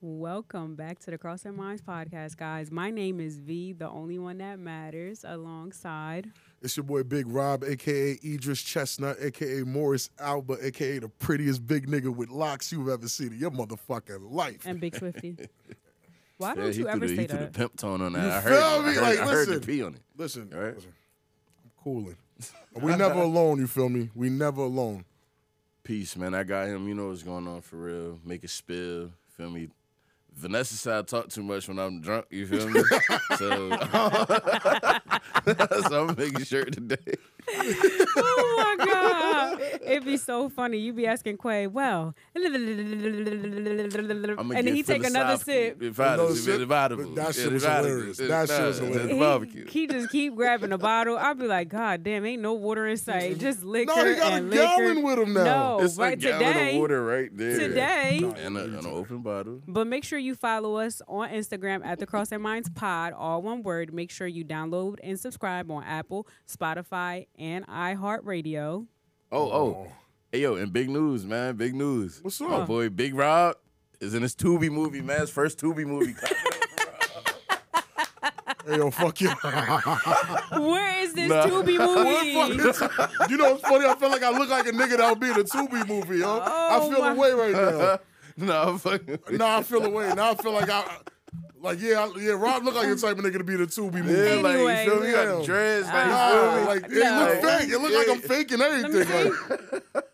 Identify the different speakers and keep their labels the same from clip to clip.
Speaker 1: welcome back to the Cross Their Minds podcast, guys. My name is V, the only one that matters, alongside.
Speaker 2: It's your boy Big Rob, aka Idris Chestnut, aka Morris Alba, aka the prettiest big nigga with locks you've ever seen in your motherfucking life.
Speaker 1: And Big Swifty. Why
Speaker 3: Yeah,
Speaker 1: don't
Speaker 3: he
Speaker 1: you
Speaker 3: threw
Speaker 1: ever
Speaker 3: the,
Speaker 1: say
Speaker 3: he threw the
Speaker 1: that?
Speaker 3: pimp tone on that.
Speaker 2: You
Speaker 3: I heard, it.
Speaker 2: feel me?
Speaker 3: I heard,
Speaker 2: Like,
Speaker 3: I heard the
Speaker 2: listen.
Speaker 3: P on it.
Speaker 2: Listen,
Speaker 3: All right.
Speaker 2: listen, I'm cooling. We never alone. You feel me? We never alone.
Speaker 3: Peace, man. I got him. You know what's going on for real. Make a spill. Feel me? Vanessa said I talk too much when I'm drunk. You feel me? so, so I'm making sure today.
Speaker 1: oh my god, it'd be so funny. You'd be asking Quay, well, and
Speaker 3: I'ma
Speaker 1: then
Speaker 3: get
Speaker 1: he take another
Speaker 3: philosophical.
Speaker 1: sip.
Speaker 3: If I
Speaker 2: Another
Speaker 3: if
Speaker 2: sip?
Speaker 3: it about
Speaker 2: But
Speaker 3: him,
Speaker 2: that
Speaker 3: if
Speaker 2: shit
Speaker 3: it
Speaker 2: was
Speaker 3: about him,
Speaker 2: hilarious.
Speaker 3: if
Speaker 2: That
Speaker 3: it
Speaker 2: shit
Speaker 3: about
Speaker 2: was
Speaker 3: him,
Speaker 2: hilarious.
Speaker 3: it's
Speaker 1: He,
Speaker 3: barbecue.
Speaker 1: he just keep grabbing the bottle. I'd be like, God damn, ain't no water in sight. Just liquor
Speaker 2: No, he got a
Speaker 1: and liquor.
Speaker 2: gallon with him now.
Speaker 1: No,
Speaker 3: It's
Speaker 1: right
Speaker 3: a gallon
Speaker 1: today.
Speaker 3: of water right there.
Speaker 1: Today.
Speaker 3: And a- and an open bottle.
Speaker 1: But make sure you follow us on Instagram at the Cross Their Minds Pod, all one word. Make sure you download and subscribe on Apple, Spotify, and iHeartRadio.
Speaker 3: Oh, oh. Hey, yo, and big news, man. Big news.
Speaker 2: What's
Speaker 3: My
Speaker 2: up?
Speaker 3: boy Big Rob is in his Tubi movie, man. His first Tubi movie.
Speaker 2: Hey, yo, fuck you.
Speaker 1: Where is this
Speaker 3: Nah.
Speaker 1: Tubi movie?
Speaker 2: you know what's funny? I feel like I look like a nigga that would be in a Tubi movie, yo.
Speaker 1: Oh,
Speaker 2: I feel
Speaker 1: my-
Speaker 2: away right now.
Speaker 3: no, I'm fucking. with you.
Speaker 2: Now I feel away. Now I feel like I, like yeah, I, yeah. Rob look like the type of nigga to be in a Tubi movie.
Speaker 3: Yeah, like, you
Speaker 1: Anyway.
Speaker 3: feel me?
Speaker 2: Damn.
Speaker 3: Got dreads, like, you feel
Speaker 2: Nah,
Speaker 3: me?
Speaker 2: like it
Speaker 1: No.
Speaker 2: look fake. It look like I'm
Speaker 3: Yeah.
Speaker 2: faking
Speaker 1: Let me
Speaker 2: everything.
Speaker 1: see.
Speaker 2: Like,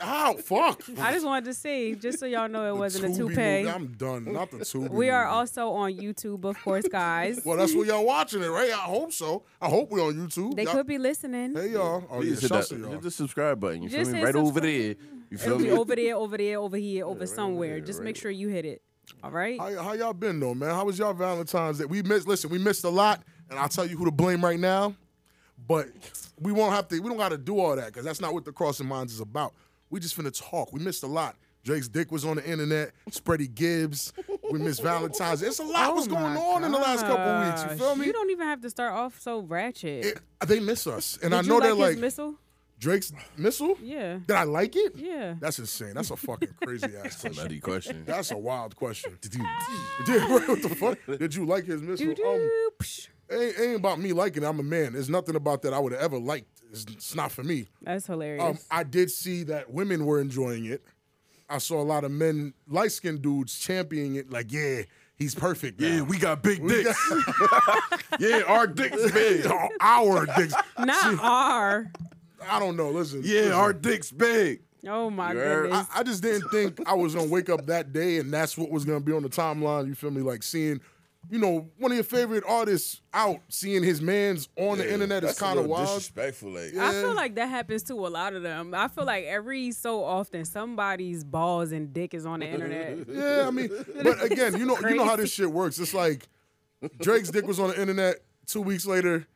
Speaker 2: ow, fuck.
Speaker 1: I just wanted to see, just so y'all know it wasn't a
Speaker 2: Tubi movie.
Speaker 1: toupee.
Speaker 2: I'm done. Not the Tubi.
Speaker 1: We are
Speaker 2: movie.
Speaker 1: also on YouTube, of course, guys.
Speaker 2: Well, that's where y'all watching it, right? I hope so. I hope we're on YouTube.
Speaker 1: They
Speaker 2: Y'all-
Speaker 1: could be listening.
Speaker 2: Hey y'all. Oh yeah,
Speaker 3: Please hit,
Speaker 2: shout
Speaker 3: that,
Speaker 2: to y'all.
Speaker 3: hit the subscribe button. You
Speaker 1: Just
Speaker 3: feel me?
Speaker 1: hit
Speaker 3: Right over there.
Speaker 1: subscribe.
Speaker 3: You feel
Speaker 1: It'll be
Speaker 3: me?
Speaker 1: over there, over there, over here, over somewhere.
Speaker 3: there,
Speaker 1: just
Speaker 3: right
Speaker 1: make sure you hit it. All right?
Speaker 2: How, how y'all been though, man? How was y'all Valentine's Day? We missed. Listen, we missed a lot, and I'll tell you who to blame right now. But we won't have to. We don't got to do all that because that's not what the crossing minds is about. We just finna talk. We missed a lot. Drake's dick was on the internet. Spready Gibbs. We missed Valentine's. It's a lot. what's going on in the last couple weeks? You feel
Speaker 1: Oh Gosh,
Speaker 2: me?
Speaker 1: You don't even have to start off so ratchet.
Speaker 2: It- they miss us, and I
Speaker 1: Did
Speaker 2: know
Speaker 1: you
Speaker 2: they're
Speaker 1: like
Speaker 2: like
Speaker 1: his missile?
Speaker 2: Drake's missile.
Speaker 1: Yeah.
Speaker 2: Did I like it?
Speaker 1: Yeah.
Speaker 2: That's insane. That's a fucking crazy ass question.
Speaker 3: Bloody question.
Speaker 2: That's a wild question. Did you? what the fuck? Did you like his missile? Um,
Speaker 1: Doo-doo, psh.
Speaker 2: ain't, ain't about me liking. it. I'm a man. There's nothing about that I would have ever liked. It's, it's not for me.
Speaker 1: That's hilarious.
Speaker 2: Um, I did see that women were enjoying it. I saw a lot of men, light skinned dudes, championing it. Like, yeah, he's perfect. now.
Speaker 3: got big
Speaker 2: We got-
Speaker 3: yeah, our dicks big.
Speaker 2: our dicks.
Speaker 1: Not R.
Speaker 2: I don't know. Listen. listen.
Speaker 3: dicks big.
Speaker 1: Oh my
Speaker 3: You heard?
Speaker 1: goodness.
Speaker 2: I just didn't think I was gonna wake up that day and that's what was gonna be on the timeline. You feel me? Like seeing, you know, one of your favorite artists out, seeing his man's on the internet is kind of wild.
Speaker 3: Disrespectful, like.
Speaker 1: I feel like that happens to a lot of them. I feel like every so often somebody's balls and dick is on the internet.
Speaker 2: Yeah, I mean, but again, you know, you know how this shit works. It's like Drake's dick was on the internet. Two weeks later,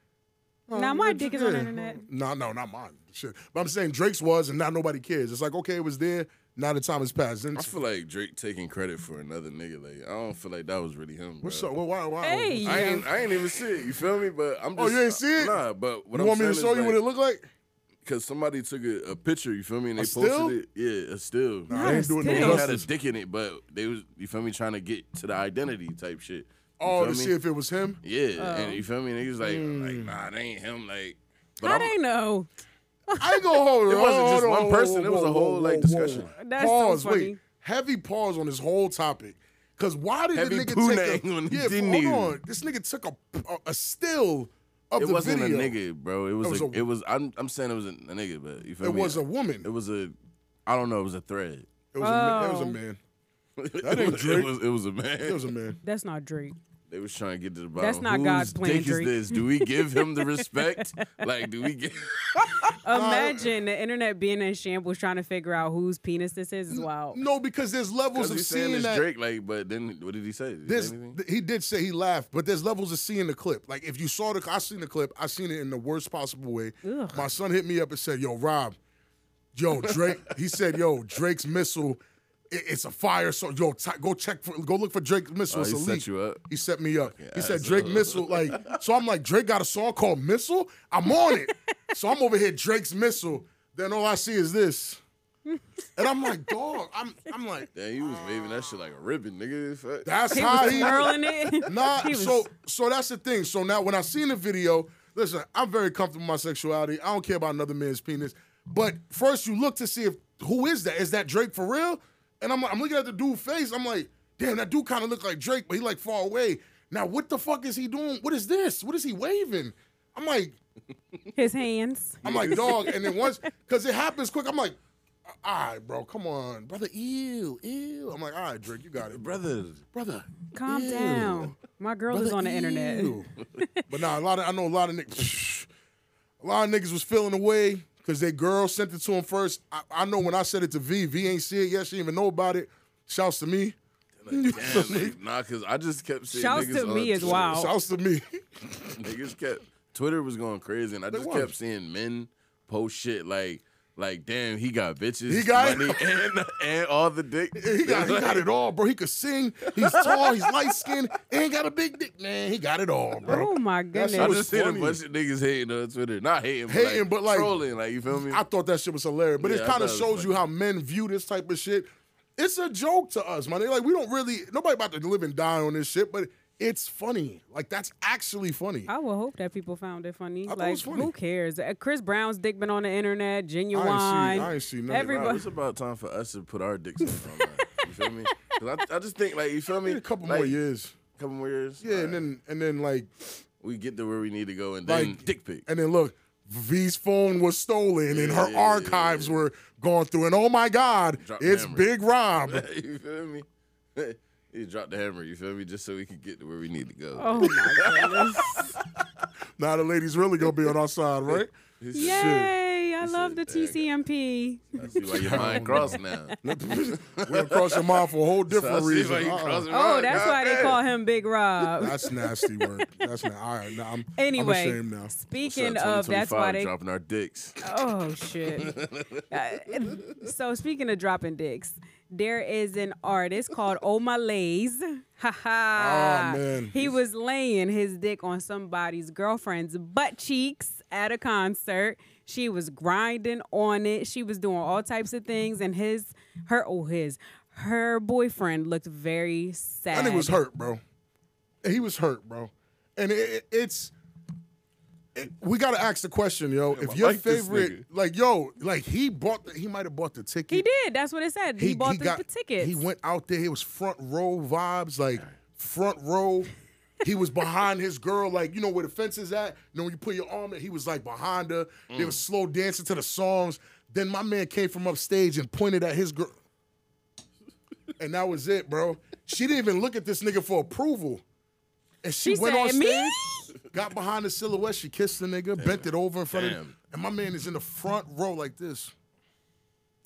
Speaker 1: now my dick is on the internet.
Speaker 2: no, no, not mine. Shit, but I'm saying Drake's was, and now nobody cares. It's like okay, it was there. Now the time has passed. And
Speaker 3: I feel like Drake taking credit for another nigga. Like I don't feel like that was really him.
Speaker 2: what's
Speaker 3: bro.
Speaker 2: up? Well, why, why?
Speaker 1: Hey.
Speaker 3: I ain't, I ain't even see it. You feel me? But I'm.
Speaker 2: Oh,
Speaker 3: Just,
Speaker 2: you ain't see it?
Speaker 3: Nah, but what
Speaker 2: you
Speaker 3: I'm
Speaker 2: want me to
Speaker 3: saying
Speaker 2: show
Speaker 3: is,
Speaker 2: you what
Speaker 3: like,
Speaker 2: it looked like?
Speaker 3: Cause somebody took a, a picture, you feel me, and they
Speaker 2: A
Speaker 3: posted
Speaker 2: still?
Speaker 3: it. Yeah, a still.
Speaker 2: I ain't doing
Speaker 3: They
Speaker 2: no
Speaker 1: still.
Speaker 3: had a
Speaker 2: justice.
Speaker 3: dick in it, but they was you feel me trying to get to the identity type shit. You
Speaker 2: Oh,
Speaker 3: feel
Speaker 2: to
Speaker 3: me?
Speaker 2: see if it was him.
Speaker 3: Yeah, and you feel me? And he was like, like,
Speaker 2: Mm.
Speaker 3: nah, that ain't him. Like, but
Speaker 1: How
Speaker 3: I'm-
Speaker 1: they know?
Speaker 2: I ain't gonna hold it.
Speaker 3: It wasn't
Speaker 2: Hold
Speaker 3: just
Speaker 2: on,
Speaker 3: one
Speaker 2: whoa,
Speaker 3: person.
Speaker 2: whoa,
Speaker 3: It was a
Speaker 2: whoa,
Speaker 3: whole,
Speaker 2: whoa,
Speaker 3: like,
Speaker 2: whoa.
Speaker 3: discussion.
Speaker 1: That's so
Speaker 2: pause.
Speaker 1: funny.
Speaker 2: Wait. Heavy pause on this whole topic. Cause why did
Speaker 3: Heavy
Speaker 2: the nigga take a,
Speaker 3: poonang on the
Speaker 2: yeah,
Speaker 3: didn't
Speaker 2: hold
Speaker 3: you?
Speaker 2: on. This nigga took a, a, a still of
Speaker 3: it
Speaker 2: the
Speaker 3: wasn't
Speaker 2: video.
Speaker 3: a nigga, bro. It was,
Speaker 2: was
Speaker 3: a,
Speaker 2: a-
Speaker 3: it was. I'm, I'm saying it was a, a nigga, but you feel
Speaker 2: It
Speaker 3: me?
Speaker 2: was a woman.
Speaker 3: It was a. I don't know. It was a thread.
Speaker 2: It was, a, ma- it was
Speaker 1: Oh.
Speaker 2: a man.
Speaker 3: That
Speaker 2: ain't Drake.
Speaker 3: It was, it was a man.
Speaker 2: It was a man.
Speaker 1: That's not Drake.
Speaker 3: They was trying to get to the bottom.
Speaker 1: That's not
Speaker 3: Whose
Speaker 1: God's plan,
Speaker 3: dick
Speaker 1: Drake.
Speaker 3: is this? Do we give him the respect? like, do we get?
Speaker 2: uh,
Speaker 1: Imagine the internet being in shambles trying to figure out whose penis this is as well.
Speaker 2: No, because there's levels
Speaker 3: Because
Speaker 2: of
Speaker 3: he's saying
Speaker 2: seeing
Speaker 3: it's
Speaker 2: that.
Speaker 3: Drake, like, but then what did he say? Did he
Speaker 2: There's,
Speaker 3: say anything?
Speaker 2: th- he did say he laughed, but there's levels of seeing the clip. Like if you saw the, I seen the clip. I seen it in the worst possible way.
Speaker 1: Ugh.
Speaker 2: My son hit me up and said, "Yo, Rob, yo Drake." he said, "Yo, Drake's missile, i- it's a fire. So yo, t- go check for, go look for Drake's missile.
Speaker 3: Oh,
Speaker 2: it's
Speaker 3: he
Speaker 2: a
Speaker 3: set
Speaker 2: leak."
Speaker 3: you up.
Speaker 2: He set me up. he said
Speaker 3: asshole.
Speaker 2: Drake missile. Like so, I'm like Drake got a song called Missile. I'm on it. so I'm over here Drake's missile. Then all I see is this. And I'm like, dog, I'm I'm like,
Speaker 3: Damn, you was waving that shit like a ribbon, nigga. Fuck.
Speaker 2: that's
Speaker 1: He
Speaker 2: how
Speaker 1: was
Speaker 2: he
Speaker 1: twirling it.
Speaker 2: Nah,
Speaker 1: He was-
Speaker 2: so so that's the thing. So now when I seen the video, listen, I'm very comfortable with my sexuality. I don't care about another man's penis. But first you look to see if who is that? Is that Drake for real? And I'm like, I'm looking at the dude's face. I'm like, damn, that dude kind of looked like Drake, but he like far away. Now what the fuck is he doing? What is this? What is he waving? I'm like,
Speaker 1: his hands.
Speaker 2: I'm like, dog. And then once, because it happens quick, I'm like, all right, bro, come on, brother. Ew, ew. I'm like, all right, Drake, you got it,
Speaker 3: brother.
Speaker 2: brother.
Speaker 1: Calm
Speaker 2: ew.
Speaker 1: down. My girl is
Speaker 2: Brother,
Speaker 1: on the internet.
Speaker 2: ew. but nah, a lot of I know a lot of niggas. A lot of niggas was feeling away because their girl sent it to him first. I, I know when I said it to V, V ain't see it yet. She didn't even know about it. Shouts to me.
Speaker 3: Like, damn, like, nah, cause I just kept seeing
Speaker 1: Shouts
Speaker 3: niggas
Speaker 1: to
Speaker 3: on
Speaker 1: me as
Speaker 3: Twitter.
Speaker 1: wow.
Speaker 2: Shouts to me.
Speaker 3: Niggas kept Twitter was going crazy, and I just
Speaker 2: was.
Speaker 3: kept seeing men post shit like, like, damn, he got bitches,
Speaker 2: He got-
Speaker 3: money, and and all the dick.
Speaker 2: he, got, he got it all, bro. He could sing. He's tall. He's light skinned. Ain't got a big dick, man. He got it all, bro.
Speaker 1: Oh my
Speaker 2: That's-
Speaker 1: goodness.
Speaker 3: I
Speaker 2: was
Speaker 3: just seen a
Speaker 2: funny.
Speaker 3: bunch of niggas hating on Twitter, not hating, but
Speaker 2: Hating,
Speaker 3: like,
Speaker 2: but, like-
Speaker 3: trolling, like you feel me?
Speaker 2: I thought that shit was hilarious, but
Speaker 3: Yeah,
Speaker 2: it
Speaker 3: I
Speaker 2: kind
Speaker 3: thought it
Speaker 2: of
Speaker 3: was
Speaker 2: shows you
Speaker 3: funny.
Speaker 2: how men view this type of shit. It's a joke to us, man. They Like we don't really nobody about to live and die on this shit, but it's funny. Like that's actually funny.
Speaker 1: I will hope that people found it funny.
Speaker 2: thought it
Speaker 1: like,
Speaker 2: was funny.
Speaker 1: who cares? Uh, Chris Brown's dick been on the internet. Genuine.
Speaker 2: I ain't see nothing.
Speaker 3: Bro,
Speaker 1: Everybody.
Speaker 3: it's about time for us to put our dicks in online. You feel me? 'Cause I, I just think like you feel me.
Speaker 2: Need a couple
Speaker 3: Like,
Speaker 2: more years.
Speaker 3: Couple more years.
Speaker 2: Yeah,
Speaker 3: Alright.
Speaker 2: and then and then like
Speaker 3: we get to where we need to go, and then
Speaker 2: like
Speaker 3: dick pic.
Speaker 2: And then look, V's phone was stolen and her
Speaker 3: Yeah, yeah,
Speaker 2: archives were gone through. And oh my God,
Speaker 3: Drop the
Speaker 2: it's
Speaker 3: hammer.
Speaker 2: Big Rob.
Speaker 3: you feel me? he dropped the hammer. You feel me? Just so we could get to where we need to go.
Speaker 1: Oh my goodness.
Speaker 2: now the lady's really gonna be on our side, right?
Speaker 3: He said,
Speaker 1: Yay. I love the
Speaker 3: There you go.
Speaker 1: TCMP.
Speaker 3: I see why your mind crossed now.
Speaker 2: We're across your mind for a whole
Speaker 3: So I
Speaker 2: different
Speaker 3: see why
Speaker 2: reason.
Speaker 3: you
Speaker 2: Uh-uh.
Speaker 3: crossed your
Speaker 1: Oh,
Speaker 3: mind.
Speaker 1: that's
Speaker 3: God
Speaker 1: why they
Speaker 3: damn.
Speaker 1: call him Big Rob.
Speaker 2: That's nasty work. That's not all right. Now I'm, I'm
Speaker 1: Anyway,
Speaker 2: ashamed now.
Speaker 1: speaking
Speaker 3: Shut
Speaker 2: uh,
Speaker 1: of, that's
Speaker 3: 2025
Speaker 1: why they
Speaker 3: dropping our dicks.
Speaker 1: Oh shit. Uh, so speaking of dropping dicks, there is an artist called Omalays. Ha ha.
Speaker 2: Ah, man.
Speaker 1: He was laying his dick on somebody's girlfriend's butt cheeks at a concert. She was grinding on it. She was doing all types of things and his her oh his her boyfriend looked very sad.
Speaker 2: That nigga was hurt, bro. He was hurt, bro. And it, it- it's it- we gotta ask the question, yo.
Speaker 3: I
Speaker 2: if your
Speaker 3: like this nigga.
Speaker 2: favorite, like yo, like he bought, the, he might have bought the ticket.
Speaker 1: He did. That's what it said. He, bought the, the tickets.
Speaker 2: He went out there. It was front row vibes, like front row. He was behind his girl, like you know where the fence is at. You know when you put your arm, in, he was like behind her. They was slow dancing to the songs. Then my man came from upstage and pointed at his girl, and that was it, bro. She didn't even look at this nigga for approval, and she,
Speaker 1: She
Speaker 2: went on
Speaker 1: said,
Speaker 2: stage,
Speaker 1: "Me?"
Speaker 2: got behind the silhouette. She kissed the nigga, bent it over in front of him,
Speaker 3: Damn.
Speaker 2: and my man is in the front row like this.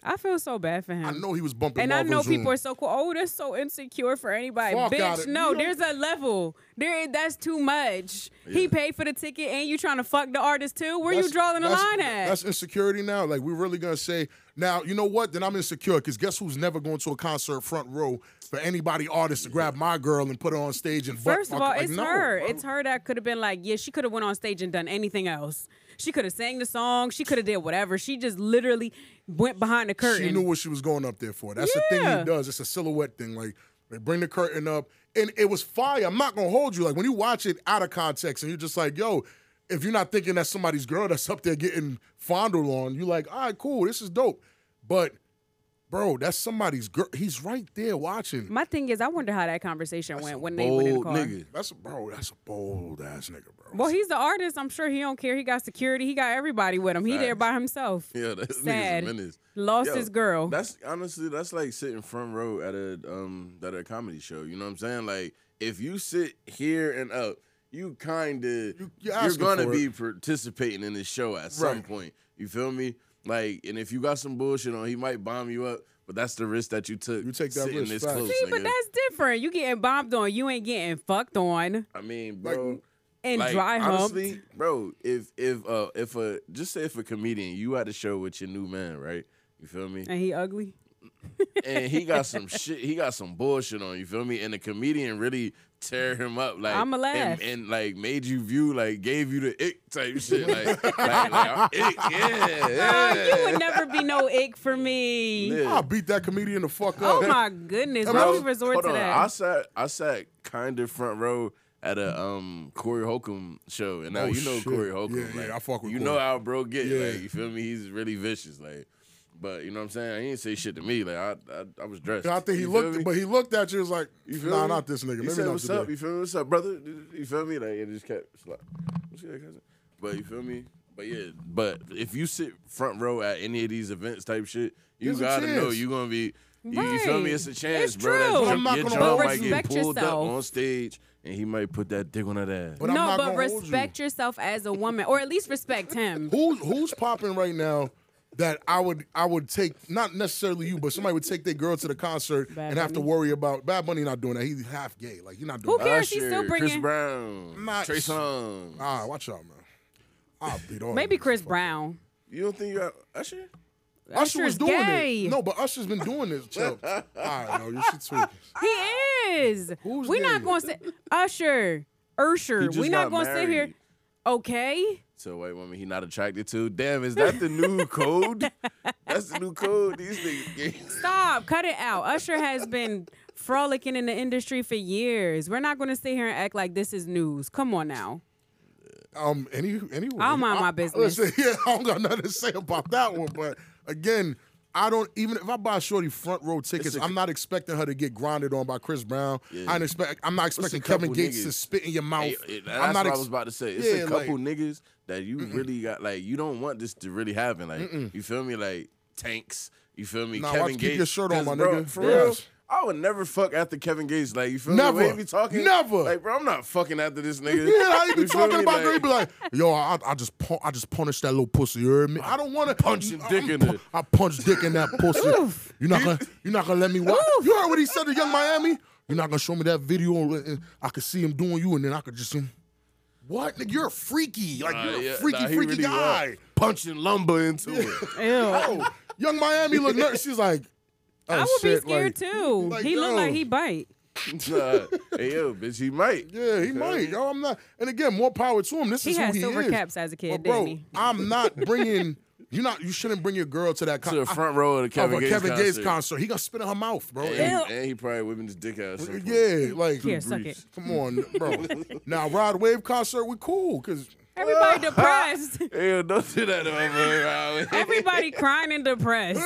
Speaker 1: I feel so bad for him.
Speaker 2: I know he was bumping.
Speaker 1: And I know
Speaker 2: Marvin's room.
Speaker 1: people are so cool. Oh, they're so insecure for anybody.
Speaker 2: Fuck outta-
Speaker 1: Bitch, no,
Speaker 2: you don't-
Speaker 1: there's a level. There, that's too much. He paid for the ticket, and you trying to fuck the artist too. Where you
Speaker 2: That's-
Speaker 1: drawing the
Speaker 2: that's-
Speaker 1: line at?
Speaker 2: That's insecurity now. Like we're really gonna say now. You know what? Then I'm insecure because guess who's never going to a concert front row for anybody artist to grab my girl and put her on stage and butt
Speaker 1: First of
Speaker 2: fuck
Speaker 1: all,
Speaker 2: her? Like,
Speaker 1: it's
Speaker 2: no.
Speaker 1: her. It's her that could have been like, yeah, she could have went on stage and done anything else. She could have sang the song. She could have did whatever. She just literally went behind the curtain.
Speaker 2: She knew what she was going up there for. That's the thing
Speaker 1: Yeah.
Speaker 2: he does. It's a silhouette thing. Like they bring the curtain up, and it was fire. I'm not gonna hold you. Like when you watch it out of context, and you're just like, yo. If you're not thinking that's somebody's girl that's up there getting fondled on, you're like, all right, cool, this is dope. But, bro, that's somebody's girl. He's right there watching.
Speaker 1: My thing is, I wonder how that conversation went when they went in the
Speaker 3: Bold
Speaker 1: car.
Speaker 3: nigga.
Speaker 2: That's a bro. That's a bold ass nigga, bro.
Speaker 1: Well, he's the artist. I'm sure he don't care. He got security. He got everybody with him. He there
Speaker 3: Facts.
Speaker 1: by himself.
Speaker 3: Yeah, that nigga's
Speaker 1: Sad.
Speaker 3: a menace.
Speaker 1: Lost
Speaker 3: Yo,
Speaker 1: his girl.
Speaker 3: That's honestly, that's like sitting front row at a um at a comedy show. You know what I'm saying? Like if you sit here and up, you kind of you,
Speaker 2: you're
Speaker 3: are
Speaker 2: asking
Speaker 3: gonna
Speaker 2: for
Speaker 3: be participating in this show at some
Speaker 2: Right.
Speaker 3: point. You feel me? Like, and if you got some bullshit on, he might bomb you up. But that's the risk that you took.
Speaker 2: You take that
Speaker 3: sitting
Speaker 2: risk,
Speaker 3: This
Speaker 2: facts.
Speaker 3: close,
Speaker 1: See, but
Speaker 3: nigga.
Speaker 1: that's different. You getting bombed on, you ain't getting fucked on
Speaker 3: I mean, bro.
Speaker 1: and
Speaker 3: like,
Speaker 1: dry humped.
Speaker 3: honestly, bro. If if uh if a just say if a comedian you had a show with your new man, right? You feel me?
Speaker 1: and he ugly.
Speaker 3: and he got some shit. He got some bullshit on you. Feel me? And the comedian really tear him up. Like
Speaker 1: I'ma
Speaker 3: and-
Speaker 1: laugh.
Speaker 3: And, like made you view. Like gave you the ick type shit. Like, like, like ick. Yeah,
Speaker 1: Oh,
Speaker 3: yeah.
Speaker 1: you would never be no ick for me.
Speaker 3: Yeah.
Speaker 2: I'll beat that comedian the fuck up.
Speaker 1: Oh my goodness,
Speaker 2: Bro,
Speaker 1: why we resort
Speaker 3: Hold
Speaker 1: to
Speaker 3: on.
Speaker 1: that?
Speaker 3: I sat I sat kind of front row at a um Corey Holcomb show, and now
Speaker 2: Oh,
Speaker 3: you know
Speaker 2: shit.
Speaker 3: Corey Holcomb.
Speaker 2: Yeah,
Speaker 3: like,
Speaker 2: yeah, I fuck with
Speaker 3: You
Speaker 2: Corey.
Speaker 3: know how bro get.
Speaker 2: Yeah.
Speaker 3: Like, you feel me? He's really vicious. Like, but you know what I'm saying? He didn't say shit to me. Like I I, I was dressed.
Speaker 2: And I think he
Speaker 3: You feel
Speaker 2: looked,
Speaker 3: me?
Speaker 2: but he looked at you and was like,
Speaker 3: You feel
Speaker 2: nah,
Speaker 3: me?
Speaker 2: not this nigga.
Speaker 3: He
Speaker 2: Maybe
Speaker 3: said,
Speaker 2: not
Speaker 3: "What's
Speaker 2: today.
Speaker 3: up? You feel me? What's up, brother? You feel me?" Like it just kept it's like, "What's good, cousin?" But you feel me? But yeah, but if you sit front row at any of these events type shit, you
Speaker 2: There's a
Speaker 3: gotta know
Speaker 2: chance.
Speaker 3: you gonna be. You, you feel me?
Speaker 1: Right.
Speaker 3: It's a chance,
Speaker 1: It's
Speaker 3: bro.
Speaker 1: true.
Speaker 3: That
Speaker 2: I'm not
Speaker 3: your
Speaker 2: gonna
Speaker 3: jaw
Speaker 2: hold
Speaker 3: might
Speaker 1: you.
Speaker 3: get pulled
Speaker 1: Respect
Speaker 3: up on stage, and he might put that dick on that ass.
Speaker 2: But I'm
Speaker 1: no,
Speaker 2: not
Speaker 1: but
Speaker 2: gonna hold you.
Speaker 1: respect yourself as a woman, or at least respect him.
Speaker 2: Who's who's popping right now that I would I would take not necessarily you, but somebody would take their girl to the concert
Speaker 1: Bad
Speaker 2: and have to
Speaker 1: Bunny?
Speaker 2: worry about Bad Bunny not doing that. He's half gay. Like you're not
Speaker 1: Who
Speaker 2: doing that.
Speaker 1: cares? He's still
Speaker 3: Usher, Chris
Speaker 1: bringing-
Speaker 3: Brown,
Speaker 2: Not-
Speaker 3: Trey Songz.
Speaker 2: Ah, watch out, man. I'll beat all
Speaker 1: Maybe
Speaker 2: of them.
Speaker 1: Chris Brown.
Speaker 3: You don't think you got Usher?
Speaker 2: Usher was
Speaker 1: Usher's
Speaker 2: doing
Speaker 1: gay.
Speaker 2: it. No, but Usher's been doing this. Chill. all right, no, you should tweak.
Speaker 1: He is.
Speaker 2: Who's
Speaker 1: We're not
Speaker 2: gay?
Speaker 1: going to say Usher, Usher.
Speaker 3: just
Speaker 1: We're
Speaker 3: got
Speaker 1: not going to sit here.
Speaker 3: married.
Speaker 1: Okay.
Speaker 3: to a white woman he not attracted to. Damn, is that the new code? That's the new code. These niggas.
Speaker 1: Stop. Cut it out. Usher has been frolicking in the industry for years. We're not going to sit here and act like this is news. Come on now.
Speaker 2: Um, any anyway,
Speaker 1: I don't mind my
Speaker 2: I-
Speaker 1: business.
Speaker 2: listen, yeah, I don't got nothing to say about that one. But again, I don't even if I buy Shorty front row tickets,
Speaker 3: It's
Speaker 2: i
Speaker 3: a-
Speaker 2: I'm not expecting her to get grounded on by Chris Brown. I ain't expect. I'm not expecting Kevin
Speaker 3: couple
Speaker 2: Gates to
Speaker 3: niggas.
Speaker 2: spit in your mouth.
Speaker 3: Hey, hey, that's
Speaker 2: I'm
Speaker 3: what
Speaker 2: not ex-
Speaker 3: I was about to say. It's
Speaker 2: Yeah,
Speaker 3: a
Speaker 2: like-
Speaker 3: couple niggas that you really got like you don't want this to really happen. Like you feel me? Like tanks. You feel me?
Speaker 2: Nah, watch-
Speaker 3: Kevin
Speaker 2: keep
Speaker 3: Gates.
Speaker 2: your shirt on,
Speaker 3: 'Cause,
Speaker 2: my
Speaker 3: bro,
Speaker 2: nigga.
Speaker 3: For
Speaker 2: Yes.
Speaker 3: real. I would never fuck after Kevin Gates. Like you feel me? The way
Speaker 2: Never.
Speaker 3: he be talking.
Speaker 2: Never.
Speaker 3: Like bro, I'm not fucking after this nigga.
Speaker 2: Yeah, I ain't
Speaker 3: You
Speaker 2: be
Speaker 3: feel
Speaker 2: talking
Speaker 3: me?
Speaker 2: about her. He be like, yo, I, I just pun- I just punished that little pussy. You heard me? I don't want to punch
Speaker 3: Punching dick in it.
Speaker 2: I punched dick in that pussy. You're not gonna you're not gonna let me watch. You heard what he said to Young Miami? You're not gonna show me that video. and- and I could see him doing you, and then I could just. um, What? Nigga, you're a freaky. Like
Speaker 3: Nah,
Speaker 2: you're a
Speaker 3: yeah,
Speaker 2: freaky,
Speaker 3: nah, he
Speaker 2: freaky
Speaker 3: really
Speaker 2: guy.
Speaker 3: was. punching lumber into it.
Speaker 1: Ew.
Speaker 2: Oh, Young Miami look nervous. She's like, oh,
Speaker 1: I would
Speaker 2: shit,
Speaker 1: be scared
Speaker 2: like,
Speaker 1: too.
Speaker 2: like,
Speaker 1: he looked
Speaker 2: yo.
Speaker 1: like he bite.
Speaker 3: Nah, hey yo, bitch, he might.
Speaker 2: Yeah, he might. Yo, I'm not. And again, more power to him. This
Speaker 1: He
Speaker 2: is
Speaker 1: had
Speaker 2: who he
Speaker 1: silver
Speaker 2: is.
Speaker 1: caps as a kid,
Speaker 2: But bro,
Speaker 1: didn't he?
Speaker 2: I'm not bringing. You not. You shouldn't bring your girl to that
Speaker 3: To
Speaker 2: con-
Speaker 3: the front row of the Kevin,
Speaker 2: of a
Speaker 3: Gates,
Speaker 2: Kevin Gates
Speaker 3: concert.
Speaker 2: concert. He gonna spit in her mouth, bro.
Speaker 3: And,
Speaker 1: Ew.
Speaker 3: and he probably whipping his dick out.
Speaker 2: And- yeah, like
Speaker 1: Here, suck it.
Speaker 2: come on, bro. now Rod Wave concert, we cool because
Speaker 1: Everybody depressed.
Speaker 3: Ew, don't do that to my boy, Rob.
Speaker 1: Everybody crying and depressed.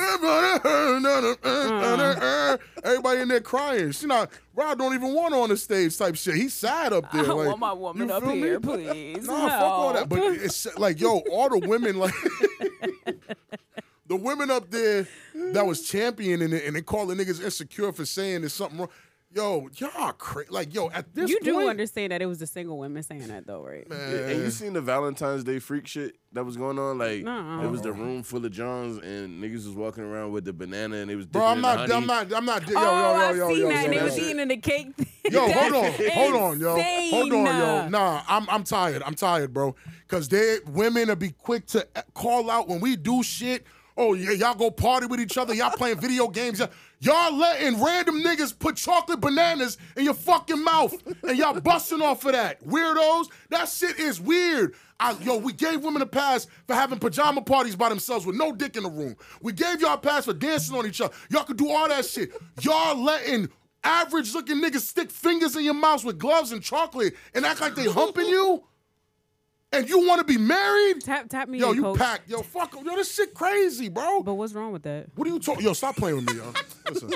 Speaker 2: everybody in there crying. She not Rod don't even want her on the stage type shit. He's sad up there.
Speaker 1: I
Speaker 2: like,
Speaker 1: want my woman
Speaker 2: you
Speaker 1: up
Speaker 2: feel me?
Speaker 1: here, please.
Speaker 2: Nah, fuck all that. But it's like, yo, all the women like the women up there that was championing it and they calling niggas insecure for saying there's something wrong. Yo, y'all crazy. Like, yo, at this
Speaker 1: you
Speaker 2: point,
Speaker 1: do understand that it was the single women saying that though, right?
Speaker 3: and you seen the Valentine's Day freak shit that was going on? Like
Speaker 1: Nuh-uh.
Speaker 3: it was the room full of Johns and niggas was walking around with the banana and it was.
Speaker 2: bro,
Speaker 3: dipping
Speaker 2: I'm
Speaker 3: in the
Speaker 2: not, I'm
Speaker 3: honey.
Speaker 2: not, I'm not. Yo,
Speaker 1: oh,
Speaker 2: yo,
Speaker 1: I
Speaker 2: yo, yo,
Speaker 1: seen
Speaker 2: yo,
Speaker 1: that.
Speaker 2: yo,
Speaker 1: they
Speaker 2: yo,
Speaker 1: was eating the cake.
Speaker 2: Yo, hold on,
Speaker 1: That's
Speaker 2: hold on, yo, hold on, yo.
Speaker 1: insane.
Speaker 2: Nah, I'm I'm tired. I'm tired, bro. Cause they women will be quick to call out when we do shit. Oh yeah, y'all go party with each other. Y'all playing video games. Y'all- Y'all letting random niggas put chocolate bananas in your fucking mouth, and y'all busting off of that. Weirdos. That shit is weird. I, yo, we gave women a pass for having pajama parties by themselves with no dick in the room. We gave y'all a pass for dancing on each other. Y'all could do all that shit. Y'all letting average looking niggas stick fingers in your mouths with gloves and chocolate and act like they humping you? And you want to be married?
Speaker 1: Tap tap me,
Speaker 2: Yo,
Speaker 1: in,
Speaker 2: you
Speaker 1: coach.
Speaker 2: packed. Yo, fuck. Yo, this shit crazy, bro.
Speaker 1: But what's wrong with that?
Speaker 2: What are you talking? Yo, stop playing with me, yo. Listen.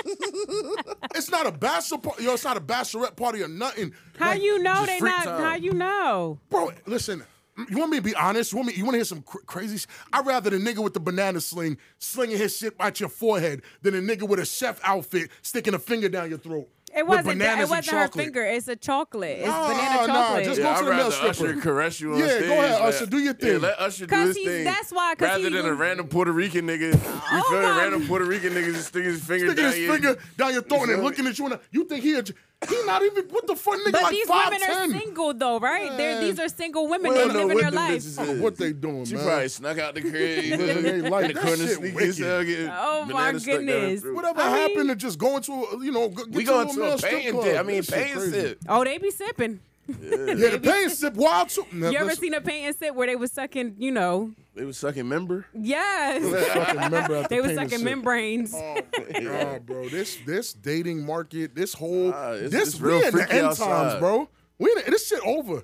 Speaker 2: it's not a bachelor party. Yo, it's not a bachelorette party or nothing.
Speaker 1: How
Speaker 2: Like,
Speaker 1: you know
Speaker 3: just
Speaker 1: they
Speaker 3: freak
Speaker 1: not?
Speaker 3: time.
Speaker 1: How you know?
Speaker 2: bro? Listen. You want me to be honest? You want me? You want to hear some cr- crazy? Sh- I'd rather the nigga with the banana sling slinging his shit at your forehead than a nigga with a chef outfit sticking a finger down your throat.
Speaker 1: It
Speaker 2: with
Speaker 1: wasn't.
Speaker 2: bananas
Speaker 1: It
Speaker 2: and
Speaker 1: wasn't her
Speaker 2: chocolate.
Speaker 1: finger. It's a chocolate. It's
Speaker 2: Nah,
Speaker 1: banana
Speaker 2: nah,
Speaker 1: chocolate.
Speaker 2: just
Speaker 3: Yeah,
Speaker 2: Go to
Speaker 3: I'd
Speaker 2: the male
Speaker 3: rather Usher
Speaker 2: stripper.
Speaker 3: caress you on
Speaker 2: Yeah, go
Speaker 3: stage.
Speaker 2: ahead,
Speaker 3: like-
Speaker 2: Usher, do your
Speaker 3: Yeah,
Speaker 2: thing.
Speaker 3: let Usher do
Speaker 1: 'Cause
Speaker 3: his
Speaker 1: he's-
Speaker 3: thing.
Speaker 1: that's why, 'cause
Speaker 3: Rather
Speaker 1: he
Speaker 3: than a
Speaker 1: was-
Speaker 3: random Puerto Rican nigga, you feel me?
Speaker 1: my-
Speaker 3: Random Puerto Rican niggas is sticking his finger
Speaker 2: sticking
Speaker 3: down
Speaker 2: his
Speaker 3: your-
Speaker 2: finger down your throat
Speaker 3: feel
Speaker 2: and then
Speaker 3: me?
Speaker 2: looking at you. And you think he? A, He not even what the fuck nigga
Speaker 1: But
Speaker 2: like
Speaker 1: these
Speaker 2: five
Speaker 1: women are single though, right? They're,
Speaker 2: Man.
Speaker 1: these are single women.
Speaker 3: Well,
Speaker 1: They're
Speaker 3: no,
Speaker 1: living
Speaker 3: what
Speaker 1: their
Speaker 3: them
Speaker 1: life.
Speaker 3: bitches
Speaker 2: I don't know what they doing,
Speaker 3: She
Speaker 2: man.
Speaker 3: probably snuck out the crib.
Speaker 2: They like
Speaker 3: in the
Speaker 2: that
Speaker 3: corner
Speaker 2: shit
Speaker 3: sneakers.
Speaker 2: wicked.
Speaker 3: out, get
Speaker 1: Oh, my
Speaker 3: banana stuck down her
Speaker 1: goodness.
Speaker 3: throat.
Speaker 2: Whatever
Speaker 1: I
Speaker 2: happened
Speaker 1: mean-
Speaker 2: to just going to a, you know, g- get
Speaker 3: We
Speaker 2: to
Speaker 3: going
Speaker 2: a
Speaker 3: to
Speaker 2: male
Speaker 3: a
Speaker 2: strip
Speaker 3: paying
Speaker 2: club.
Speaker 3: dip. I mean,
Speaker 2: That shit
Speaker 3: paying
Speaker 2: crazy.
Speaker 3: dip.
Speaker 1: Oh, they be sipping.
Speaker 2: Yeah, the paying sip wild too. Now,
Speaker 1: You ever
Speaker 2: listen,
Speaker 1: seen a paint and sip where they was sucking, you know,
Speaker 3: They was sucking member.
Speaker 1: yes.
Speaker 2: fucking member at
Speaker 1: they
Speaker 2: the
Speaker 1: was
Speaker 2: paying
Speaker 1: sucking
Speaker 2: sip.
Speaker 1: membranes.
Speaker 2: Oh, Nah, bro, this this dating market, this whole
Speaker 3: Ah, it's-
Speaker 2: this
Speaker 3: it's
Speaker 2: real
Speaker 3: real
Speaker 2: we in the
Speaker 3: freaky
Speaker 2: end
Speaker 3: outside.
Speaker 2: times, bro. We in the, this shit over.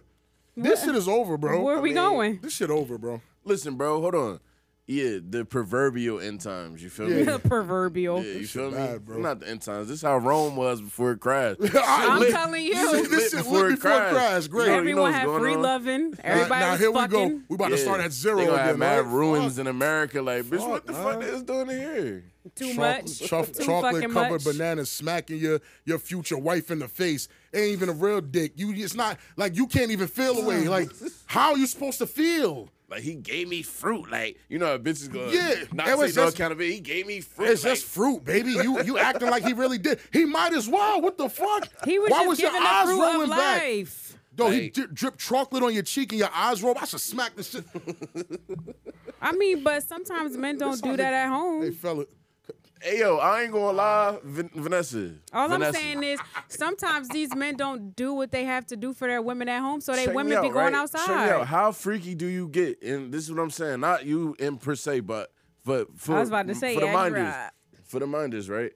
Speaker 2: This shit is over, bro.
Speaker 1: Where
Speaker 2: I
Speaker 1: we
Speaker 2: mean,
Speaker 1: going?
Speaker 2: This shit over, bro.
Speaker 3: Listen, bro, hold on. Yeah, the proverbial end times. You feel me?
Speaker 2: Yeah.
Speaker 1: Proverbial.
Speaker 3: Yeah, you feel me?
Speaker 2: bad, bro.
Speaker 3: Not the end times. This is how Rome was before it crashed.
Speaker 2: I'm
Speaker 3: Lit-
Speaker 1: telling you.
Speaker 3: This shit
Speaker 2: This shit lit before it crashed. Great.
Speaker 3: You
Speaker 2: know
Speaker 3: already know
Speaker 1: Everyone
Speaker 3: what's
Speaker 1: had
Speaker 3: going
Speaker 1: free
Speaker 3: on.
Speaker 1: loving.
Speaker 2: All right,
Speaker 1: Everybody
Speaker 2: now
Speaker 1: was
Speaker 2: here we go.
Speaker 1: fucking.
Speaker 2: We about to
Speaker 3: Yeah.
Speaker 2: start at zero
Speaker 3: they gonna
Speaker 2: again.
Speaker 3: Have mad
Speaker 2: right?
Speaker 3: ruins
Speaker 2: Fuck.
Speaker 3: in America. Like, bitch, what the
Speaker 2: Fuck,
Speaker 3: fuck
Speaker 2: man.
Speaker 3: they is doing in here?
Speaker 1: Too
Speaker 2: Chocolate-
Speaker 1: much.
Speaker 2: choc-
Speaker 1: Too
Speaker 2: chocolate
Speaker 1: fucking
Speaker 2: covered
Speaker 1: much.
Speaker 2: banana smacking your your future wife in the face. Ain't even a real dick. You it's not like you can't even feel away. Like how are you supposed to feel?
Speaker 3: Like he gave me fruit. Like you know, how bitches go.
Speaker 2: Yeah,
Speaker 3: not
Speaker 2: it
Speaker 3: take
Speaker 2: was
Speaker 3: no
Speaker 2: just-
Speaker 3: account of it. He gave me fruit.
Speaker 2: It's
Speaker 3: like,
Speaker 2: just fruit, baby. You you acting like he really did. He might as well. What the fuck?
Speaker 1: He was
Speaker 2: Why
Speaker 1: just
Speaker 2: was your
Speaker 1: giving the
Speaker 2: eyes
Speaker 1: fruit
Speaker 2: rolling
Speaker 1: of
Speaker 2: back?
Speaker 1: life.
Speaker 2: Yo, he
Speaker 3: Like-
Speaker 2: dri- dripped chocolate on your cheek and your eyes roll. I should smack the shit.
Speaker 1: I mean, but sometimes men don't do that at
Speaker 2: Hey,
Speaker 1: home.
Speaker 2: fella.
Speaker 3: Hey yo, I ain't gonna lie, Vin- Vanessa.
Speaker 1: All
Speaker 3: Vanessa.
Speaker 1: I'm saying is sometimes these men don't do what they have to do for their women at home, so they
Speaker 3: Check me
Speaker 1: women be
Speaker 3: out,
Speaker 1: going
Speaker 3: right?
Speaker 1: outside.
Speaker 3: Check me out. How freaky do you get? And this is what I'm saying. Not you in per se, but but for
Speaker 1: I was about to say,
Speaker 3: for the
Speaker 1: yeah, you
Speaker 3: minders,
Speaker 1: right.
Speaker 3: for the minders, right?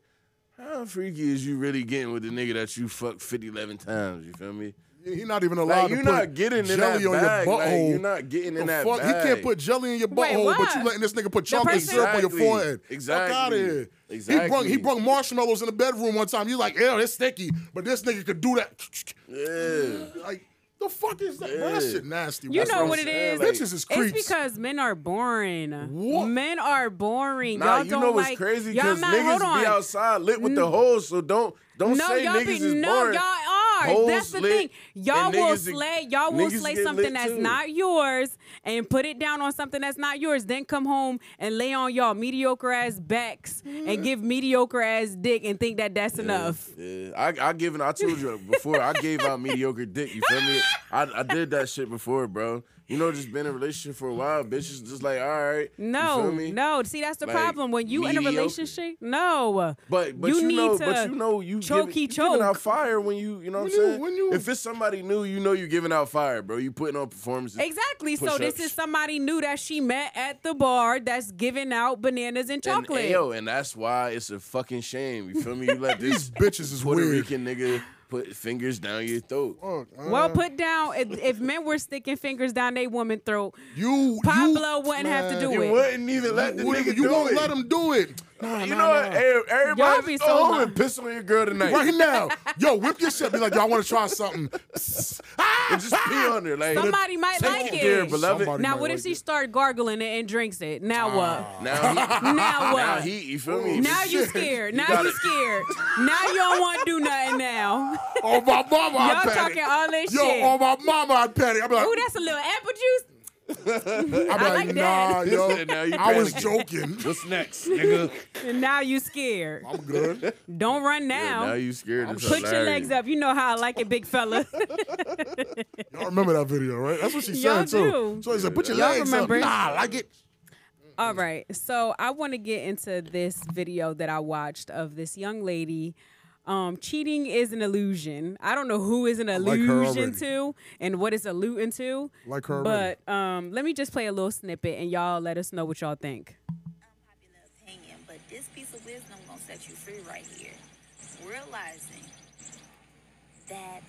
Speaker 3: How freaky is you really getting with the nigga that you fucked 50, 11 times? You feel me?
Speaker 2: He not even allowed
Speaker 3: Like
Speaker 2: to
Speaker 3: you're
Speaker 2: put
Speaker 3: not getting in that
Speaker 2: jelly on
Speaker 3: bag.
Speaker 2: your
Speaker 3: Like,
Speaker 2: butthole.
Speaker 3: you're not getting in
Speaker 2: The
Speaker 3: that
Speaker 2: fuck?
Speaker 3: bag.
Speaker 2: He can't put jelly in your
Speaker 1: Wait,
Speaker 2: butthole, but
Speaker 1: why?
Speaker 2: you letting this nigga put chocolate
Speaker 1: person-
Speaker 2: syrup on your
Speaker 3: Exactly.
Speaker 2: forehead.
Speaker 3: Exactly.
Speaker 2: Fuck out of here. He brung
Speaker 3: Exactly.
Speaker 2: he brung marshmallows in the bedroom one time. He's like, ew, it's sticky. But this nigga could do that.
Speaker 1: Mm,
Speaker 3: Yeah.
Speaker 2: Like, the fuck is that? Bro, that
Speaker 3: Yeah.
Speaker 2: shit nasty.
Speaker 1: You
Speaker 2: That's
Speaker 1: know
Speaker 2: I'm
Speaker 1: what it is?
Speaker 2: saying. Bitches is creeps.
Speaker 1: It's because men are boring.
Speaker 2: What?
Speaker 1: Men are boring.
Speaker 3: Nah,
Speaker 1: y'all
Speaker 3: you
Speaker 1: don't
Speaker 3: know what's
Speaker 1: like,
Speaker 3: crazy?
Speaker 1: Y'all
Speaker 3: Because
Speaker 1: not, hold
Speaker 3: niggas
Speaker 1: on.
Speaker 3: be outside lit with the hoes, so don't don't
Speaker 1: no,
Speaker 3: say
Speaker 1: y'all
Speaker 3: niggas
Speaker 1: be
Speaker 3: is
Speaker 1: no,
Speaker 3: boring.
Speaker 1: y'all are.
Speaker 3: Hoes
Speaker 1: That's the
Speaker 3: lit,
Speaker 1: thing. Y'all
Speaker 3: and
Speaker 1: will
Speaker 3: niggas-
Speaker 1: slay. Y'all will
Speaker 3: niggas
Speaker 1: slay
Speaker 3: get
Speaker 1: something
Speaker 3: lit,
Speaker 1: that's
Speaker 3: too.
Speaker 1: not yours and put it down on something that's not yours. Then come home and lay on y'all mediocre ass backs and give mediocre ass dick and think that that's enough.
Speaker 3: Yeah, I I given I told you before I gave out mediocre dick. You feel me? I, I did that shit before, bro. You know, just been in a relationship for a while, bitches just like, all right. you
Speaker 1: No,
Speaker 3: feel me?
Speaker 1: no. See, that's the
Speaker 3: Like,
Speaker 1: problem. When you in a
Speaker 3: mediocre.
Speaker 1: relationship, no.
Speaker 3: But but you,
Speaker 1: need
Speaker 3: know
Speaker 1: to
Speaker 3: but you know you
Speaker 1: choke
Speaker 3: giving,
Speaker 1: he
Speaker 3: you giving out
Speaker 1: choke.
Speaker 3: fire when you you know what I'm
Speaker 2: When you-
Speaker 3: saying.
Speaker 2: when you-
Speaker 3: if it's somebody new, you know you giving out fire, bro. You putting on performances.
Speaker 1: Exactly. So this
Speaker 3: push-ups.
Speaker 1: is somebody new that she met at the bar that's giving out bananas and
Speaker 3: And,
Speaker 1: chocolate.
Speaker 3: yo, and that's why it's a fucking shame. You feel me? You let this
Speaker 2: Bitches is
Speaker 3: Puerto
Speaker 2: weird.
Speaker 3: Rican nigga put fingers down your throat.
Speaker 2: Fuck, man.
Speaker 3: Uh-huh.
Speaker 1: well, put down if, if men were sticking fingers down they woman throat,
Speaker 2: you
Speaker 1: Pablo
Speaker 2: you,
Speaker 1: wouldn't have to
Speaker 2: man.
Speaker 1: do
Speaker 3: You
Speaker 1: it.
Speaker 3: wouldn't even let the
Speaker 2: You,
Speaker 3: nigga
Speaker 2: you
Speaker 3: do
Speaker 2: won't
Speaker 3: it.
Speaker 2: let him do it. Nah,
Speaker 3: You
Speaker 2: nah,
Speaker 3: know
Speaker 2: nah.
Speaker 3: what? Hey,
Speaker 1: Y'all
Speaker 3: everybody
Speaker 1: be
Speaker 3: go
Speaker 1: so
Speaker 3: home
Speaker 1: lying.
Speaker 3: and piss on your girl tonight.
Speaker 2: Right now, yo, whip your shit. Be like, yo, I want to try something. Ah,
Speaker 3: And just pee on her. Like,
Speaker 1: Somebody might
Speaker 3: take
Speaker 1: like
Speaker 3: it, dear
Speaker 1: it.
Speaker 3: beloved.
Speaker 2: Somebody-
Speaker 1: Now
Speaker 2: might
Speaker 1: what if
Speaker 2: like
Speaker 1: she
Speaker 2: it.
Speaker 1: start gargling it and drinks it? Now what?
Speaker 3: Now, he,
Speaker 1: Now what?
Speaker 3: now he, Ah, you feel me?
Speaker 1: Now you
Speaker 2: Shit.
Speaker 1: scared.
Speaker 3: You
Speaker 1: Now
Speaker 3: gotta-
Speaker 1: you scared. Now you don't want to do nothing now.
Speaker 2: on oh, my mama, I
Speaker 1: Y'all
Speaker 2: pat it.
Speaker 1: talking all this
Speaker 2: Yo,
Speaker 1: shit.
Speaker 3: oh
Speaker 2: on my mama, I patty. I'm like,
Speaker 1: Ooh, that's a little apple juice.
Speaker 2: I'm
Speaker 1: I
Speaker 2: like,
Speaker 1: like
Speaker 2: nah,
Speaker 1: that.
Speaker 2: yo.
Speaker 3: now you
Speaker 2: I was
Speaker 3: panicking.
Speaker 2: joking.
Speaker 3: What's next, nigga?
Speaker 1: And now you scared.
Speaker 2: I'm good.
Speaker 1: Don't run
Speaker 3: now
Speaker 1: now.
Speaker 3: you scared. It's
Speaker 1: Put your
Speaker 3: hilarious.
Speaker 1: legs up. You know how I like it, big fella.
Speaker 2: Y'all remember that video, right? That's what she
Speaker 1: Y'all
Speaker 2: said too.
Speaker 1: do.
Speaker 2: So he said, put your
Speaker 1: Y'all
Speaker 2: legs
Speaker 1: remember.
Speaker 2: up. Nah, I like it.
Speaker 1: All right. So I want to get into this video that I watched of this young lady. Um, cheating is an illusion. I don't know who is an
Speaker 2: like her
Speaker 1: illusion
Speaker 2: already.
Speaker 1: to and what it's alluding to.
Speaker 2: Like her already.
Speaker 1: But um, let me just play a little snippet and y'all let us know what y'all think.
Speaker 4: unpopular opinion, but this piece of wisdom gonna set you free right here. Realizing that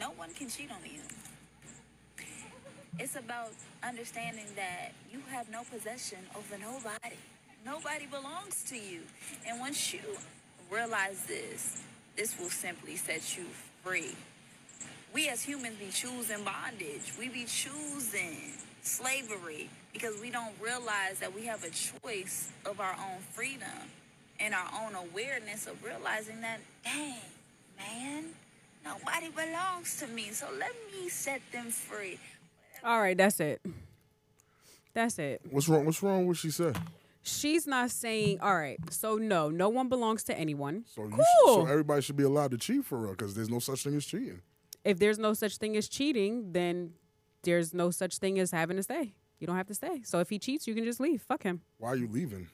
Speaker 4: no one can cheat on you. It's about understanding that you have no possession over nobody. Nobody belongs to you. And once you realize this, this will simply set you free. We as humans be choosing bondage. We be choosing slavery because we don't realize that we have a choice of our own freedom and our own awareness of realizing that, dang, man, nobody belongs to me. So let me set them free.
Speaker 1: All right, that's it. That's it.
Speaker 2: What's wrong? What's wrong with what she said?
Speaker 1: she's not saying, all right, so no, no one belongs to anyone.
Speaker 2: So, you sh- so
Speaker 1: Cool.
Speaker 2: everybody should be allowed to cheat for real because there's no such thing as cheating.
Speaker 1: If there's no such thing as cheating, then there's no such thing as having to stay. You don't have to stay. So if he cheats, you can just leave. Fuck him.
Speaker 2: Why are you leaving?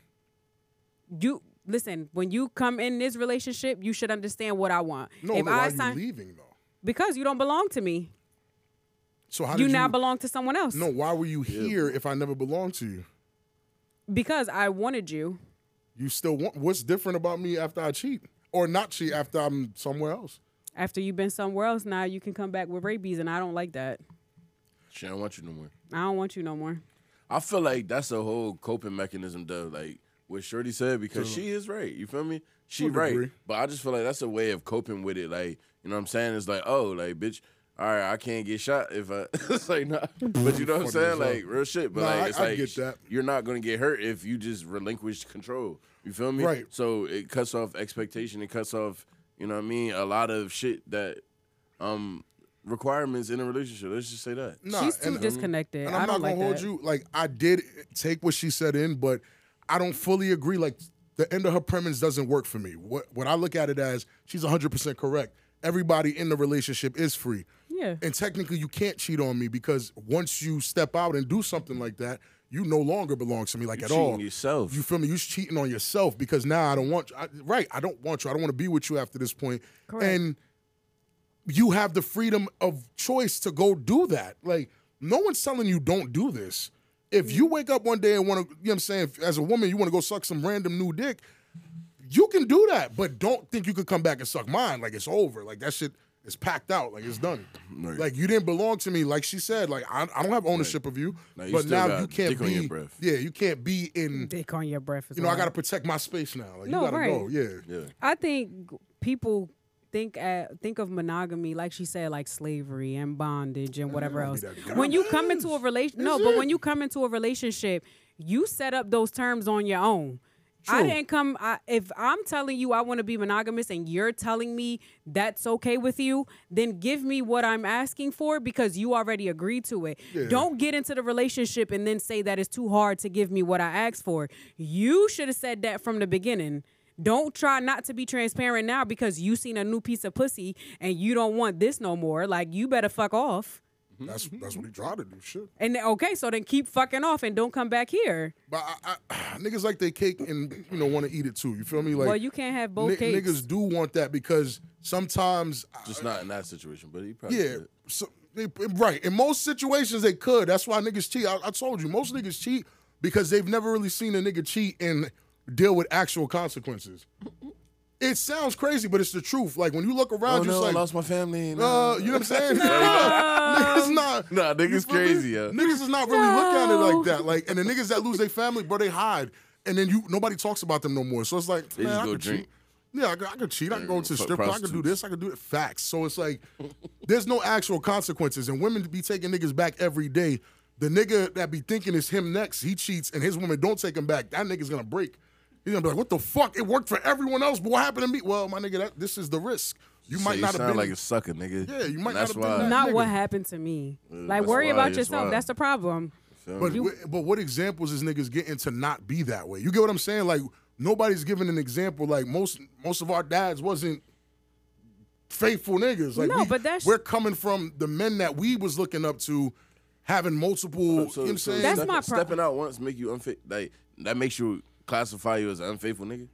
Speaker 1: You listen, when you come in this relationship, you should understand what I want.
Speaker 2: No,
Speaker 1: if
Speaker 2: no why
Speaker 1: I
Speaker 2: are you
Speaker 1: sign
Speaker 2: leaving though?
Speaker 1: because you don't belong to me.
Speaker 2: So how
Speaker 1: you
Speaker 2: did
Speaker 1: now
Speaker 2: you?
Speaker 1: belong to someone else.
Speaker 2: no, why were you here if I never belonged to you?
Speaker 1: Because I wanted you.
Speaker 2: You still want? What's different about me after I cheat or not cheat after I'm somewhere else?
Speaker 1: After you've been somewhere else, now you can come back with rabies, and I don't like that.
Speaker 3: She don't want you no more.
Speaker 1: I don't want you no more.
Speaker 3: I feel like that's a whole coping mechanism, though. Like what Shorty said, because she is right. You feel me? She
Speaker 2: To a
Speaker 3: right.
Speaker 2: degree.
Speaker 3: But I just feel like that's a way of coping with it. Like you know what I'm saying? It's like oh, like bitch. All right, I can't get shot if I. it's like nah. But you know what I'm
Speaker 2: Funny as
Speaker 3: saying?
Speaker 2: hell.
Speaker 3: Like real shit. But
Speaker 2: Nah, I-
Speaker 3: like it's
Speaker 2: I
Speaker 3: like
Speaker 2: get that.
Speaker 3: you're not gonna get hurt if you just relinquish control. You feel me?
Speaker 2: Right.
Speaker 3: So it cuts off expectation. It cuts off. You know what I mean? A lot of shit that um requirements in a relationship. Let's just say that.
Speaker 2: Nah,
Speaker 1: She's too
Speaker 2: and-
Speaker 1: disconnected.
Speaker 2: And
Speaker 1: I
Speaker 2: I'm
Speaker 1: don't
Speaker 2: not gonna
Speaker 1: like
Speaker 2: hold
Speaker 1: that.
Speaker 2: you. Like I did take what she said in, but I don't fully agree. Like the end of her premise doesn't work for me. What what I look at it as, she's 100 percent correct. Everybody in the relationship is free.
Speaker 1: Yeah.
Speaker 2: And technically, you can't cheat on me because once you step out and do something like that, you no longer belong to me. Like at
Speaker 3: cheating
Speaker 2: all.
Speaker 3: yourself.
Speaker 2: You feel me? You're cheating on yourself because now I don't want. I, right? I don't want you. I don't want to be with you after this point.
Speaker 1: Correct.
Speaker 2: And you have the freedom of choice to go do that. Like, no one's telling you don't do this. If you wake up one day and want to, you know what I'm saying, if- as a woman, you want to go suck some random new dick, you can do that, but don't think you could come back and suck mine. Like, it's over. Like, that shit is packed out. Like, it's done.
Speaker 3: Right.
Speaker 2: Like, you didn't belong to me. Like she said, like, I, I don't have ownership of you,
Speaker 3: Now you
Speaker 2: but
Speaker 3: still
Speaker 2: now
Speaker 3: got
Speaker 2: you can't
Speaker 3: dick
Speaker 2: be.
Speaker 3: on your breath.
Speaker 2: Yeah, you can't be in,
Speaker 1: Dick on your breath. Is
Speaker 2: you know, I
Speaker 1: all.
Speaker 2: got to protect my space now.
Speaker 1: Uh-huh.
Speaker 2: Like,
Speaker 1: No,
Speaker 2: you got to
Speaker 1: right.
Speaker 2: go. Yeah.
Speaker 3: Yeah.
Speaker 1: I think people think at, think of monogamy like she said like slavery and bondage and whatever else.
Speaker 2: that good.
Speaker 1: When you come into a relation No, but when you come into a relationship, you set up those terms on your own. I
Speaker 2: True.
Speaker 1: didn't come I, if I'm telling you I want to be monogamous and you're telling me that's okay with you, then give me what I'm asking for because you already agreed to it. Don't get into the relationship and then say that it's too hard to give me what I asked for. You should have said that from the beginning. Don't try not to be transparent now because you seen a new piece of pussy and you don't want this no more. Like you better fuck off.
Speaker 3: Mm-hmm.
Speaker 2: That's, that's what he tried to do. Shit.
Speaker 1: And then, okay, so then keep fucking off and don't come back here.
Speaker 2: But I, I, niggas like they cake and you know want to eat it too. You feel me? Like
Speaker 1: well, you can't have both
Speaker 2: ni-
Speaker 1: cakes.
Speaker 2: niggas do want that because sometimes, I-
Speaker 3: Just not in that situation, but he probably
Speaker 2: yeah,
Speaker 3: could.
Speaker 2: so, they, right. In most situations, they could. That's why niggas cheat. I, I told you, most niggas cheat because they've never really seen a nigga cheat and deal with actual consequences. It sounds crazy, but it's the truth. Like when you look around,
Speaker 3: Oh no,
Speaker 2: you're just
Speaker 3: I
Speaker 2: like,
Speaker 3: lost my family. No.
Speaker 2: uh, you know what I'm saying? niggas not.
Speaker 3: Nah, niggas
Speaker 2: You feel me?
Speaker 3: crazy, yo.
Speaker 2: Niggas is not really looking at it
Speaker 1: No.
Speaker 2: like that. Like, and the niggas that lose their family, bro, they hide, and then you nobody talks about them no more. So it's like, man,
Speaker 3: just
Speaker 2: I
Speaker 3: go
Speaker 2: could
Speaker 3: drink.
Speaker 2: cheat. Yeah, I could, I could cheat. I could go to
Speaker 3: fuck
Speaker 2: strip. club. I could do
Speaker 3: prostitutes.
Speaker 2: this. I could do it. Facts. So it's like, there's no actual consequences, and women be taking niggas back every day. The nigga that be thinking is him next, he cheats, and his woman don't take him back. That nigga's gonna break. He's gonna be like, "What the fuck? It worked for everyone else, but what happened to me?" Well, my nigga, that, this is the risk. You might
Speaker 3: Say
Speaker 2: not
Speaker 3: you
Speaker 2: have
Speaker 3: sound
Speaker 2: been
Speaker 3: like a sucker, nigga.
Speaker 2: Yeah, you might
Speaker 3: And that's
Speaker 2: not have been
Speaker 3: why-
Speaker 2: that
Speaker 1: Not what
Speaker 2: nigga.
Speaker 1: happened to me. Like
Speaker 3: Mm, that's
Speaker 1: worry
Speaker 3: why,
Speaker 1: about
Speaker 3: that's
Speaker 1: yourself.
Speaker 3: why.
Speaker 1: That's the problem.
Speaker 2: But wh- but what examples is niggas getting to not be that way? You get what I'm saying? Like nobody's giving an example. Like most most of our dads wasn't faithful niggas. Like
Speaker 1: No,
Speaker 2: we,
Speaker 1: but that's-
Speaker 2: we're coming from the men that we was looking up to having multiple.
Speaker 3: So,
Speaker 2: you know what I'm
Speaker 3: so
Speaker 2: saying?
Speaker 1: That's
Speaker 3: step-
Speaker 1: my pro-
Speaker 3: stepping out once make you unfit. Like that makes you classify you as an unfaithful nigga.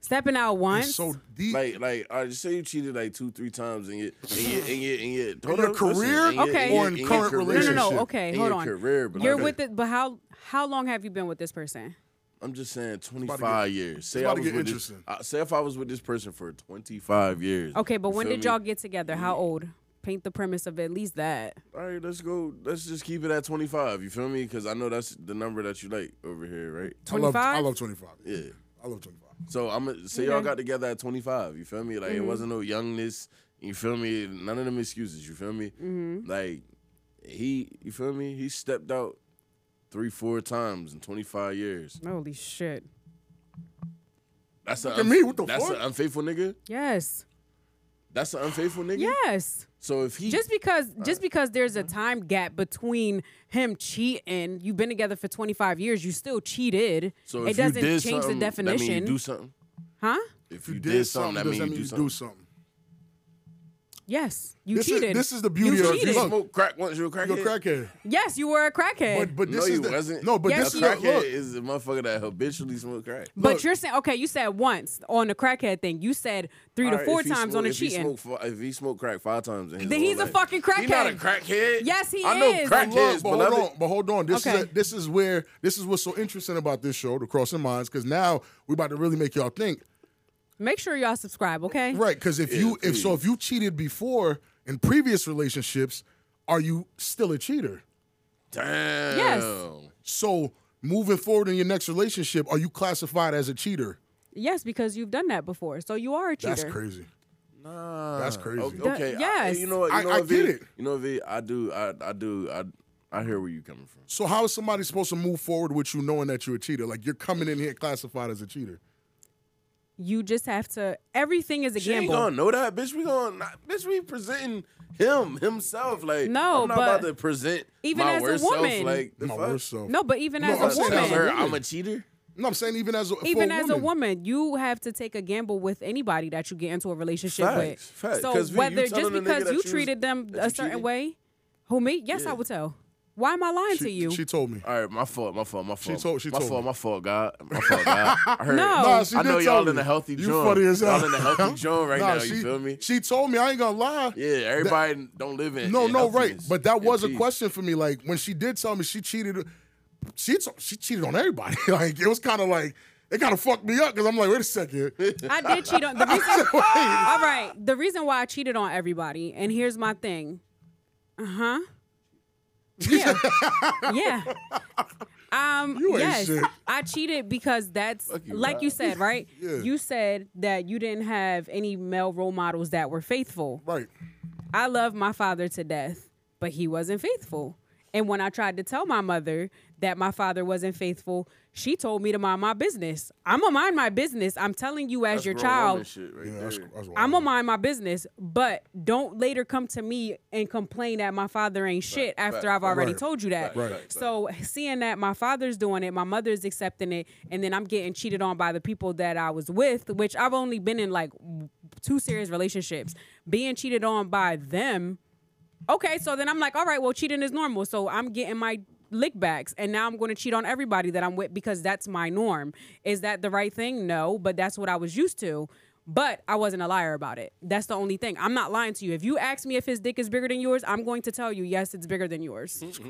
Speaker 1: Stepping out once.
Speaker 2: so deep.
Speaker 3: Like like all right, just say you cheated like two three times in your in your in your, in your, hold
Speaker 2: your
Speaker 3: on, listen,
Speaker 2: career
Speaker 3: in your- in
Speaker 1: Okay.
Speaker 3: your-
Speaker 1: or
Speaker 2: in
Speaker 3: your
Speaker 2: current
Speaker 3: career.
Speaker 1: no, no,
Speaker 2: relationship.
Speaker 1: no. Okay,
Speaker 3: In
Speaker 1: hold
Speaker 3: your
Speaker 1: on.
Speaker 3: career, but
Speaker 1: You're
Speaker 3: like-
Speaker 1: with it, but how how long have you been with this person?
Speaker 3: I'm just saying twenty
Speaker 2: about to
Speaker 3: five years. Say
Speaker 2: about
Speaker 3: I
Speaker 2: to
Speaker 3: was
Speaker 2: get
Speaker 3: with this,
Speaker 2: interesting.
Speaker 3: uh, say if I was with this person for twenty five years.
Speaker 1: Okay, but
Speaker 3: You
Speaker 1: when
Speaker 3: feel
Speaker 1: did
Speaker 3: me? Mm.
Speaker 1: y'all get together? How old? Paint the premise of at least that.
Speaker 3: all right, let's go. Let's just keep it at 25. You feel me? Because I know that's the number that you like over here, right?
Speaker 2: I love
Speaker 1: 25?
Speaker 2: I love 25.
Speaker 3: Yeah.
Speaker 2: I love 25.
Speaker 3: So I'm gonna say y'all got together at 25. You feel me? Like it wasn't no youngness. You feel me? None of them excuses. You feel me? Like he, you feel me? He stepped out three, four times in 25 years.
Speaker 1: Holy shit.
Speaker 3: That's a
Speaker 2: at me, what the
Speaker 3: That's
Speaker 2: fuck?
Speaker 3: an unfaithful nigga.
Speaker 1: Yes.
Speaker 3: That's an unfaithful nigga.
Speaker 1: Yes.
Speaker 3: So if he
Speaker 1: Just because just because there's
Speaker 3: Mm-hmm.
Speaker 1: a time gap between him cheating, you've been together for 25 years, you still cheated.
Speaker 3: so
Speaker 1: it
Speaker 3: if
Speaker 1: doesn't
Speaker 3: you did
Speaker 1: change the
Speaker 3: something, That mean
Speaker 1: definition.
Speaker 3: you do something.
Speaker 1: huh?
Speaker 3: If you, did something, that means
Speaker 2: does
Speaker 3: you
Speaker 2: that
Speaker 3: do
Speaker 2: mean
Speaker 3: something.
Speaker 2: you do something?
Speaker 1: Yes, you
Speaker 2: This is-
Speaker 1: cheated.
Speaker 2: this is the beauty
Speaker 1: you
Speaker 2: of-
Speaker 1: cheated.
Speaker 2: Look,
Speaker 3: Smoke crack once you're a crackhead.
Speaker 2: You're a crackhead.
Speaker 1: Yes, you were a crackhead.
Speaker 2: But, but
Speaker 3: no,
Speaker 2: this is
Speaker 3: you
Speaker 2: the,
Speaker 3: wasn't.
Speaker 2: No, but
Speaker 1: Yes,
Speaker 2: this
Speaker 3: a
Speaker 2: is
Speaker 1: you-
Speaker 2: the,
Speaker 3: crackhead
Speaker 2: look.
Speaker 3: is a motherfucker that habitually smoke crack.
Speaker 1: But
Speaker 2: Look.
Speaker 1: you're saying okay, you said once on the crackhead thing. You said three to
Speaker 3: Alright,
Speaker 1: four
Speaker 3: if he
Speaker 1: times
Speaker 3: smoke-
Speaker 1: on the
Speaker 3: if He
Speaker 1: cheating.
Speaker 3: smoke, fi- if he smoked crack five times, in his
Speaker 1: Then
Speaker 3: whole
Speaker 1: he's a
Speaker 3: life-
Speaker 1: fucking
Speaker 3: He not a
Speaker 1: crackhead.
Speaker 3: crackhead.
Speaker 1: Yes, he
Speaker 3: I know
Speaker 1: is.
Speaker 3: crackheads,
Speaker 2: Look, but hold
Speaker 3: beloved.
Speaker 2: on, but hold on. This is
Speaker 1: Okay.
Speaker 2: a, this is where this is what's so interesting about this show, The Crossing Minds, because now we're about to really make y'all think.
Speaker 1: Make sure y'all subscribe, okay?
Speaker 2: Right, because if you if so
Speaker 3: please.
Speaker 2: if you cheated before in previous relationships, are you still a cheater?
Speaker 3: Damn.
Speaker 2: So moving forward in your next relationship, are you classified as a cheater?
Speaker 1: Yes, because you've done that before, so you are a cheater.
Speaker 2: That's crazy.
Speaker 3: Nah.
Speaker 2: That's crazy.
Speaker 3: Okay.
Speaker 2: That-
Speaker 3: okay, I-
Speaker 1: yes.
Speaker 3: you know what? You
Speaker 2: I-
Speaker 3: know
Speaker 2: I
Speaker 3: what,
Speaker 2: get
Speaker 3: V?
Speaker 2: it.
Speaker 3: You know what, V? I do. I, I do. I, I hear where you're coming from.
Speaker 2: So how is somebody supposed to move forward with you knowing that you're a cheater? Like you're coming in here classified as a cheater.
Speaker 1: You just have to. Everything is a
Speaker 3: She ain't
Speaker 1: gamble.
Speaker 3: gonna know that, bitch. We gonna, not, bitch. We presenting him himself. Like,
Speaker 1: No,
Speaker 3: I'm not
Speaker 1: but
Speaker 3: about to present
Speaker 1: even
Speaker 3: my
Speaker 1: as a
Speaker 3: worst
Speaker 1: woman-
Speaker 3: self. Like, the
Speaker 2: My
Speaker 3: fuck?
Speaker 2: worst self.
Speaker 1: No, but even
Speaker 2: No,
Speaker 3: I'm
Speaker 1: as a
Speaker 2: saying
Speaker 3: telling
Speaker 2: as a
Speaker 1: woman,
Speaker 3: her I'm a
Speaker 2: woman.
Speaker 3: cheater.
Speaker 2: No, I'm saying even as a for
Speaker 1: even
Speaker 2: a
Speaker 1: as
Speaker 2: woman.
Speaker 1: a woman, you have to take a gamble with anybody that you get into a relationship with.
Speaker 3: Facts, facts.
Speaker 1: So
Speaker 3: 'Cause, V, you
Speaker 1: whether just
Speaker 3: telling a nigga
Speaker 1: because
Speaker 3: that
Speaker 1: you,
Speaker 3: you was-
Speaker 1: treated them
Speaker 3: that
Speaker 1: a
Speaker 3: you
Speaker 1: certain
Speaker 3: cheated?
Speaker 1: way, who me? Yes, I
Speaker 3: Yeah.
Speaker 1: would tell. Why am I lying
Speaker 2: she,
Speaker 1: to you?
Speaker 2: she told me.
Speaker 3: All right, my fault, my fault, my fault.
Speaker 2: told- she
Speaker 3: my
Speaker 2: told
Speaker 3: fault,
Speaker 2: me.
Speaker 3: my fault, God. My fault, God. I heard.
Speaker 1: No.
Speaker 2: Nah, she
Speaker 3: I
Speaker 2: did
Speaker 3: know
Speaker 2: tell
Speaker 3: y'all
Speaker 2: me.
Speaker 3: in a healthy joint.
Speaker 2: You funny as hell.
Speaker 3: Y'all in a healthy joint right
Speaker 2: Nah,
Speaker 3: now.
Speaker 2: she,
Speaker 3: you feel me?
Speaker 2: She told me I ain't gonna lie.
Speaker 3: yeah, everybody don't live in.
Speaker 2: No,
Speaker 3: in
Speaker 2: no, right.
Speaker 3: healthiness
Speaker 2: But that
Speaker 3: and
Speaker 2: was a
Speaker 3: peace.
Speaker 2: question for me. Like when she did tell me she cheated, she t- she cheated on everybody. like it was kind of like it kind of fucked me up because I'm like, wait a second.
Speaker 1: I did cheat on the reason. all right, the reason why I cheated on everybody, and here's my thing. Uh huh. Yeah, yeah. Um.
Speaker 2: You ain't
Speaker 1: yes,
Speaker 2: shit.
Speaker 1: I cheated because that's
Speaker 3: Fuck you,
Speaker 1: like
Speaker 3: Rob.
Speaker 1: you said, right?
Speaker 2: Yeah.
Speaker 1: You said that you didn't have any male role models that were faithful.
Speaker 2: right.
Speaker 1: I love my father to death, but he wasn't faithful. And when I tried to tell my mother that my father wasn't faithful, she told me to mind my business. I'm gonna mind my business. I'm telling you
Speaker 3: That's
Speaker 1: as your
Speaker 3: grown woman
Speaker 1: child,
Speaker 3: Shit right
Speaker 2: Yeah,
Speaker 3: there.
Speaker 2: that's, that's wild.
Speaker 1: I'm gonna mind my business, but don't later come to me and complain that my father ain't shit after
Speaker 3: right,
Speaker 1: I've already
Speaker 2: right,
Speaker 1: told you that.
Speaker 3: right, right.
Speaker 1: So seeing that my father's doing it, my mother's accepting it, and then I'm getting cheated on by the people that I was with, which I've only been in like two serious relationships. Being cheated on by them, okay, so then I'm like, all right, well, cheating is normal. So I'm getting my lick backs and now I'm going to cheat on everybody that I'm with because that's my norm. Is that the right thing? No, but that's what I was used to. But I wasn't a liar about it. That's the only thing. I'm not lying to you. If you ask me if his dick is bigger than yours, I'm going to tell you, yes, it's bigger than yours.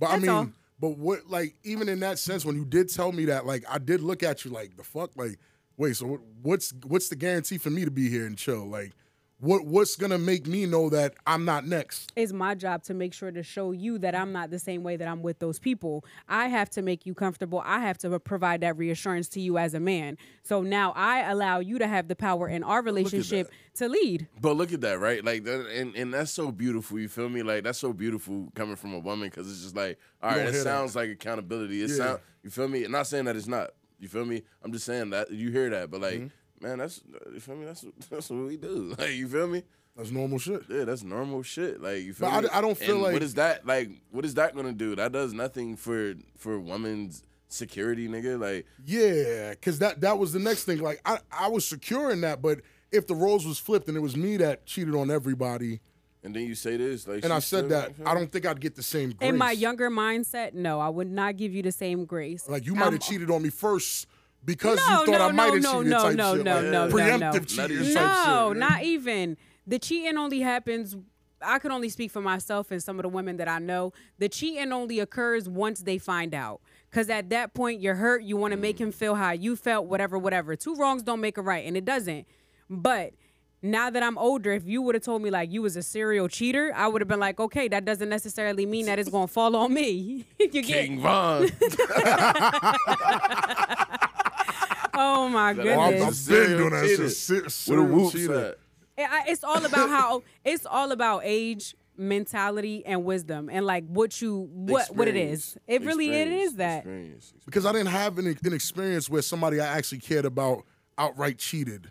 Speaker 2: But I
Speaker 1: That's
Speaker 2: mean,
Speaker 1: all.
Speaker 2: but what, like, even in that sense, when you did tell me that, like, I did look at you like, the fuck, like, wait, so what- what's what's the guarantee for me to be here and chill? Like, what what's gonna make me know that I'm not next?
Speaker 1: it's my job to make sure to show you that I'm not the same way that I'm with those people. I have to make you comfortable. I have to provide that reassurance to you as a man. So now I allow you to have the power in our relationship to lead.
Speaker 3: But look at that, right? Like, that, and and that's so beautiful. You feel me? Like that's so beautiful coming from a woman because it's just like, all
Speaker 2: don't
Speaker 3: right, it
Speaker 2: hear that.
Speaker 3: sounds like accountability. It sound, you feel me? Not saying that it's not. You feel me? I'm just saying that you hear that, but like,
Speaker 2: Mm-hmm.
Speaker 3: man, that's you feel me? That's that's what we do. Like, you feel me?
Speaker 2: That's normal shit.
Speaker 3: Yeah, that's normal shit. Like you feel
Speaker 2: But I
Speaker 3: me?
Speaker 2: d- I don't feel
Speaker 3: And
Speaker 2: like-
Speaker 3: what is that like? What is that gonna do? That does nothing for for women's security, nigga. Like
Speaker 2: Yeah, because that that was the next thing. Like, I I was secure in that, but if the roles was flipped and it was me that cheated on everybody,
Speaker 3: And then you say this, like,
Speaker 2: and I
Speaker 3: she still-
Speaker 2: said that,
Speaker 3: you feel
Speaker 2: I
Speaker 3: me?
Speaker 2: don't think I'd get the same grace.
Speaker 1: In my younger mindset, no, I would not give you the same grace.
Speaker 2: Like you might
Speaker 1: I'm-
Speaker 2: have cheated on me first because
Speaker 1: No,
Speaker 2: you thought
Speaker 1: no,
Speaker 2: I might have
Speaker 1: no,
Speaker 2: cheated
Speaker 1: no,
Speaker 2: type
Speaker 1: no,
Speaker 2: shit.
Speaker 1: no,
Speaker 2: like,
Speaker 1: no, no,
Speaker 2: preemptive
Speaker 1: no.
Speaker 2: cheating type shit.
Speaker 1: No,
Speaker 3: shit.
Speaker 1: not even. The cheating only happens. I can only speak for myself and some of the women that I know. The cheating only occurs once they find out. Because at that point, you're hurt. You want to make him feel how you felt, whatever, whatever. Two wrongs don't make a right, and it doesn't. But now that I'm older, if you would have told me like you was a serial cheater, I would have been like, okay, that doesn't necessarily mean that it's gonna fall on me. you get,
Speaker 3: King Von.
Speaker 1: oh
Speaker 3: I'm-
Speaker 1: my
Speaker 2: Oh, I've,
Speaker 1: goodness.
Speaker 2: I've been
Speaker 3: Serial
Speaker 2: doing that
Speaker 3: cheater.
Speaker 2: shit. Ser-
Speaker 3: With a
Speaker 2: serial
Speaker 3: whoop
Speaker 2: cheater.
Speaker 3: set.
Speaker 1: It- I- it's all about how it's all about age mentality and wisdom and like what you what what it is it really it is that
Speaker 3: Experience.
Speaker 2: Because I didn't have an, an experience where somebody I actually cared about outright cheated.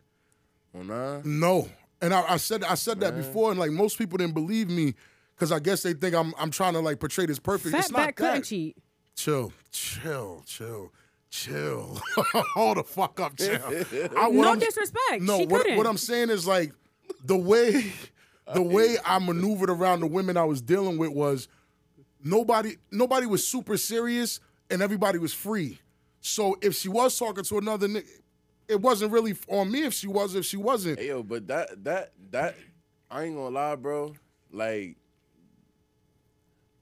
Speaker 3: Oh, nah.
Speaker 2: No, And I, I said I said that before, and like most people didn't believe me because I guess they think I'm I'm trying to like portray this perfect. it's not
Speaker 1: Fatback couldn't
Speaker 2: that.
Speaker 1: cheat.
Speaker 2: Chill, chill, chill, chill. Hold the fuck up, chill. I- what
Speaker 1: No
Speaker 2: I'm-
Speaker 1: disrespect.
Speaker 2: No,
Speaker 1: she
Speaker 2: what,
Speaker 1: couldn't.
Speaker 2: what I'm saying is like the way the way I maneuvered around the women I was dealing with was nobody nobody was super serious and everybody was free. So if she was talking to another nigga, it wasn't really on me if she was if she wasn't.
Speaker 3: Hey, yo, but that that that I ain't gonna lie, bro. Like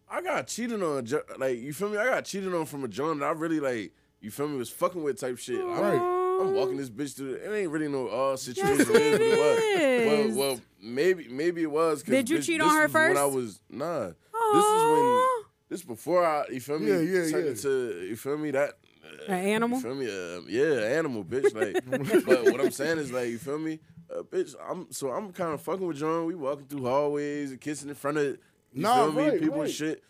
Speaker 3: I got cheated on, jo- like you feel me? I got cheated on from a joint that I really like. You feel me? Was fucking with type shit. I'm-
Speaker 2: Right.
Speaker 3: I'm walking this bitch through. It ain't really no uh situation.
Speaker 1: Um, Yes, it is.
Speaker 3: Well, well, maybe maybe it was. 'cause
Speaker 1: Did you
Speaker 3: bitch,
Speaker 1: cheat
Speaker 3: this
Speaker 1: on her
Speaker 3: was When I
Speaker 1: first?
Speaker 3: was nah.
Speaker 1: Aw.
Speaker 3: This is when this before I. You feel me?
Speaker 2: Yeah, yeah,
Speaker 3: turned
Speaker 2: yeah.
Speaker 3: into- you feel me? That
Speaker 1: An animal?
Speaker 3: you feel me? Uh, yeah, animal, bitch. Like, but what I'm saying is like, you feel me? Uh, bitch, I'm so I'm kind of fucking with John. We walking through hallways, and kissing in front of you
Speaker 2: Nah,
Speaker 3: feel me?
Speaker 2: right,
Speaker 3: people and
Speaker 2: right.
Speaker 3: shit.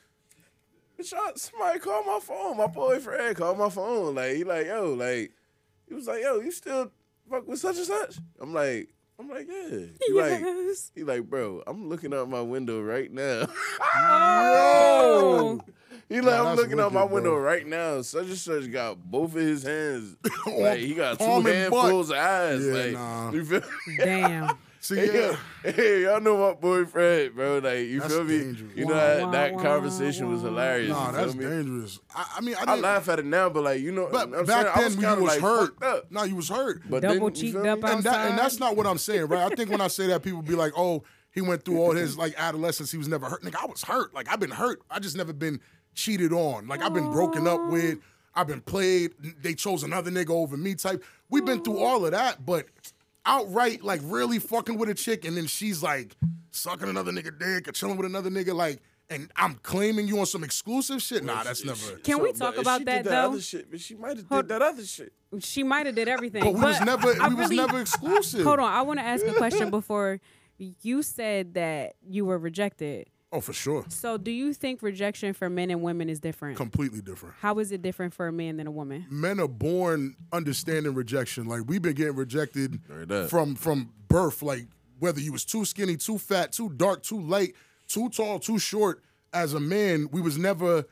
Speaker 3: Bitch, I, somebody called my phone. My boyfriend called my phone. Like he like yo, like he was like yo, you still fuck with such and such? I'm like, I'm like yeah. He like
Speaker 1: Yes.
Speaker 3: he like bro, I'm looking out my window right now.
Speaker 1: Oh.
Speaker 3: He like, I'm
Speaker 2: that's
Speaker 3: looking out my
Speaker 2: wicked,
Speaker 3: window
Speaker 2: bro.
Speaker 3: right now. Such and such got both of his hands. like he got two
Speaker 2: palm and butt.
Speaker 3: handfuls of eyes.
Speaker 2: Yeah,
Speaker 3: like
Speaker 2: nah.
Speaker 3: you feel me?
Speaker 1: Damn.
Speaker 2: So
Speaker 3: Hey,
Speaker 2: yeah,
Speaker 3: hey, y'all know my boyfriend, bro. Like you
Speaker 2: That's
Speaker 3: feel me?
Speaker 2: dangerous.
Speaker 3: You know
Speaker 1: Wah,
Speaker 3: that,
Speaker 1: wah,
Speaker 3: that
Speaker 1: wah,
Speaker 3: conversation was
Speaker 1: wah.
Speaker 3: hilarious.
Speaker 2: nah,
Speaker 3: you feel
Speaker 2: that's
Speaker 3: me?
Speaker 2: dangerous. I, I mean, I
Speaker 3: I
Speaker 2: didn't.
Speaker 3: laugh at it now, but like you know,
Speaker 2: but
Speaker 3: I'm saying,
Speaker 2: back
Speaker 3: I was
Speaker 2: then,
Speaker 3: kind
Speaker 2: you
Speaker 3: of like
Speaker 2: was hurt.
Speaker 3: fucked up.
Speaker 2: No, you was hurt.
Speaker 3: But then,
Speaker 1: Double
Speaker 3: you
Speaker 1: cheeked
Speaker 3: feel me?
Speaker 1: up
Speaker 2: and that and
Speaker 1: outside.
Speaker 2: that's not what I'm saying, right? I think when I say that, people be like, "Oh, he went through all his like adolescence. He was never hurt. Nigga, I was hurt. Like I've been hurt. I just never been cheated on. Like I've been broken up with. I've been played. They chose another nigga over me. Type. We've been through all of that, but outright like really fucking with a chick, and then she's like sucking another nigga dick or chilling with another nigga, like. And I'm claiming you on some exclusive shit. Nah, Ah, that's never.
Speaker 1: Can we
Speaker 3: So,
Speaker 1: talk
Speaker 3: but if
Speaker 1: about
Speaker 3: she
Speaker 1: that,
Speaker 3: did that
Speaker 1: though?
Speaker 3: Other shit, but she might have did that other shit.
Speaker 1: She might have did everything.
Speaker 2: But we was never.
Speaker 1: I
Speaker 2: we was
Speaker 1: really-
Speaker 2: never exclusive.
Speaker 1: Hold on. I want to ask a question before you said that you were rejected.
Speaker 2: Oh, for sure.
Speaker 1: So, do you think rejection for men and women is different?
Speaker 2: Completely different.
Speaker 1: How is it different for a man than a woman?
Speaker 2: men are born understanding rejection. Like we've been getting rejected
Speaker 3: Right up.
Speaker 2: from from birth. Like whether you was too skinny, too fat, too dark, too light, too tall, too short. As a man, we was never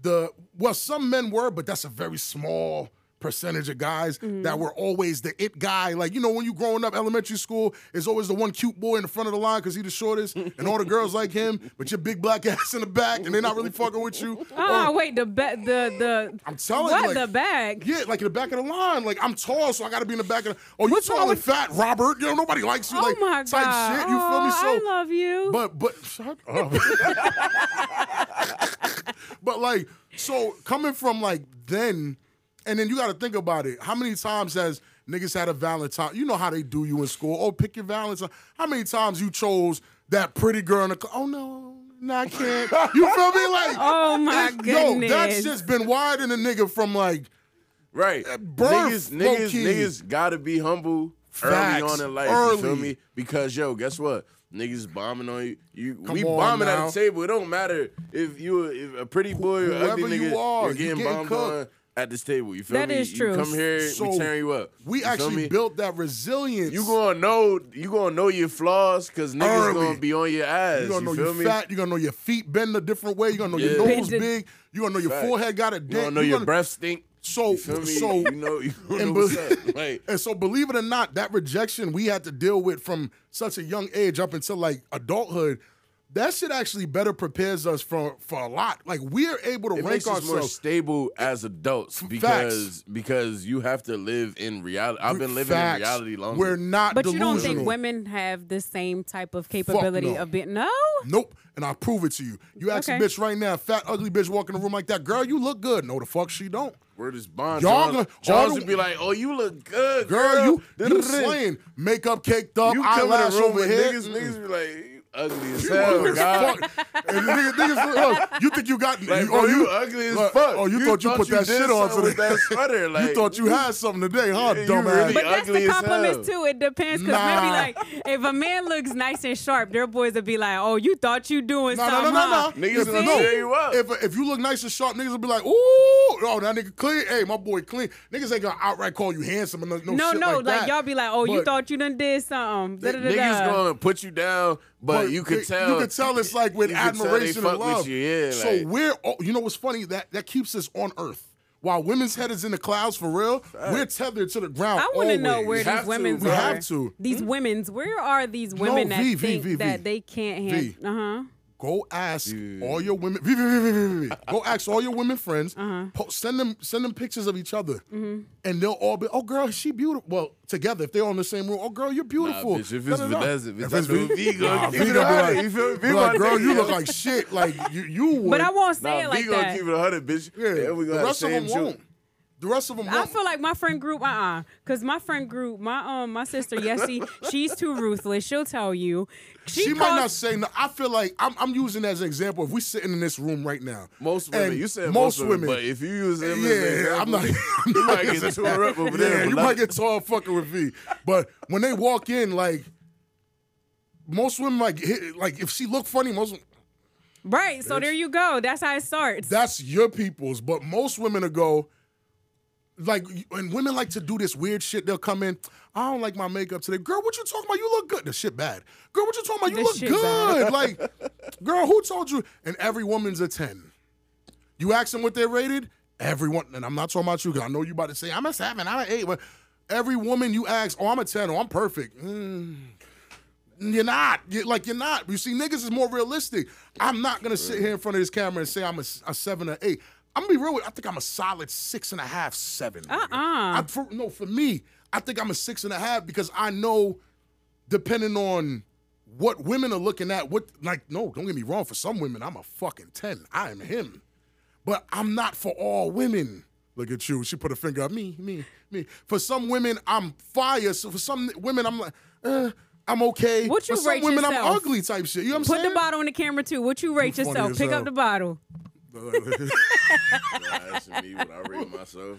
Speaker 2: the well. Some men were, but that's a very small percentage of guys that were always the it guy. Like you know, when you growing up elementary school, it's always the one cute boy in the front of the line because he the shortest, and all the girls like him, but your big black ass in the back, and they not really fucking with you.
Speaker 1: Ah, wait. The ba- the the.
Speaker 2: Oh. I'm telling
Speaker 1: what
Speaker 2: you,
Speaker 1: the
Speaker 2: like,
Speaker 1: bag?
Speaker 2: yeah, like in the back of the line. Like I'm tall, so I got to be in the back of. the Oh, you
Speaker 1: What's wrong
Speaker 2: tall and
Speaker 1: with-
Speaker 2: fat, Robert? You know nobody likes you.
Speaker 1: oh
Speaker 2: like
Speaker 1: my god!
Speaker 2: type shit. You feel me?
Speaker 1: Aw, I
Speaker 2: So,
Speaker 1: love you.
Speaker 2: but but shut up. but like so, coming from like then, and then you got to think about it. How many times has niggas had a Valentine? You know how they do you in school. Oh, pick your Valentine. How many times you chose that pretty girl in the? cl- Oh no. No, I can't. You feel me? Like,
Speaker 1: Oh, my
Speaker 2: it- yo, that
Speaker 1: goodness.
Speaker 2: shit's been widening a nigga from like
Speaker 3: Right.
Speaker 2: birth,
Speaker 3: niggas, niggas,
Speaker 2: low-key.
Speaker 3: niggas gotta be humble
Speaker 2: Facts.
Speaker 3: early on in life. You feel
Speaker 2: Early.
Speaker 3: me? Because yo, guess what? Niggas bombing on you. you we
Speaker 2: on
Speaker 3: bombing
Speaker 2: now.
Speaker 3: at the table. It don't matter if you a- if a pretty boy or ugly
Speaker 2: Whoever
Speaker 3: nigga.
Speaker 2: you are,
Speaker 3: are
Speaker 2: you
Speaker 3: getting,
Speaker 2: getting
Speaker 3: bombed
Speaker 2: cooked.
Speaker 3: on at this table. You feel
Speaker 1: That
Speaker 3: me?
Speaker 1: is
Speaker 3: You
Speaker 1: true.
Speaker 3: come here, we
Speaker 2: So,
Speaker 3: tearing you up.
Speaker 2: We
Speaker 3: You feel
Speaker 2: actually
Speaker 3: me?
Speaker 2: built that resilience.
Speaker 3: You gonna know you gonna know your flaws because niggas
Speaker 2: Early.
Speaker 3: gonna be on your ass.
Speaker 2: You
Speaker 3: You,
Speaker 2: gonna know
Speaker 3: feel
Speaker 2: your
Speaker 3: me?
Speaker 2: fat. You gonna know your feet bend a different way. You gonna know
Speaker 3: Yeah.
Speaker 2: your nose
Speaker 1: Bend it.
Speaker 2: big. You gonna know your
Speaker 3: Facts.
Speaker 2: forehead got a
Speaker 3: You
Speaker 2: dent.
Speaker 3: gonna know
Speaker 2: You
Speaker 3: your
Speaker 2: gonna-
Speaker 3: breath stink.
Speaker 2: So
Speaker 3: You feel me?
Speaker 2: Oh, so
Speaker 3: you know you know
Speaker 2: and
Speaker 3: what's
Speaker 2: be-
Speaker 3: up. Like
Speaker 2: And so, believe it or not, that rejection we had to deal with from such a young age up until like adulthood, that shit actually better prepares us for for a lot. Like we're able to
Speaker 3: it
Speaker 2: rank
Speaker 3: makes us more
Speaker 2: ourselves.
Speaker 3: stable as adults because because you have to live in reality. I've been living
Speaker 2: Facts.
Speaker 3: in reality longer.
Speaker 2: We're not
Speaker 1: But you
Speaker 2: delusional.
Speaker 1: don't think women have the same type of capability
Speaker 2: no.
Speaker 1: of being no?
Speaker 2: Nope. And I'll prove it to you. You ask
Speaker 1: Okay.
Speaker 2: a bitch right now, fat, ugly bitch walk in the room like that, girl, you look good. No, the fuck she don't.
Speaker 3: We're just bonds.
Speaker 2: Y'all
Speaker 3: John's,
Speaker 2: gonna-
Speaker 3: John's
Speaker 2: all
Speaker 3: would
Speaker 2: the-
Speaker 3: be like, "Oh, you look good, girl.
Speaker 2: Girl, you you
Speaker 3: Da-da-da-da.
Speaker 2: slaying. Makeup caked up,
Speaker 3: You come in
Speaker 2: eyelash
Speaker 3: the room
Speaker 2: over
Speaker 3: with
Speaker 2: here.
Speaker 3: niggas.
Speaker 2: Mm.
Speaker 3: Niggas be like, you ugly as
Speaker 2: You
Speaker 3: hell,
Speaker 2: ugly as
Speaker 3: God.
Speaker 2: fuck. And the niggas, niggas look, you think you got?
Speaker 3: Like,
Speaker 2: you,
Speaker 3: bro,
Speaker 2: oh,
Speaker 3: you, ugly as
Speaker 2: look,
Speaker 3: fuck.
Speaker 2: Oh, you, thought you put that
Speaker 3: did
Speaker 2: shit on
Speaker 3: something
Speaker 2: today?
Speaker 3: with that sweater. Like,
Speaker 2: you thought you had something today,
Speaker 3: Yeah,
Speaker 2: huh,
Speaker 3: you
Speaker 2: dumbass?
Speaker 3: really-
Speaker 1: But that's
Speaker 3: ugly
Speaker 1: the
Speaker 3: as
Speaker 1: compliment
Speaker 3: hell.
Speaker 1: too. It depends because
Speaker 2: Nah.
Speaker 1: maybe like if a man looks nice and sharp, their boys will be like, "Oh, you thought you doing
Speaker 2: No, no,
Speaker 1: something?"
Speaker 2: no, no,
Speaker 1: huh?"
Speaker 2: no.
Speaker 3: Niggas
Speaker 2: If-
Speaker 3: gonna
Speaker 2: no.
Speaker 3: tear you up.
Speaker 2: If, if you look nice and sharp, niggas will be like, ooh, dope. Oh, that nigga clean. Hey, my boy clean. Niggas ain't gonna outright call you handsome or no, no,
Speaker 1: No,
Speaker 2: shit
Speaker 1: no,
Speaker 2: like,
Speaker 1: like,
Speaker 2: that.
Speaker 1: y'all be like, oh, you
Speaker 2: But-
Speaker 1: thought you done did something. Da, da, da,
Speaker 3: Niggas
Speaker 1: da.
Speaker 3: gonna put you down, but, you could
Speaker 2: they-
Speaker 3: tell.
Speaker 2: You could tell it's like with
Speaker 3: you could tell they
Speaker 2: admiration
Speaker 3: fuck
Speaker 2: and
Speaker 3: with
Speaker 2: love.
Speaker 3: you, yeah,
Speaker 2: so
Speaker 3: like-
Speaker 2: we're, all, you know, what's funny that that keeps us on Earth. While women's head is in the clouds for real, we're tethered to the ground.
Speaker 1: I want to know where
Speaker 2: always.
Speaker 3: have
Speaker 1: these
Speaker 3: to,
Speaker 1: women's
Speaker 2: we
Speaker 1: are.
Speaker 2: have to. Hmm?
Speaker 1: These women's. Where are these women that
Speaker 2: V, V,
Speaker 1: think
Speaker 2: V, V.
Speaker 1: that they can't
Speaker 2: V.
Speaker 1: handle? Uh huh.
Speaker 2: go ask all your women. v- v- v- v- v- v- Go ask all your women friends.
Speaker 1: Uh-huh.
Speaker 2: Po- send them send them pictures of each other,
Speaker 1: Mm-hmm.
Speaker 2: and they'll all be, "Oh, girl, she beautiful." Well, together if they're on the same room, "Oh, girl, you're beautiful."
Speaker 3: Nah, bitch, if it's
Speaker 2: Da-da-da.
Speaker 3: Vanessa, bitch,
Speaker 2: If
Speaker 3: I
Speaker 2: it's
Speaker 3: know
Speaker 2: V-
Speaker 3: V gonna
Speaker 2: Nah,
Speaker 3: keep
Speaker 2: V
Speaker 3: it
Speaker 2: gonna be
Speaker 3: a
Speaker 2: like,
Speaker 3: hundred. You feel me? V
Speaker 2: be like,
Speaker 3: gonna
Speaker 2: girl,
Speaker 3: take
Speaker 2: you
Speaker 3: it
Speaker 2: look
Speaker 3: out."
Speaker 2: like shit. Like you, you would.
Speaker 1: But I won't say it
Speaker 3: Nah, we
Speaker 1: like
Speaker 3: gonna
Speaker 1: that.
Speaker 3: keep it hundred, bitch.
Speaker 2: Yeah,
Speaker 3: and we
Speaker 2: the
Speaker 3: gonna have
Speaker 2: rest of
Speaker 3: same
Speaker 2: them
Speaker 3: joke.
Speaker 2: won't. The rest of them
Speaker 1: I
Speaker 2: won't.
Speaker 1: feel like my friend group, uh uh Cause my friend group, my um my sister Yessie, she's too ruthless. She'll tell you. She,
Speaker 2: she might
Speaker 1: calls-
Speaker 2: not say no. I feel like I'm, I'm using as an example. If we sitting in this room right now,
Speaker 3: Most
Speaker 2: and
Speaker 3: women, you said most, women, but if you use them, as an
Speaker 2: Yeah,
Speaker 3: example,
Speaker 2: I'm not-
Speaker 3: You
Speaker 2: I'm not
Speaker 3: might get
Speaker 2: using-
Speaker 3: tore up over
Speaker 2: yeah,
Speaker 3: there.
Speaker 2: you
Speaker 3: but
Speaker 2: might get tall fucking with V. But when they walk in, like most women, like hit, like if she look funny, most
Speaker 1: Right. So there you go. That's how it starts.
Speaker 2: that's your people's. But most women will go. Like and women like to do this weird shit. They'll come in. I don't like my makeup today, girl. What you talking about? You look good. The shit bad, girl. What you talking about? You
Speaker 1: The
Speaker 2: look
Speaker 1: shit
Speaker 2: good. Like, girl, who told you? And every woman's a ten. You ask them what they're rated, everyone, and I'm not talking about you because I know you about to say, I'm a seven, I'm an eight, but every woman you ask, oh, I'm a 10, oh, I'm perfect. Mm, you're not. You're, like, you're not. You see, niggas is more realistic. I'm not going to sit here in front of this camera and say I'm a, s- a seven or eight. I'm going to be real with you. I think I'm a solid six and a half, seven. Uh-uh. for, no, for me, I think I'm a six and a half because I know depending on what women are looking at, what like no, don't get me wrong. For some women, I'm a fucking ten. I am him, but I'm not for all women. Look at you. She put her finger up. Me, me, me. For some women, I'm fire. So for some women, I'm like, uh, I'm okay.
Speaker 1: What you
Speaker 2: for some
Speaker 1: rate
Speaker 2: women, I'm
Speaker 1: yourself?
Speaker 2: ugly type shit. You know what I'm
Speaker 1: Put
Speaker 2: saying?
Speaker 1: the bottle on the camera too. What you rate
Speaker 2: funny
Speaker 1: yourself?
Speaker 2: as
Speaker 1: Pick
Speaker 2: hell.
Speaker 1: up the bottle.
Speaker 3: Nah, asking me what I rate myself.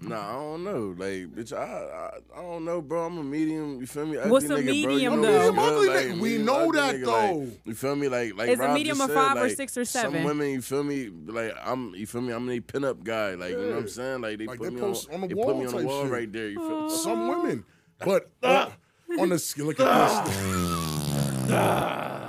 Speaker 3: Nah, I don't know. Like, bitch, I, I I don't know, bro. I'm a medium. You feel me? Ugly
Speaker 1: What's a
Speaker 3: nigga,
Speaker 1: medium,
Speaker 3: bro. You know
Speaker 1: though?
Speaker 3: what's
Speaker 1: Medium
Speaker 3: good,
Speaker 2: ugly nigga. We
Speaker 3: medium
Speaker 2: know
Speaker 3: ugly
Speaker 2: that,
Speaker 3: nigga, like,
Speaker 2: though.
Speaker 3: you feel me? Like, like
Speaker 1: Is a
Speaker 3: Rob
Speaker 1: medium
Speaker 3: just
Speaker 1: a
Speaker 3: said,
Speaker 1: five or
Speaker 3: like,
Speaker 1: six or
Speaker 3: Some
Speaker 1: seven?
Speaker 3: women, you feel me? Like, I'm, you feel me? I'm a pinup guy. Like, you know what I'm
Speaker 2: Yeah.
Speaker 3: saying? Like, they
Speaker 2: Like,
Speaker 3: put
Speaker 2: they
Speaker 3: me
Speaker 2: post on the
Speaker 3: they
Speaker 2: wall
Speaker 3: put me on the
Speaker 2: type
Speaker 3: wall
Speaker 2: shit.
Speaker 3: right there. You
Speaker 1: Oh.
Speaker 3: feel me?
Speaker 2: some women, but uh, on the scale, look at this.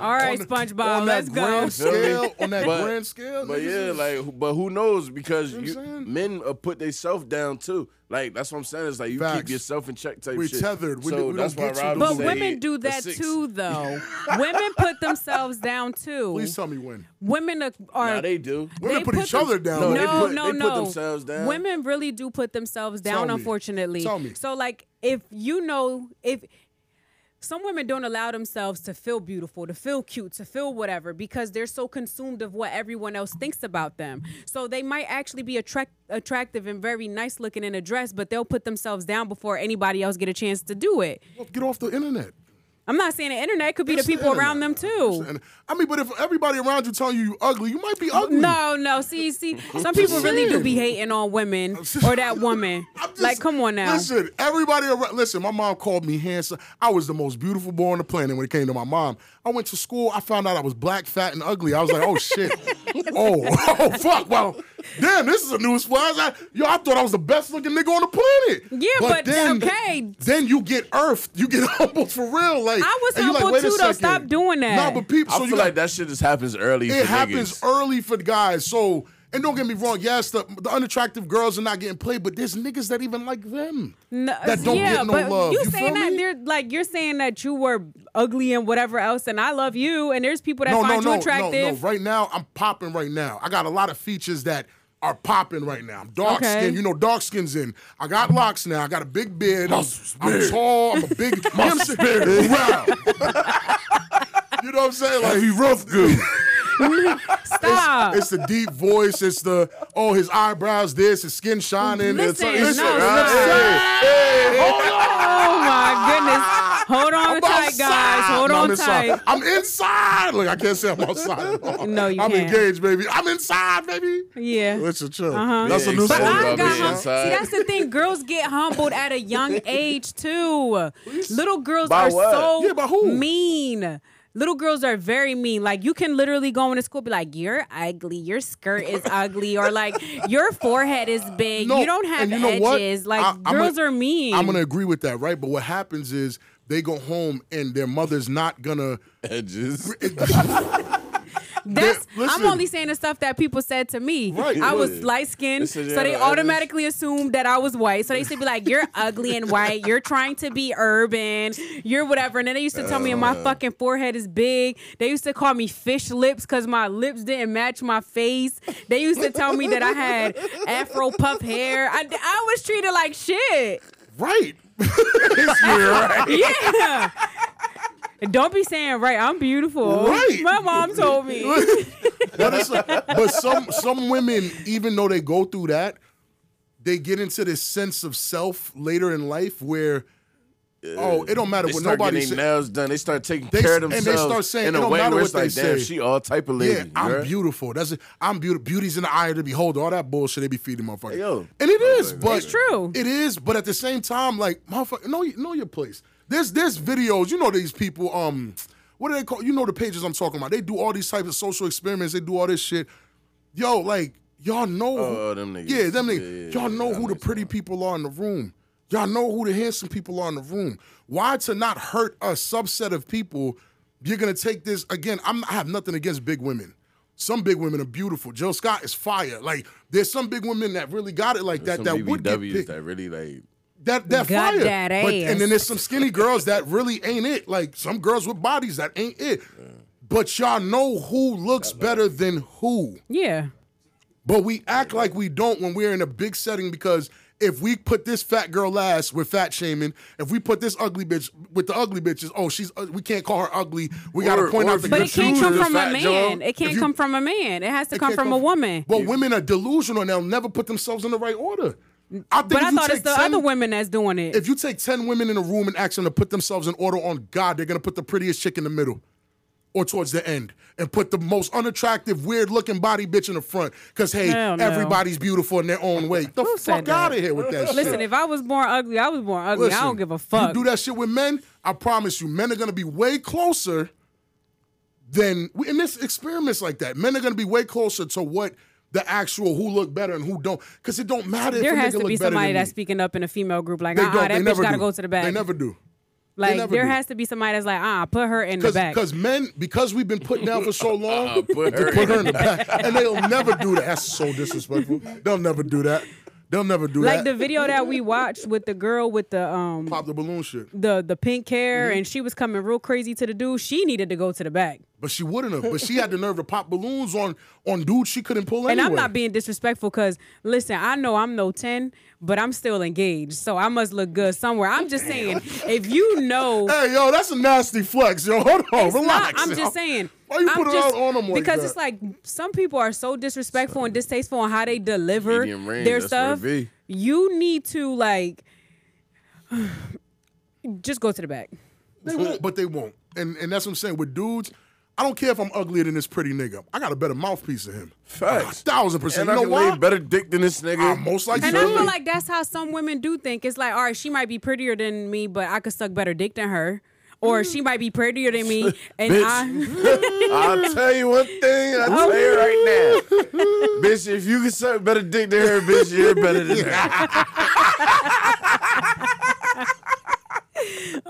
Speaker 1: All right, SpongeBob,
Speaker 2: on
Speaker 1: let's
Speaker 2: that
Speaker 1: go.
Speaker 2: grand scale, on that
Speaker 3: But-
Speaker 2: grand scale.
Speaker 3: But
Speaker 2: niggas
Speaker 3: yeah,
Speaker 2: is-
Speaker 3: like, who- but who knows? Because
Speaker 2: You
Speaker 3: you,
Speaker 2: know what I'm saying?
Speaker 3: men uh, put themselves down too. Like that's what I'm saying. It's like you keep
Speaker 2: Facts.
Speaker 3: yourself in check type
Speaker 2: We
Speaker 3: shit.
Speaker 2: tethered. We-
Speaker 3: so
Speaker 2: we don't
Speaker 3: that's why
Speaker 2: get to
Speaker 3: Rob
Speaker 2: do
Speaker 1: But
Speaker 2: Say
Speaker 1: women do
Speaker 3: a
Speaker 1: that
Speaker 3: six.
Speaker 1: too, though. women put themselves down too.
Speaker 2: please tell me when.
Speaker 1: women are. are
Speaker 3: Nah, they do.
Speaker 2: Women put each
Speaker 1: them-
Speaker 2: other down.
Speaker 1: No,
Speaker 2: No,
Speaker 3: they
Speaker 1: no,
Speaker 3: put-
Speaker 1: no,
Speaker 3: they put themselves down.
Speaker 1: Women really do put themselves down,
Speaker 2: me.
Speaker 1: unfortunately.
Speaker 2: Tell me.
Speaker 1: So, like, if you know, if some women don't allow themselves to feel beautiful, to feel cute, to feel whatever, because they're so consumed of what everyone else thinks about them. So they might actually be attract- attractive and very nice looking in a dress, but they'll put themselves down before anybody else get a chance to do it.
Speaker 2: Get off the internet.
Speaker 1: I'm not saying the internet could be
Speaker 2: It's
Speaker 1: the people around them
Speaker 2: internet.
Speaker 1: too.
Speaker 2: And- I mean, but if everybody around you telling you you ugly, you might be ugly.
Speaker 1: No, no. See, see, some people really do
Speaker 2: saying.
Speaker 1: be hating on women or that woman.
Speaker 2: I'm just-
Speaker 1: like, come on now.
Speaker 2: Listen, everybody around. Listen, my mom called me handsome. I was the most beautiful boy on the planet when it came to my mom. I went to school. I found out I was black, fat, and ugly. I was like, oh shit. oh, oh fuck. Well, damn, this is a news flash. I, yo, I thought I was the best looking nigga on the planet.
Speaker 1: Yeah, but, okay.
Speaker 2: Then you get earthed. You get humbled for real. Like
Speaker 1: I was
Speaker 2: and you
Speaker 1: humbled
Speaker 2: like, wait
Speaker 1: too,
Speaker 2: a
Speaker 1: though.
Speaker 2: second.
Speaker 1: Stop doing that.
Speaker 2: Nah, but people.
Speaker 3: I
Speaker 2: so you
Speaker 3: feel
Speaker 2: got-
Speaker 3: like that shit just happens early. for
Speaker 2: it happens
Speaker 3: niggas.
Speaker 2: early for guys. So, and don't get me wrong, yes, the, the unattractive girls are not getting played, but there's niggas that even like them
Speaker 1: No,
Speaker 2: that don't
Speaker 1: yeah,
Speaker 2: get no
Speaker 1: but
Speaker 2: love.
Speaker 1: You,
Speaker 2: You
Speaker 1: saying
Speaker 2: feel
Speaker 1: that
Speaker 2: me?
Speaker 1: they're like you're saying that you were ugly and whatever else, and I love you, and there's people that
Speaker 2: no, no,
Speaker 1: find
Speaker 2: no,
Speaker 1: you
Speaker 2: no, no.
Speaker 1: attractive.
Speaker 2: Right now, I'm popping. Right now, I got a lot of features that are popping right now. I'm dark
Speaker 1: Okay.
Speaker 2: skin. You know, dark skin's in. I got locks now. I got a big beard. I'm, I'm tall. I'm a big. I'm beard. You know what I'm saying? Like he rough dude.
Speaker 1: Stop.
Speaker 2: It's the deep voice. It's the oh, his eyebrows. This his skin shining.
Speaker 1: Listen,
Speaker 2: it's, it's,
Speaker 1: no,
Speaker 2: it's-
Speaker 1: stop.
Speaker 2: Hey, hold on.
Speaker 1: oh my goodness. Hold on tight, guys.
Speaker 2: outside.
Speaker 1: Hold
Speaker 2: No, I'm
Speaker 1: on
Speaker 2: inside.
Speaker 1: tight.
Speaker 2: I'm inside. Look, I can't say I'm outside.
Speaker 1: No, you
Speaker 2: I'm
Speaker 1: can't.
Speaker 2: engaged, baby. I'm inside, baady
Speaker 1: Yeah.
Speaker 2: Listen, chill.
Speaker 1: Uh-huh.
Speaker 2: That's a
Speaker 3: Yeah,
Speaker 2: new
Speaker 1: But
Speaker 3: Say it,
Speaker 2: song.
Speaker 1: I
Speaker 3: Bobby,
Speaker 1: got
Speaker 3: it's
Speaker 1: hum- See,
Speaker 3: inside.
Speaker 1: that's the thing. Girls get humbled at a young age too. Little girls
Speaker 3: By
Speaker 1: are
Speaker 3: what?
Speaker 1: so
Speaker 2: Yeah, by who?
Speaker 1: mean. Little girls are very mean. Like you can literally go into school be like, "You're ugly. Your skirt is ugly," or like, "Your forehead is big.
Speaker 2: No,
Speaker 1: you don't have
Speaker 2: and you know what?
Speaker 1: edges."
Speaker 2: I-
Speaker 1: Like
Speaker 2: I'm
Speaker 1: girls
Speaker 2: gonna-
Speaker 1: are mean.
Speaker 2: I'm gonna agree with that, right? But what happens is they go home and their mother's not gonna.
Speaker 3: Edges.
Speaker 1: That's
Speaker 2: Th- listen.
Speaker 1: I'm only saying the stuff that people said to me.
Speaker 2: Right.
Speaker 1: I was
Speaker 3: Yeah.
Speaker 1: light skinned,
Speaker 3: They
Speaker 1: so
Speaker 3: said you
Speaker 1: they
Speaker 3: had an
Speaker 1: automatically assumed that I was white. So they used to be like, "You're ugly and white. You're trying to be urban. You're whatever." And then they used to tell me my
Speaker 2: Uh.
Speaker 1: fucking forehead is big. They used to call me fish lips because my lips didn't match my face. They used to tell me that I had afro puff hair. I, I was treated like shit.
Speaker 2: Right. Yes, you're right.
Speaker 1: Yeah. Don't be saying right. I'm beautiful.
Speaker 2: Right.
Speaker 1: My mom told me.
Speaker 2: But, it's like- but some some women, even though they go through that, they get into this sense of self later in life where, oh, it don't matter
Speaker 3: They
Speaker 2: what
Speaker 3: start
Speaker 2: nobody
Speaker 3: getting
Speaker 2: say.
Speaker 3: their nails done. They start taking
Speaker 2: They-
Speaker 3: care of
Speaker 2: and they
Speaker 3: themselves.
Speaker 2: start saying,
Speaker 3: in
Speaker 2: "It
Speaker 3: a
Speaker 2: don't
Speaker 3: way
Speaker 2: matter
Speaker 3: where
Speaker 2: what
Speaker 3: it's like,
Speaker 2: they
Speaker 3: damn,
Speaker 2: say."
Speaker 3: she all type of lady.
Speaker 2: Yeah, I'm
Speaker 3: bruh.
Speaker 2: beautiful. That's it. I'm beautiful. Beauty's in the eye of the beholder. All that bullshit they be feeding motherfuckers.
Speaker 3: Hey, yo.
Speaker 2: and it is, but
Speaker 1: It's true.
Speaker 2: It is, but at the same time, like motherfucker, know y- know your place. There's there's videos. You know these people. Um, what do they call? You know the pages I'm talking about. They do all these types of social experiments. They do all this shit. Yo, like y'all know.
Speaker 3: Oh, them niggas.
Speaker 2: Yeah, them
Speaker 3: Yeah, yeah,
Speaker 2: niggas.
Speaker 3: yeah,
Speaker 2: y'all know
Speaker 3: that
Speaker 2: who the
Speaker 3: makes
Speaker 2: pretty people are in the room. Y'all know who the handsome people are in the room. Why to not hurt a subset of people? You're gonna take this again. I'm, I have nothing against big women. Some big women are beautiful. Jill Scott is fire. Like there's some big women that really got it like that.
Speaker 3: Some
Speaker 2: That would get
Speaker 3: BBWs
Speaker 2: picked
Speaker 3: that really like.
Speaker 2: that that
Speaker 1: Got
Speaker 2: fire.
Speaker 1: that
Speaker 2: But-
Speaker 1: ass.
Speaker 2: and then there's some skinny girls that really ain't it. Like some girls with bodies that ain't it. But y'all know who looks better than who.
Speaker 1: Yeah.
Speaker 2: But we act like we don't when we're in a big setting because if we put this fat girl last, we're fat shaming. If we put this ugly bitch with the ugly bitches, oh she's ug- we can't call her ugly. We got
Speaker 3: Or-
Speaker 2: to point
Speaker 3: or
Speaker 2: out
Speaker 3: if
Speaker 2: the
Speaker 3: you
Speaker 1: But
Speaker 2: good
Speaker 1: it can't
Speaker 2: shoes.
Speaker 1: come
Speaker 3: Contributors,
Speaker 1: from a
Speaker 3: Fat
Speaker 1: man.
Speaker 3: Joe.
Speaker 1: It can't
Speaker 2: If you-
Speaker 1: come from a man. It has to
Speaker 2: It
Speaker 1: come
Speaker 2: can't
Speaker 1: from a woman.
Speaker 2: Well, women are delusional and they'll never put themselves in the right order. I
Speaker 1: But
Speaker 2: think if
Speaker 1: I
Speaker 2: you
Speaker 1: thought it's
Speaker 2: take
Speaker 1: the
Speaker 2: 10
Speaker 1: other women that's doing it.
Speaker 2: if you take 10 women in a room and ask them to put themselves in order on God, they're going to put the prettiest chick in the middle or towards the end and put the most unattractive, weird looking body bitch in the front because, hey,
Speaker 1: Hell no.
Speaker 2: everybody's beautiful in their own way. The
Speaker 1: said
Speaker 2: fuck
Speaker 1: that?
Speaker 2: out of here with that
Speaker 1: Listen,
Speaker 2: shit.
Speaker 1: if I was born ugly, I was born ugly. I don't give a fuck.
Speaker 2: You do that shit with men, I promise you, men are going to be way closer than, in this experiments like that, men are going to be way closer to what the actual who look better and who don't. Because it don't matter if
Speaker 1: there
Speaker 2: a
Speaker 1: has to
Speaker 2: nigga look
Speaker 1: be
Speaker 2: better
Speaker 1: somebody
Speaker 2: than
Speaker 1: that's
Speaker 2: me.
Speaker 1: speaking up in a female group, like,
Speaker 2: They
Speaker 1: uh
Speaker 2: don't.
Speaker 1: uh
Speaker 2: They
Speaker 1: that bitch
Speaker 2: never
Speaker 1: gotta
Speaker 2: do.
Speaker 1: go to the back.
Speaker 2: They never do.
Speaker 1: like,
Speaker 2: never
Speaker 1: there
Speaker 2: do.
Speaker 1: has to be somebody that's like, ah, put her in the back.
Speaker 2: Because men, because we've been put down for so long,
Speaker 3: Uh, put her
Speaker 2: put her
Speaker 3: in.
Speaker 2: in the back, and they'll never do that. That's so disrespectful. They'll never do that. They'll never do
Speaker 1: Like the
Speaker 2: that.
Speaker 1: video that we watched with the girl with the um
Speaker 2: Pop Mm-hmm. the balloon shit,
Speaker 1: the the pink hair, and she was coming real crazy to the dude. She needed to go to the back.
Speaker 2: but she wouldn't have. But she had the nerve to pop balloons on on dudes she couldn't pull
Speaker 1: And
Speaker 2: anyway.
Speaker 1: I'm not being disrespectful because listen, I know I'm no 10, but I'm still engaged. So I must look good somewhere. I'm just saying, if you know
Speaker 2: Hey yo, that's a nasty flex, yo. Hold on,
Speaker 1: it's not,
Speaker 2: relax.
Speaker 1: I'm
Speaker 2: yo.
Speaker 1: just saying.
Speaker 2: Why you
Speaker 1: I'm
Speaker 2: put it
Speaker 1: just-
Speaker 2: out on 'em like
Speaker 1: Because
Speaker 2: that?
Speaker 1: it's like some people are so disrespectful and distasteful on how they deliver
Speaker 3: Medium range,
Speaker 1: their
Speaker 3: that's where it
Speaker 1: stuff.
Speaker 3: be.
Speaker 1: You need to like just go to the back.
Speaker 2: They won't, but they won't. And and that's what I'm saying. With dudes, I don't care if I'm uglier than this pretty nigga. I got a better mouthpiece than him.
Speaker 3: Facts.
Speaker 2: A thousand percent.
Speaker 3: And I
Speaker 2: you know
Speaker 3: can
Speaker 2: why?
Speaker 3: lay better dick than this nigga.
Speaker 2: I most likely
Speaker 1: And
Speaker 2: Sure.
Speaker 1: I feel like that's how some women do think. It's like, all right, she might be prettier than me, but I could suck better dick than her. Or
Speaker 2: Mm.
Speaker 1: she might be prettier than me, and
Speaker 3: Bitch.
Speaker 1: I.
Speaker 3: I'll tell you one thing. I'll tell you right now. bitch, if you can suck better dick than her, bitch, you're better than her.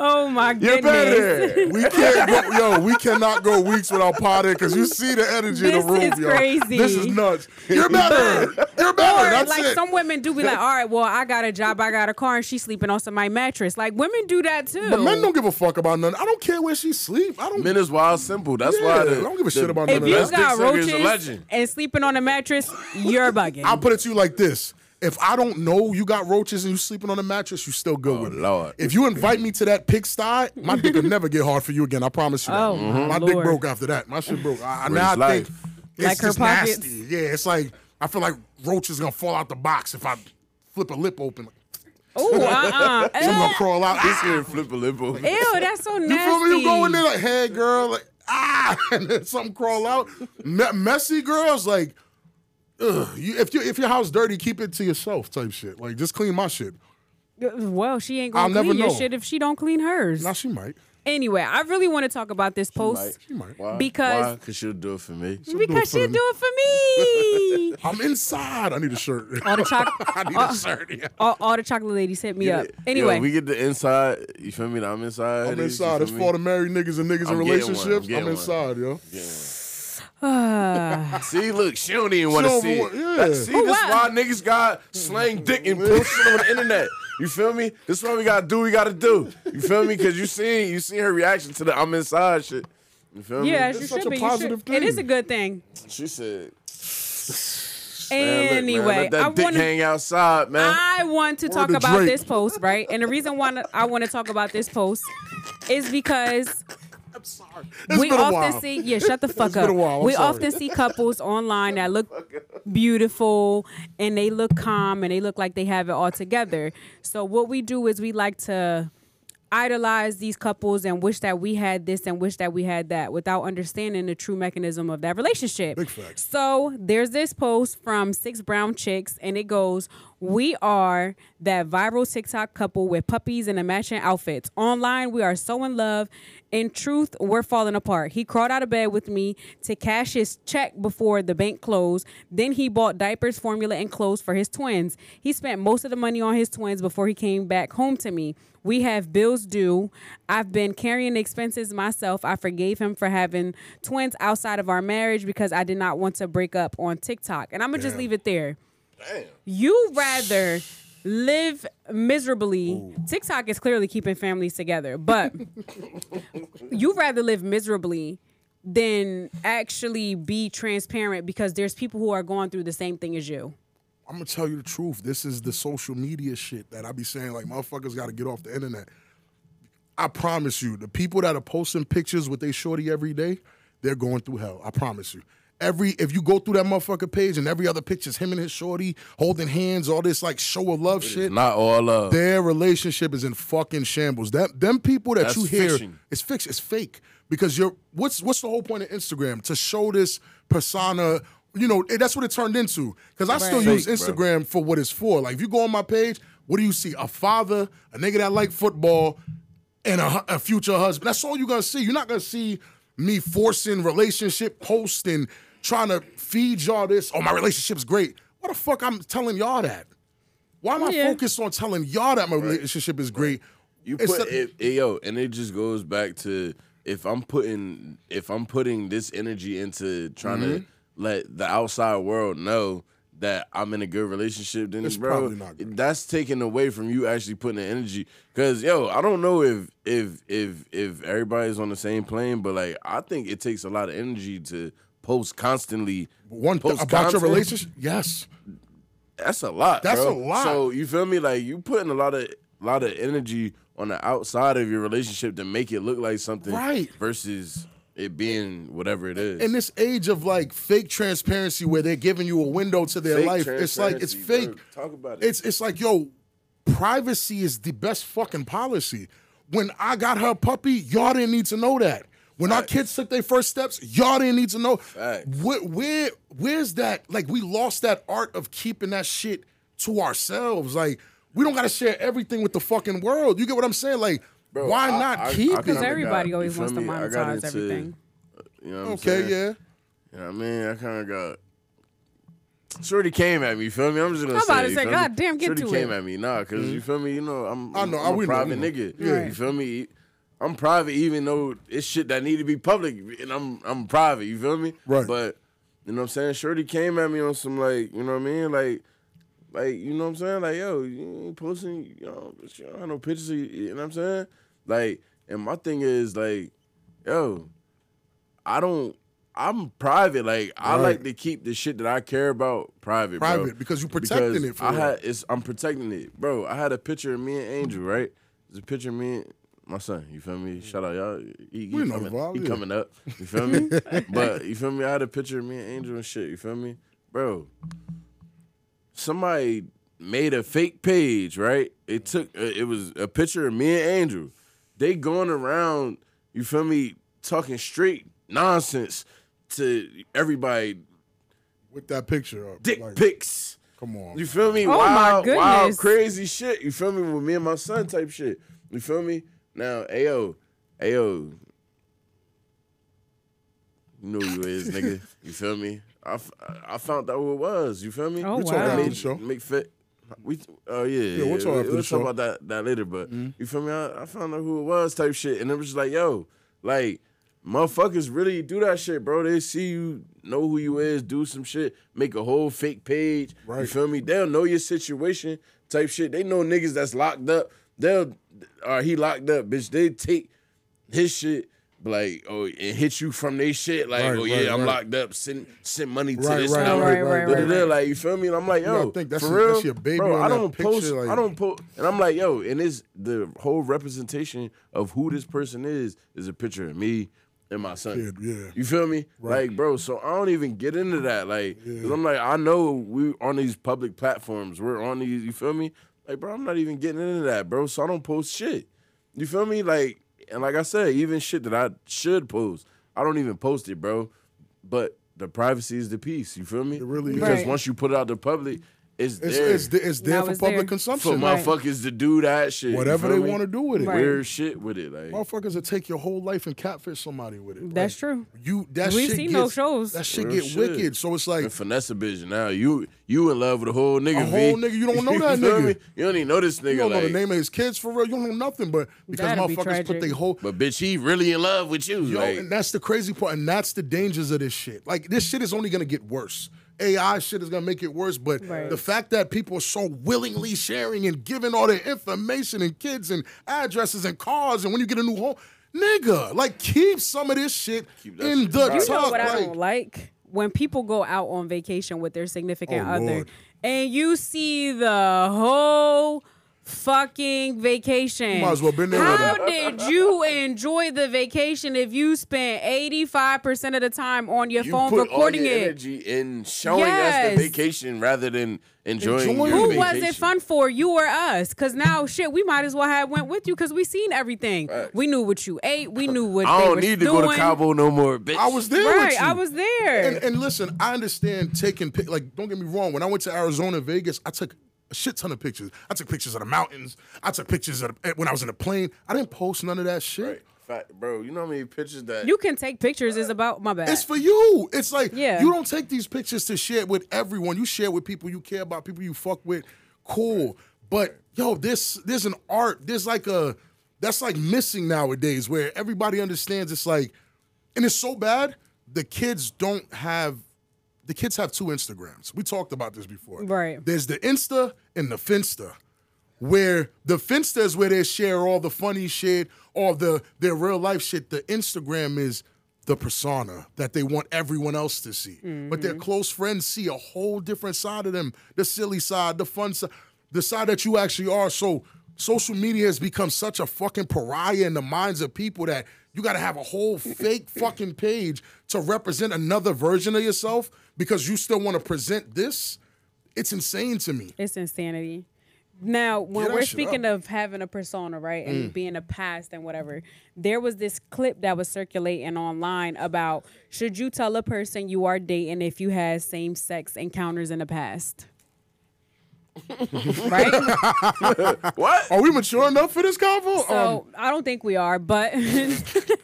Speaker 1: Oh my
Speaker 3: You're
Speaker 1: goodness.
Speaker 3: better.
Speaker 2: We can't go, yo. We cannot go weeks without potting because you see the energy in
Speaker 1: This
Speaker 2: the room,
Speaker 1: is
Speaker 2: yo.
Speaker 1: crazy.
Speaker 2: This is nuts. You're better. You're better.
Speaker 1: Or
Speaker 2: Oh, That's
Speaker 1: like
Speaker 2: it.
Speaker 1: some women do be like, all right, well, I got a job, I got a car, and she's sleeping on somebody's mattress. Like women do that too.
Speaker 2: but men don't give a fuck about none. I don't care where she sleep. I don't.
Speaker 3: Men is wild simple. That's
Speaker 2: Yeah,
Speaker 3: why the,
Speaker 2: I don't give
Speaker 3: the-
Speaker 2: a shit about
Speaker 3: the
Speaker 1: if
Speaker 2: none of
Speaker 1: you
Speaker 2: that.
Speaker 3: best dick
Speaker 1: got
Speaker 3: sucker is a
Speaker 1: roaches
Speaker 3: legend.
Speaker 1: and sleeping on a mattress, you're bugging.
Speaker 2: I'll put it to you like this: If I don't know you got roaches and you sleeping on a mattress, you still good with it.
Speaker 3: Oh, Lord.
Speaker 2: If you invite me to that pigsty, my dick will never get hard for you again. I promise you. that.
Speaker 1: Oh, Mhm. my
Speaker 2: my dick
Speaker 1: Lord.
Speaker 2: broke after that. My shit broke. I, I-
Speaker 3: Raise
Speaker 2: now I
Speaker 3: life.
Speaker 2: think it's
Speaker 1: Like her
Speaker 2: just
Speaker 1: pockets?
Speaker 2: nasty. Yeah, it's like I feel like roaches gonna fall out the box if I flip a lip open.
Speaker 1: Ooh, uh-uh.
Speaker 2: I'm
Speaker 1: Uh,
Speaker 2: gonna crawl out.
Speaker 3: This here flip a lip over.
Speaker 1: Ew, that's so nasty.
Speaker 2: You feel me? You go in there like, hey, girl, like, ah, and then something crawl out. Me- messy girls, like, ugh. You, if, you, if your house dirty, keep it to yourself type shit. Like, just clean my shit.
Speaker 1: Well, she ain't gonna
Speaker 2: I'll never
Speaker 1: clean your
Speaker 2: know.
Speaker 1: shit if she don't clean hers.
Speaker 2: Now, she might.
Speaker 1: Anyway, I really want to talk about this post
Speaker 3: She might. Why? Why?
Speaker 1: Because-
Speaker 3: Cause she'll do it for me.
Speaker 1: because
Speaker 2: for
Speaker 1: she
Speaker 2: me.
Speaker 1: do it for me.
Speaker 2: I'm inside. I need a shirt.
Speaker 1: all the choc-
Speaker 2: I need
Speaker 1: all,
Speaker 2: a shirt. Yeah.
Speaker 1: all, all the chocolate ladies hit me
Speaker 3: Get
Speaker 1: up.
Speaker 3: it.
Speaker 1: Anyway,
Speaker 3: Yo, we get the inside. You feel me? The I'm inside.
Speaker 2: I'm
Speaker 3: hoodies, you
Speaker 2: inside.
Speaker 3: feel
Speaker 2: It's
Speaker 3: me?
Speaker 2: for the married niggas and niggas in
Speaker 3: I'm getting one. I'm
Speaker 2: relationships. I'm,
Speaker 3: getting one.
Speaker 2: inside, yo.
Speaker 3: Yeah.
Speaker 1: uh,
Speaker 3: see, look, she don't even want to
Speaker 2: don't
Speaker 3: see it.
Speaker 2: want- yeah.
Speaker 3: That- see,
Speaker 1: Who
Speaker 3: this why
Speaker 1: what?
Speaker 3: niggas got slang dick and posted on the internet. You feel me? This why we gotta do. what We gotta do. You feel me? Cause you seen, you seen her reaction to the I'm inside shit. You feel me?
Speaker 1: yeah, as you
Speaker 2: such
Speaker 1: should
Speaker 2: a
Speaker 1: be. You should-
Speaker 2: positive
Speaker 1: It is
Speaker 2: thing.
Speaker 1: a good thing.
Speaker 3: She said. Man, look, man,
Speaker 1: Anyway,
Speaker 3: let that dick
Speaker 1: I want to.
Speaker 3: hang outside, man.
Speaker 1: I want to talk
Speaker 2: to
Speaker 1: about
Speaker 2: Drake.
Speaker 1: this post, right? And the reason why I want to talk about this post is because
Speaker 2: I'm sorry. It's
Speaker 1: we
Speaker 2: been a
Speaker 1: often
Speaker 2: while.
Speaker 1: see yeah, shut the fuck
Speaker 2: It's
Speaker 1: up.
Speaker 2: been a while, I'm
Speaker 1: we
Speaker 2: sorry.
Speaker 1: often see couples online that look beautiful and they look calm and they look like they have it all together. So what we do is we like to idolize these couples and wish that we had this and wish that we had that without understanding the true mechanism of that relationship.
Speaker 2: Big facts.
Speaker 1: So there's this post from Six Brown Chicks, and it goes, We are that viral TikTok couple with puppies and a matching outfits. Online, we are so in love. In truth, we're falling apart. He crawled out of bed with me to cash his check before the bank closed. Then he bought diapers, formula, and clothes for his twins. He spent most of the money on his twins before he came back home to me. We have bills due. I've been carrying expenses myself. I forgave him for having twins outside of our marriage because I did not want to break up on TikTok. And I'm going to just leave it there. You rather live miserably. TikTok is clearly keeping families together, but you rather live miserably than actually be transparent because there's people who are going through the same thing as you.
Speaker 2: I'm gonna tell you the truth. This is the social media shit that I be saying. Like motherfuckers got to get off the internet. I promise you, the people that are posting pictures with they shorty every day, they're going through hell. I promise you. Every if you go through that motherfucker page and every other picture's him and his shorty holding hands, all this like show of love shit.
Speaker 3: Not all love.
Speaker 2: their relationship is in fucking shambles. That them people that
Speaker 3: That's
Speaker 2: you hear
Speaker 3: fishing.
Speaker 2: it's fixed, it's fake. Because you're what's what's the whole point of Instagram to show this persona? You know eh, that's what it turned into. Because I still
Speaker 3: Right.
Speaker 2: use
Speaker 3: Fake, bro.
Speaker 2: Instagram for what it's for. Like if you go on my page, what do you see? A father, a nigga that like football, and a, hu- a future husband. That's all you're gonna see. You're not gonna see me forcing relationship posts and trying to feed y'all this. Oh, my relationship's great. What the fuck? I'm telling y'all that. Why am I
Speaker 1: Yeah.
Speaker 2: focused on telling y'all that my relationship is great?
Speaker 3: You
Speaker 2: It's
Speaker 3: put
Speaker 2: a-
Speaker 3: it, it- yo, and it just goes back to if I'm putting if I'm putting this energy into trying to
Speaker 2: Mm-hmm.
Speaker 3: let the outside world know that I'm in a good relationship, then
Speaker 2: It's
Speaker 3: bro,
Speaker 2: probably not good.
Speaker 3: that's taken away from you actually putting the energy. Cause yo, I don't know if if if if everybody's on the same plane, but like I think it takes a lot of energy to post constantly.
Speaker 2: one th-
Speaker 3: post
Speaker 2: about
Speaker 3: content.
Speaker 2: your relationship. Yes,
Speaker 3: That's a lot.
Speaker 2: That's
Speaker 3: bro.
Speaker 2: a lot.
Speaker 3: So you feel me? Like you putting a lot of lot of energy on the outside of your relationship to make it look like something,
Speaker 2: Right.
Speaker 3: Versus it being whatever it is.
Speaker 2: in this age of like fake transparency, where they're giving you a window to their
Speaker 3: Fake
Speaker 2: life, it's like it's
Speaker 3: transparency,
Speaker 2: fake.
Speaker 3: bro. Talk about it.
Speaker 2: It's it's like yo, privacy is the best fucking policy. When I got her puppy, y'all didn't need to know that. When our kids took their first steps, y'all didn't need to know.
Speaker 3: Facts.
Speaker 2: Where, where where's that? Like we lost that art of keeping that shit to ourselves. Like we don't got to share everything with the fucking world. You get what I'm saying? Like
Speaker 3: Bro,
Speaker 2: why
Speaker 3: I-
Speaker 2: not
Speaker 3: I-
Speaker 2: keep
Speaker 3: I kinda
Speaker 2: it?
Speaker 1: Because everybody
Speaker 3: got-
Speaker 1: always
Speaker 3: you
Speaker 1: wants
Speaker 3: feel
Speaker 1: to
Speaker 3: me? I got
Speaker 1: monetize
Speaker 3: into-
Speaker 1: everything.
Speaker 3: you know what I'm
Speaker 2: Okay,
Speaker 3: saying?
Speaker 2: yeah.
Speaker 3: You know what I mean, I kind of got. Shorty came at me, you feel me? I'm just gonna
Speaker 1: I'm
Speaker 3: say.
Speaker 1: about to
Speaker 3: you
Speaker 1: say,
Speaker 3: feel me?
Speaker 1: God damn, get
Speaker 3: Shorty
Speaker 1: to it.
Speaker 3: came at me, nah, because you feel me? You know, I'm,
Speaker 2: Mm-hmm. I
Speaker 3: I'm,
Speaker 2: know, I-
Speaker 3: I'm
Speaker 2: we
Speaker 3: a
Speaker 2: know,
Speaker 3: private
Speaker 2: we know.
Speaker 3: nigga.
Speaker 1: Yeah.
Speaker 3: You feel me? I'm private, even though it's shit that need to be public, and I'm I'm private. You feel me?
Speaker 2: Right.
Speaker 3: But you know what I'm saying? Shorty came at me on some like, you know what I mean? Like, like you know what I'm saying? Like, yo, you ain't posting, you know, you don't have no pictures. Of you, you know what I'm saying? Like, and my thing is like, yo, I don't. I'm private. Like I
Speaker 2: Right.
Speaker 3: like to keep the shit that I care about private. bro.
Speaker 2: Private, because you protecting
Speaker 3: Because
Speaker 2: it for
Speaker 3: I
Speaker 2: real.
Speaker 3: had. It's, I'm protecting it, bro. I had a picture of me and Angel. Right. There's a picture of me. And, my son, you feel me? Shout out y'all. He, he
Speaker 2: We know
Speaker 3: coming,
Speaker 2: the vibe,
Speaker 3: he
Speaker 2: yeah.
Speaker 3: coming up. You feel me? but you feel me? I had a picture of me and Angel and shit. You feel me, bro? somebody made a fake page, right? It took uh, it was a picture of me and Andrew. They going around, you feel me, talking straight nonsense to everybody,
Speaker 2: with that picture up.
Speaker 3: dick
Speaker 2: like,
Speaker 3: pics.
Speaker 2: Come on.
Speaker 3: You feel me?
Speaker 1: Oh my
Speaker 3: wild, wild,
Speaker 1: goodness.
Speaker 3: crazy shit. You feel me? With me and my son type shit. You feel me? Now, ayo, Hey yo, you know who you is, nigga. You feel me? I, f- I found out who it was. You feel me?
Speaker 1: Oh, We
Speaker 2: talk wow. after the show.
Speaker 3: McFit. We oh yeah, yeah.
Speaker 2: we'll talk
Speaker 3: we,
Speaker 2: after the
Speaker 3: we'll
Speaker 2: show.
Speaker 3: talk about that that later. But
Speaker 2: Mm-hmm.
Speaker 3: you feel me? I, I found out who it was, type shit, and it was just like, yo, like motherfuckers really do that shit, bro. They see you, know who you is, do some shit, make a whole fake page. You
Speaker 2: Right.
Speaker 3: feel me? They'll know your situation, type shit. They know niggas that's locked up. They'll or he locked up, bitch. They take his shit. Like oh, and hit you from they shit. Like
Speaker 2: Right,
Speaker 3: oh yeah,
Speaker 2: right,
Speaker 3: I'm
Speaker 2: right.
Speaker 3: locked up. Send send money to
Speaker 2: Right,
Speaker 3: this
Speaker 2: right,
Speaker 3: number.
Speaker 2: right,
Speaker 1: right,
Speaker 3: da, da,
Speaker 1: right,
Speaker 3: da.
Speaker 1: right.
Speaker 3: Like you feel me? And I'm like, yo,
Speaker 2: gotta think that's
Speaker 3: for
Speaker 2: your-
Speaker 3: real,
Speaker 2: that's your baby
Speaker 3: bro.
Speaker 2: on
Speaker 3: I
Speaker 2: that
Speaker 3: don't
Speaker 2: picture,
Speaker 3: post.
Speaker 2: like-
Speaker 3: I don't post. And I'm like, yo, and it's the whole representation of who this person is is a picture of me and my son.
Speaker 2: Kid, yeah.
Speaker 3: You feel me? Like, bro. So I don't even get into that. Like, i I'm like, I know we on these public platforms. We're on these. You feel me? Like, bro, I'm not even getting into that, bro. So I don't post shit. You feel me? Like, and like I said, even shit that I should post, I don't even post it, bro. But the privacy is the piece. You feel me? It
Speaker 2: really is.
Speaker 3: because
Speaker 1: Right.
Speaker 3: once you put it out to public, it's
Speaker 2: It's
Speaker 3: there
Speaker 2: it's, th- it's there
Speaker 1: Now
Speaker 2: for
Speaker 1: it's
Speaker 2: public
Speaker 1: there.
Speaker 3: for
Speaker 2: consumption.
Speaker 1: my-
Speaker 3: motherfuckers to do that shit. you
Speaker 2: Whatever
Speaker 3: feel
Speaker 2: they
Speaker 3: me?
Speaker 2: want to do with it.
Speaker 1: Right.
Speaker 3: Weird shit with it, like
Speaker 2: Motherfuckers will take your whole life and catfish somebody with it.
Speaker 1: That's
Speaker 2: Like,
Speaker 1: true.
Speaker 2: You that
Speaker 1: We've
Speaker 2: shit
Speaker 1: seen
Speaker 2: gets,
Speaker 1: those shows.
Speaker 2: That shit
Speaker 3: Real
Speaker 2: get
Speaker 3: shit.
Speaker 2: wicked. So it's like
Speaker 3: and finesse a bitch. Now you you in love with a whole nigga,
Speaker 2: A whole
Speaker 3: V.
Speaker 2: nigga, you don't know that
Speaker 3: feel
Speaker 2: nigga.
Speaker 3: me? You don't even know this nigga.
Speaker 2: you don't
Speaker 3: like,
Speaker 2: know the name of his kids for real. You don't know nothing, but because
Speaker 1: That'd be
Speaker 2: motherfuckers put
Speaker 1: tragic.
Speaker 2: their whole
Speaker 3: But bitch, he really in love with you.
Speaker 2: Yo,
Speaker 3: like,
Speaker 2: and that's the crazy part, and that's the dangers of this shit. Like this shit is only gonna get worse. AI shit is gonna make it worse, but
Speaker 1: Right.
Speaker 2: the fact that people are so willingly sharing and giving all their information and kids and addresses and cars, and when you get a new home, nigga, like keep some of this shit
Speaker 3: Keep that
Speaker 2: in
Speaker 3: shit
Speaker 2: the
Speaker 3: private.
Speaker 1: You know
Speaker 2: tuck,
Speaker 1: what I
Speaker 2: like-
Speaker 1: don't like? When people go out on vacation with their significant
Speaker 2: Oh,
Speaker 1: other
Speaker 2: Lord.
Speaker 1: and you see the whole fucking vacation.
Speaker 2: You might as well been there with
Speaker 1: How did you enjoy the vacation if you spent 85% of the time on your
Speaker 3: you
Speaker 1: phone
Speaker 3: put
Speaker 1: recording
Speaker 3: all your
Speaker 1: it?
Speaker 3: energy in showing us
Speaker 1: Yes.
Speaker 3: the vacation rather than enjoying.
Speaker 2: Enjoying
Speaker 3: your
Speaker 2: it.
Speaker 1: Who
Speaker 2: Who
Speaker 1: was
Speaker 3: vacation.
Speaker 1: it fun for? You or us? Cause now shit, we might as well have went with you because we seen everything. We knew what you ate. We knew what
Speaker 3: I
Speaker 1: they
Speaker 3: don't
Speaker 1: was
Speaker 3: need to
Speaker 1: doing.
Speaker 3: go to Cabo no more, bitch.
Speaker 2: I was there with you.
Speaker 1: Right, I was there.
Speaker 2: And, and listen, I understand taking pic. Like, don't get me wrong. When I went to Arizona, and Vegas, I took a shit ton of pictures. I took pictures of the mountains. I took pictures of the, eh, when I was in the plane. I didn't post none of that shit.
Speaker 3: Right. Fact, bro. You know how many pictures that
Speaker 1: you can take pictures. Is about my bad.
Speaker 2: It's for you. It's like
Speaker 1: Yeah.
Speaker 2: you don't take these pictures to share with everyone. You share with people you care about, people you fuck with. Cool. But yo, this there's an art. There's like a that's like missing nowadays where everybody understands it's like and it's so bad, the kids don't have the kids have two Instagrams. We talked about this before.
Speaker 1: Right.
Speaker 2: There's the Insta and the Finsta. Where the Finsta is where they share all the funny shit, all the their real life shit. The Instagram is the persona that they want everyone else to see. But their close friends see a whole different side of them, the silly side, the fun side, the side that you actually are. So social media has become such a fucking pariah in the minds of people that you got to have a whole fake fucking page to represent another version of yourself because you still want to present this. It's insane to me.
Speaker 1: It's insanity. Now, when
Speaker 2: that
Speaker 1: we're
Speaker 2: shit
Speaker 1: speaking of having a persona, right, and being a past and whatever, there was this clip that was circulating online about should you tell a person you are dating if you had same sex encounters in the past? right?
Speaker 3: what?
Speaker 2: Are we mature enough for this convo? Um,
Speaker 1: So I don't think we are, but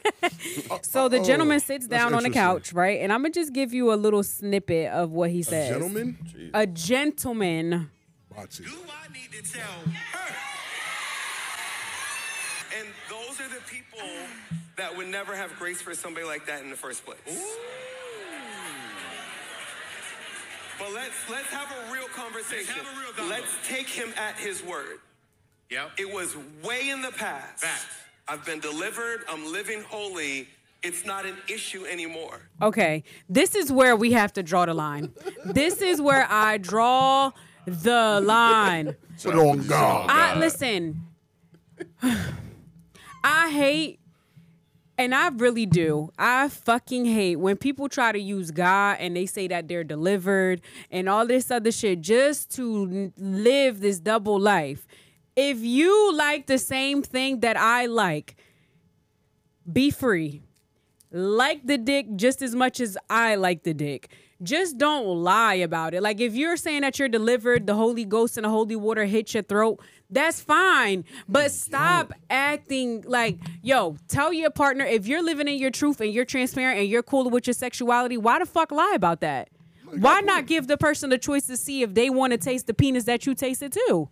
Speaker 1: so the gentleman sits down on the
Speaker 2: interesting.
Speaker 1: couch, right? And I'm gonna just give you a little snippet of what he says.
Speaker 2: gentlemen,
Speaker 1: A gentleman.
Speaker 2: Bocce.
Speaker 5: Do I need to tell her? And those are the people that would never have grace for somebody like that in the first place. But let's let's have a real conversation.
Speaker 6: Let's have a real dialogue.
Speaker 5: Let's take him at his word.
Speaker 6: Yep.
Speaker 5: It was way in the past.
Speaker 6: Facts.
Speaker 5: I've been delivered. I'm living holy. It's not an issue anymore.
Speaker 1: Okay, this is where we have to draw the line. this is where I draw the line.
Speaker 2: Put it on God.
Speaker 1: I listen. I hate and I really do. I fucking hate when people try to use God and they say that they're delivered and all this other shit just to n- live this double life. If you like the same thing that I like, be free. like the dick just as much as I like the dick. Just don't lie about it. Like if you're saying that you're delivered, the Holy Ghost and the holy water hit your throat, that's fine. But stop acting like, yo, tell your partner if you're living in your truth and you're transparent and you're cool with your sexuality, why the fuck lie about that? Why not give the person the choice to see if they want to taste the penis that you tasted too?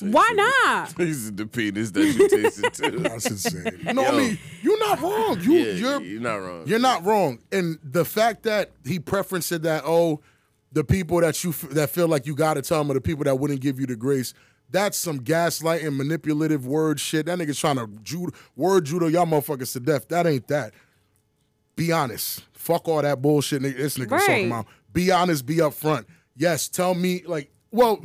Speaker 1: Why not?
Speaker 3: These are the penis that you tasted too.
Speaker 2: That's insane. No, I
Speaker 3: Yo.
Speaker 2: mean, you're not wrong. You,
Speaker 3: Yeah,
Speaker 2: you're,
Speaker 3: you're not wrong.
Speaker 2: You're not wrong. And the fact that he preferenced it that oh, the people that you f- that feel like you got to tell them are the people that wouldn't give you the grace. That's some gaslighting, manipulative word shit. That nigga's trying to judo, word judo y'all motherfuckers to death. That ain't that. Be honest. Fuck all that bullshit. Nigga, this nigga's
Speaker 1: Right.
Speaker 2: talking about. Be honest. Be upfront. Yes. Tell me like well.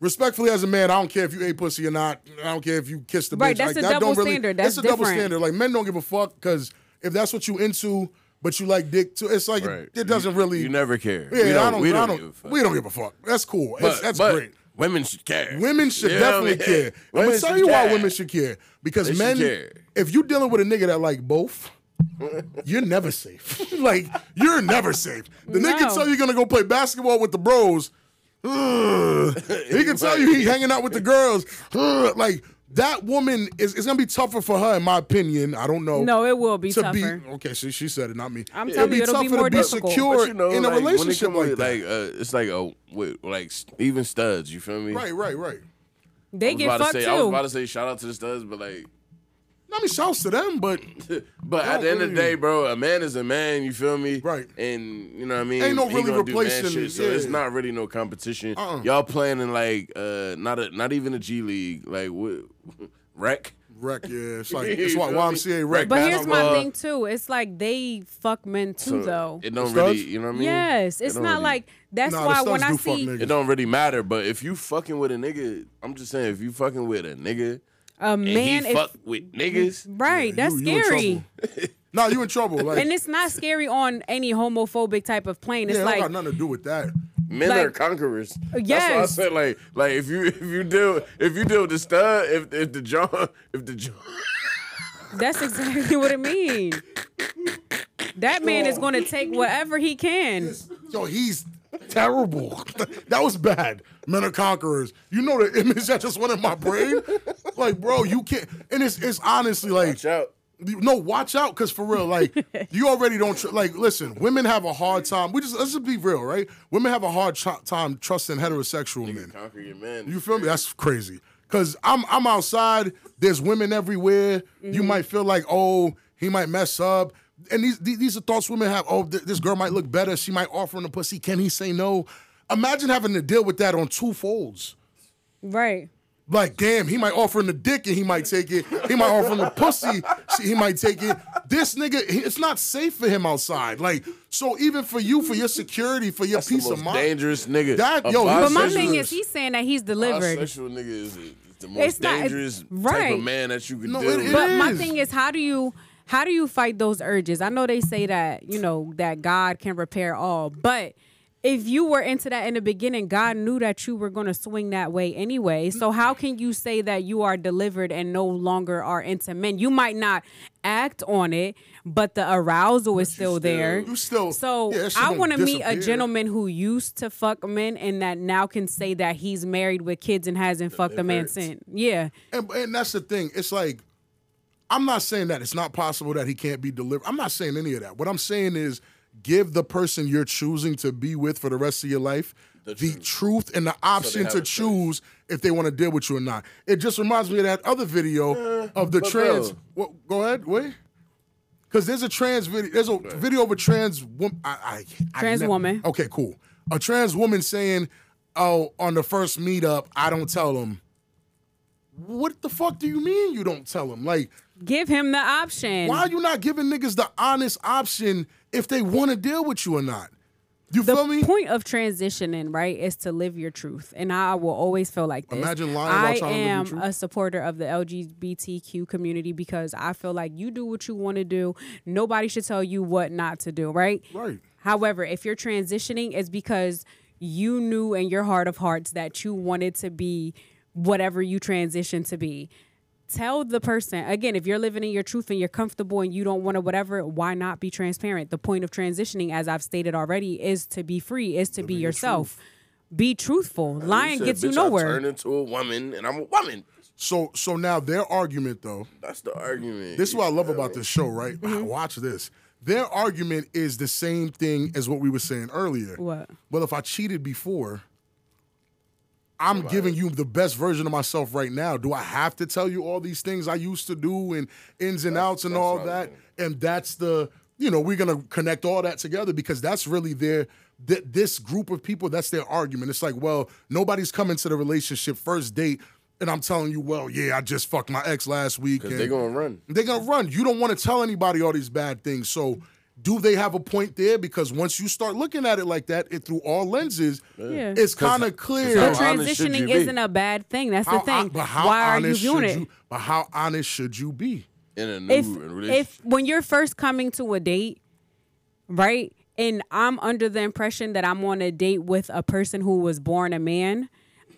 Speaker 2: Respectfully, as a man, I don't care if you ate pussy or not. I don't care if you kissed the
Speaker 1: Right,
Speaker 2: bitch.
Speaker 1: that's
Speaker 2: like,
Speaker 1: a
Speaker 2: that
Speaker 1: double
Speaker 2: don't really,
Speaker 1: standard.
Speaker 2: That's,
Speaker 1: That's
Speaker 2: a double
Speaker 1: different.
Speaker 2: standard. Like men don't give a fuck because if that's what you into, but you like dick too, it's like it-
Speaker 3: Right.
Speaker 2: it, doesn't
Speaker 3: You-
Speaker 2: really.
Speaker 3: you never care.
Speaker 2: Yeah,
Speaker 3: We don't-
Speaker 2: I don't.
Speaker 3: we
Speaker 2: I
Speaker 3: don't
Speaker 2: don't.
Speaker 3: give a fuck.
Speaker 2: we don't give a fuck. That's cool. That's- that's
Speaker 3: but
Speaker 2: great.
Speaker 3: Women should care.
Speaker 2: Women should
Speaker 3: You know what I
Speaker 2: definitely
Speaker 3: mean?
Speaker 2: care. I'm
Speaker 3: Women
Speaker 2: gonna tell
Speaker 3: should
Speaker 2: you why
Speaker 3: care.
Speaker 2: women should care because
Speaker 3: They should
Speaker 2: men.
Speaker 3: care.
Speaker 2: If you dealing with a nigga that like both. You're never safe. like you're never safe. The nigga can
Speaker 1: No.
Speaker 2: tell you gonna go play basketball with the bros. Ugh. he can tell you he hanging out with the girls. Ugh. like that woman is it's gonna be tougher for her, in my opinion. I don't know.
Speaker 1: No, it will be
Speaker 2: to
Speaker 1: tougher.
Speaker 2: be okay. She, she said it, not me.
Speaker 1: I'm telling you, it'll be
Speaker 2: tougher
Speaker 1: more
Speaker 2: to be
Speaker 1: difficult.
Speaker 2: secure
Speaker 3: But you know,
Speaker 2: in a
Speaker 3: like, when it
Speaker 2: relationship
Speaker 3: come
Speaker 2: like,
Speaker 3: with,
Speaker 2: that.
Speaker 3: like uh, it's like a with, like s- even studs. You feel me?
Speaker 2: right, right, right.
Speaker 3: I
Speaker 1: They
Speaker 3: was
Speaker 1: get
Speaker 3: about
Speaker 1: fucked
Speaker 3: to say,
Speaker 1: too.
Speaker 3: I was about to say shout out to the studs, but like,
Speaker 2: I mean, shouts to them, but
Speaker 3: but at the end of the day, bro, a man is a man. You feel me?
Speaker 2: Right.
Speaker 3: And you know what I mean?
Speaker 2: Ain't no
Speaker 3: He
Speaker 2: really
Speaker 3: gonna do man
Speaker 2: replacing-
Speaker 3: Shit, so
Speaker 2: yeah.
Speaker 3: it's not really no competition.
Speaker 2: Uh-uh.
Speaker 3: Y'all playing in like uh not a not even a G League like what wreck.
Speaker 2: wreck. Yeah, it's like it's why YMCA wreck.
Speaker 1: But here's my
Speaker 3: Basketball.
Speaker 1: thing too. It's like they fuck men too, though.
Speaker 3: it don't
Speaker 2: Studs?
Speaker 3: really. uh, You know what I mean?
Speaker 1: yes,
Speaker 3: It
Speaker 1: it's
Speaker 3: don't
Speaker 1: not
Speaker 3: really-
Speaker 1: like that's
Speaker 2: Nah, the
Speaker 1: why
Speaker 2: studs
Speaker 1: when I
Speaker 2: do fuck
Speaker 1: see
Speaker 2: niggas.
Speaker 3: It don't really matter, but if you fucking with a nigga, I'm just saying, if you fucking with a nigga,
Speaker 1: a
Speaker 3: and
Speaker 1: man,
Speaker 3: he
Speaker 1: if,
Speaker 3: fuck with niggas,
Speaker 1: right, that's
Speaker 2: You- you in
Speaker 1: scary.
Speaker 2: trouble. nah, you in trouble. Like,
Speaker 1: And it's not scary on any homophobic type of plane. It's
Speaker 2: yeah, it don't
Speaker 1: like
Speaker 2: got nothing to do with that.
Speaker 3: men
Speaker 1: Like-
Speaker 3: are conquerors.
Speaker 1: Yes.
Speaker 3: That's why I said like, like if you if you deal if you deal with the stud, if if the John if the John,
Speaker 1: that's exactly what it means. That man is going to take whatever he can.
Speaker 2: Yo, he's terrible. that was bad. Men are conquerors. You know the image that just went in my brain. like, bro, you can't. And it's it's honestly like
Speaker 3: watch out.
Speaker 2: You- No, watch out, cause for real, like you already don't tr- like. Listen, women have a hard time. We just let's just be real, right? Women have a hard tr- time trusting heterosexual men.
Speaker 3: Conquer your man.
Speaker 2: You feel me? That's crazy. Cause I'm I'm outside. There's women everywhere. You
Speaker 1: Mm-hmm.
Speaker 2: might feel like, oh, he might mess up. And these these, these are thoughts women have. Oh, th- this girl might look better. She might offer him a pussy. Can he say no? Imagine having to deal with that on two folds.
Speaker 1: Right.
Speaker 2: Like, damn, he might offer him the dick and he might take it. He might offer him the pussy, she- he might take it. This nigga, he- it's not safe for him outside. Like, so even for you, for your security, for your
Speaker 3: That's the
Speaker 2: peace
Speaker 3: most
Speaker 2: of mind,
Speaker 3: dangerous nigga.
Speaker 2: That-
Speaker 3: A
Speaker 2: yo,
Speaker 1: But my
Speaker 2: Bisexual
Speaker 1: thing
Speaker 2: is-
Speaker 1: is, he's saying that he's delivered.
Speaker 3: bisexual nigga is the most
Speaker 1: It's not- it's-
Speaker 3: dangerous type
Speaker 1: right.
Speaker 3: of man that you can
Speaker 2: No,
Speaker 3: deal
Speaker 2: it
Speaker 3: with.
Speaker 2: is.
Speaker 1: But my thing is, how do you how do you fight those urges? I know they say that you know that God can repair all, but if you were into that in the beginning, God knew that you were going to swing that way anyway. So how can you say that you are delivered and no longer are into men? You might not act on it, but the arousal is still, there.
Speaker 2: you still-
Speaker 1: So
Speaker 2: yeah, that shit
Speaker 1: I
Speaker 2: don't
Speaker 1: want to meet a
Speaker 2: disappear.
Speaker 1: gentleman who used to fuck men and that now can say that he's married with kids and hasn't fucked a man
Speaker 3: Delivered.
Speaker 1: since. Yeah.
Speaker 2: And, and that's the thing. It's like, I'm not saying that it's not possible that he can't be delivered. I'm not saying any of that. What I'm saying is give the person you're choosing to be with for the rest of your life the, truth. and the option
Speaker 3: have
Speaker 2: to
Speaker 3: a choice.
Speaker 2: choose if they want to deal with you or not. It just reminds me of that other video of the
Speaker 3: but
Speaker 2: trans.
Speaker 3: bro.
Speaker 2: What, go ahead, wait. Because there's a trans video. There's a video of a trans woman. I, I,
Speaker 1: Trans
Speaker 2: I
Speaker 1: woman.
Speaker 2: Okay, cool. A trans woman saying, "Oh, on the first meetup, I don't tell them." What the fuck do you mean you don't tell them? Like,
Speaker 1: Give him the option.
Speaker 2: why are you not giving niggas the honest option if they want to deal with you or not? You
Speaker 1: the
Speaker 2: feel me?
Speaker 1: point of transitioning, right, is to live your truth, and I will always feel like this.
Speaker 2: Imagine lying about
Speaker 1: I
Speaker 2: trying to live your
Speaker 1: am
Speaker 2: truth.
Speaker 1: a supporter of the LGBTQ community because I feel like you do what you want to do. Nobody should tell you what not to do, right?
Speaker 2: Right.
Speaker 1: However, if you're transitioning, it's because you knew in your heart of hearts that you wanted to be whatever you transitioned to be. tell the person again if you're living in your truth and you're comfortable and you don't want to whatever why not be transparent the point of transitioning as i've stated already is to be free is to, be, yourself be truthful lying
Speaker 3: said,
Speaker 1: gets you
Speaker 3: "Bitch, I
Speaker 1: nowhere
Speaker 3: turned into a woman, and I'm a woman.
Speaker 2: So so now their argument though,
Speaker 3: That's the argument.
Speaker 2: this is what I love about this show, right?
Speaker 3: Mm-hmm.
Speaker 2: Watch this. Their argument is the same thing as what we were saying earlier.
Speaker 1: What?
Speaker 2: Well, if I cheated before, I'm giving you the best version of myself right now. Do I have to tell you all these things I used to do and ins and outs and
Speaker 3: that's
Speaker 2: all
Speaker 3: what I was
Speaker 2: that? And that's the you know we're gonna connect all that together because that's really their th- this group of people. That's their argument. It's like, well, nobody's coming to the relationship first date, and I'm telling you, well, yeah, I just fucked my ex last week.
Speaker 3: Because
Speaker 2: and-
Speaker 3: they're gonna run.
Speaker 2: they're gonna run. You don't want to tell anybody all these bad things. So, do they have a point there? Because once you start looking at it like that, it through all lenses,
Speaker 1: Yeah.
Speaker 2: it's kind of
Speaker 1: but
Speaker 2: clear.
Speaker 3: How honest should you
Speaker 1: transitioning
Speaker 3: be?
Speaker 1: isn't a bad thing that's the
Speaker 2: hon-
Speaker 1: thing
Speaker 2: but how
Speaker 1: why are you
Speaker 2: honest
Speaker 1: doing
Speaker 2: should
Speaker 1: it
Speaker 2: you- But how honest should you be?
Speaker 3: in a new
Speaker 1: if
Speaker 3: relationship.
Speaker 1: if when you're first coming to a date, right? And I'm under the impression that I'm on a date with a person who was born a man.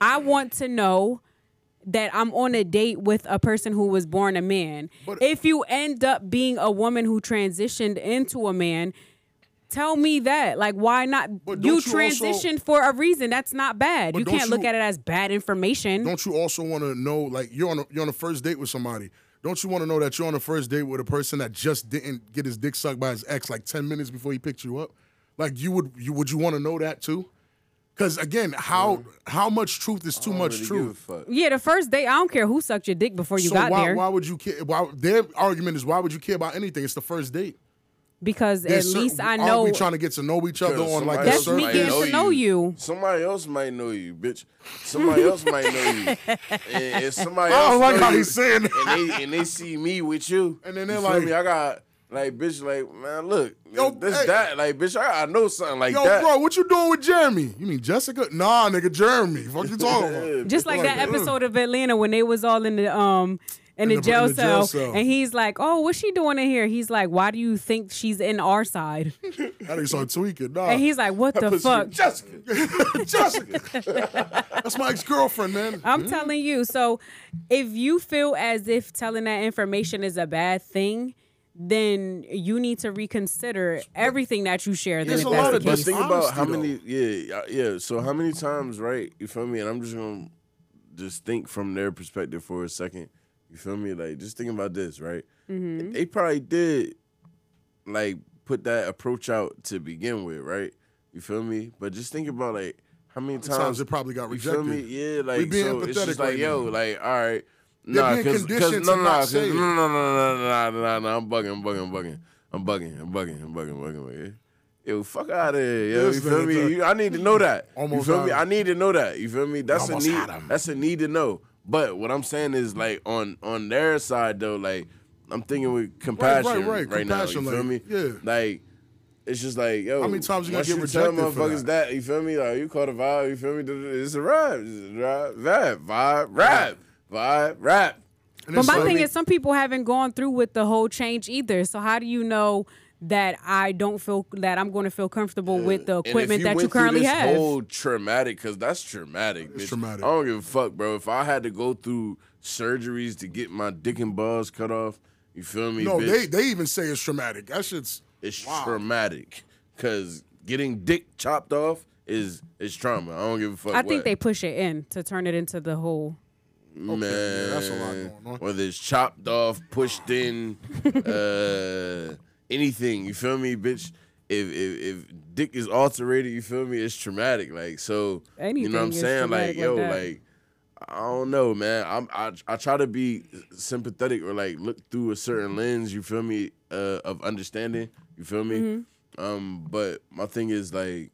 Speaker 1: I want to know that I'm on a date with a person who was born a man.
Speaker 2: But-
Speaker 1: if you end up being a woman who transitioned into a man, tell me that. Like, why not?
Speaker 2: But
Speaker 1: You
Speaker 2: don't you also-
Speaker 1: transitioned for a reason. That's not bad.
Speaker 2: But
Speaker 1: You
Speaker 2: don't
Speaker 1: can't look
Speaker 2: you-
Speaker 1: at it as bad information.
Speaker 2: Don't you also want to know, like you're on a, you're on a first date with somebody? Don't you want to know that you're on a first date with a person that just didn't get his dick sucked by his ex like ten minutes before he picked you up? Like you would you would you want to know that too? Because again, how how much truth is too much
Speaker 3: Really
Speaker 2: truth?
Speaker 3: give a fuck.
Speaker 1: yeah, the first date, I don't care who sucked your dick before you
Speaker 2: so
Speaker 1: got
Speaker 2: why,
Speaker 1: there.
Speaker 2: why would you care? Why their argument is why would you care about anything? It's the first date.
Speaker 1: because at
Speaker 2: There's
Speaker 1: least
Speaker 2: certain-
Speaker 1: I
Speaker 2: Aren't
Speaker 1: know
Speaker 2: we trying to get to know each other
Speaker 3: Because
Speaker 2: on
Speaker 3: somebody
Speaker 2: like a
Speaker 1: That's
Speaker 3: else
Speaker 1: me
Speaker 3: might
Speaker 1: getting
Speaker 2: surface?
Speaker 1: to know you.
Speaker 3: Somebody else might know you, bitch. Somebody else might know you. And if somebody
Speaker 2: I
Speaker 3: else
Speaker 2: don't like
Speaker 3: know
Speaker 2: how
Speaker 3: you,
Speaker 2: he's saying that.
Speaker 3: and they and they see me with you,
Speaker 2: And then they're
Speaker 3: you feel
Speaker 2: like-
Speaker 3: me? I got like bitch, like man, look,
Speaker 2: Yo,
Speaker 3: this
Speaker 2: hey.
Speaker 3: that, like bitch, I, I know something like
Speaker 2: Yo,
Speaker 3: that.
Speaker 2: bro, what you doing with Jeremy? You mean Jessica? Nah, nigga, Jeremy. Fuck you talking about?
Speaker 1: Just like that
Speaker 2: Like,
Speaker 1: episode of Atlanta when they was all in the um in, the,
Speaker 2: the-
Speaker 1: jail
Speaker 2: in the
Speaker 1: cell,
Speaker 2: jail cell.
Speaker 1: and he's like, "Oh, what's she doing in here?" He's like, "Why do you think she's in our side?"
Speaker 2: That nigga started tweaking. Nah,
Speaker 1: And he's like, "What the
Speaker 3: Pussy,
Speaker 1: fuck?"
Speaker 3: Jessica.
Speaker 2: Jessica. That's my ex girlfriend, man.
Speaker 1: I'm telling you. So, if you feel as if telling that information is a bad thing, then you need to reconsider everything that you share. Then
Speaker 2: There's
Speaker 1: if
Speaker 2: a
Speaker 1: that's
Speaker 2: lot
Speaker 1: the
Speaker 2: of
Speaker 3: But
Speaker 1: case.
Speaker 3: think about how
Speaker 2: Honesty, though.
Speaker 3: many, yeah, yeah. yeah, So how many times, right? You feel me? And I'm just gonna just think from their perspective for a second. You feel me? Like just think about this, right?
Speaker 2: Mm-hmm.
Speaker 3: They probably did like put that approach out to begin with, right? You feel me? But just think about like how many times,
Speaker 2: Times it probably got
Speaker 3: you feel me?
Speaker 2: rejected.
Speaker 3: Yeah, like
Speaker 2: being
Speaker 3: so it's
Speaker 2: empathetic
Speaker 3: just like
Speaker 2: right
Speaker 3: yo,
Speaker 2: now.
Speaker 3: like all right.
Speaker 2: They're
Speaker 3: Nah,
Speaker 2: being
Speaker 3: cause, cause, no,
Speaker 2: conditioned
Speaker 3: no,
Speaker 2: to
Speaker 3: no,
Speaker 2: not
Speaker 3: 'cause- mm-hmm.
Speaker 2: say
Speaker 3: no,
Speaker 2: it.
Speaker 3: no, no, no, no, no, no, no, I'm bugging, I'm bugging, I'm bugging, I'm bugging, I'm bugging, I'm bugging, I'm bugging. bugging. Yo, fuck out of here, yo.
Speaker 2: This
Speaker 3: You feel
Speaker 2: nigga
Speaker 3: me?
Speaker 2: took-
Speaker 3: You, I need to know that. you
Speaker 2: Almost
Speaker 3: feel
Speaker 2: had
Speaker 3: me?
Speaker 2: him.
Speaker 3: I need to know that. You feel me? That's a
Speaker 2: Almost
Speaker 3: need.
Speaker 2: had him.
Speaker 3: That's a need to know. But what I'm saying is like on on their side though, like I'm thinking with compassion right,
Speaker 2: right, compassion,
Speaker 3: now. You feel
Speaker 2: like,
Speaker 3: me?
Speaker 2: yeah.
Speaker 3: Like it's just like yo.
Speaker 2: How many times you gonna
Speaker 3: once
Speaker 2: get
Speaker 3: tell
Speaker 2: rejected for
Speaker 3: motherfuckers that? You feel me? Like you caught a vibe. You feel me? It's a rap, vibe, vibe, rap, vibe, rap.
Speaker 2: And
Speaker 1: But
Speaker 2: it's
Speaker 1: my
Speaker 2: like-
Speaker 1: thing is, some people haven't gone through with the whole change either. So how do you know that I don't feel that I'm going to feel comfortable with
Speaker 3: Uh,
Speaker 1: the
Speaker 3: And if
Speaker 1: equipment that
Speaker 3: went
Speaker 1: you
Speaker 3: through
Speaker 1: currently
Speaker 3: this
Speaker 1: have?
Speaker 3: Whole traumatic, cause that's traumatic.
Speaker 2: It's
Speaker 3: bitch.
Speaker 2: traumatic.
Speaker 3: I don't give a fuck, bro. If I had to go through surgeries to get my dick and balls cut off, you feel me?
Speaker 2: No,
Speaker 3: bitch?
Speaker 2: they they even say it's traumatic. That shit's
Speaker 3: It's
Speaker 2: wow.
Speaker 3: traumatic because getting dick chopped off is is trauma. I don't give a fuck.
Speaker 1: I think
Speaker 3: what.
Speaker 1: they push it in to turn it into the whole.
Speaker 3: man.
Speaker 2: yeah, that's a lot going on.
Speaker 3: Whether it's chopped off, pushed in, uh, anything. You feel me, bitch? If, if if dick is alterated, you feel me? It's traumatic. Like so, you
Speaker 1: Anything
Speaker 3: know what I'm
Speaker 1: is
Speaker 3: saying? Like
Speaker 1: traumatic like
Speaker 3: yo,
Speaker 1: that.
Speaker 3: like I don't know, man. I'm I, I try to be sympathetic or like look through a certain lens. You feel me? Uh, of understanding. You feel me?
Speaker 2: Mm-hmm.
Speaker 3: Um, but my thing is like,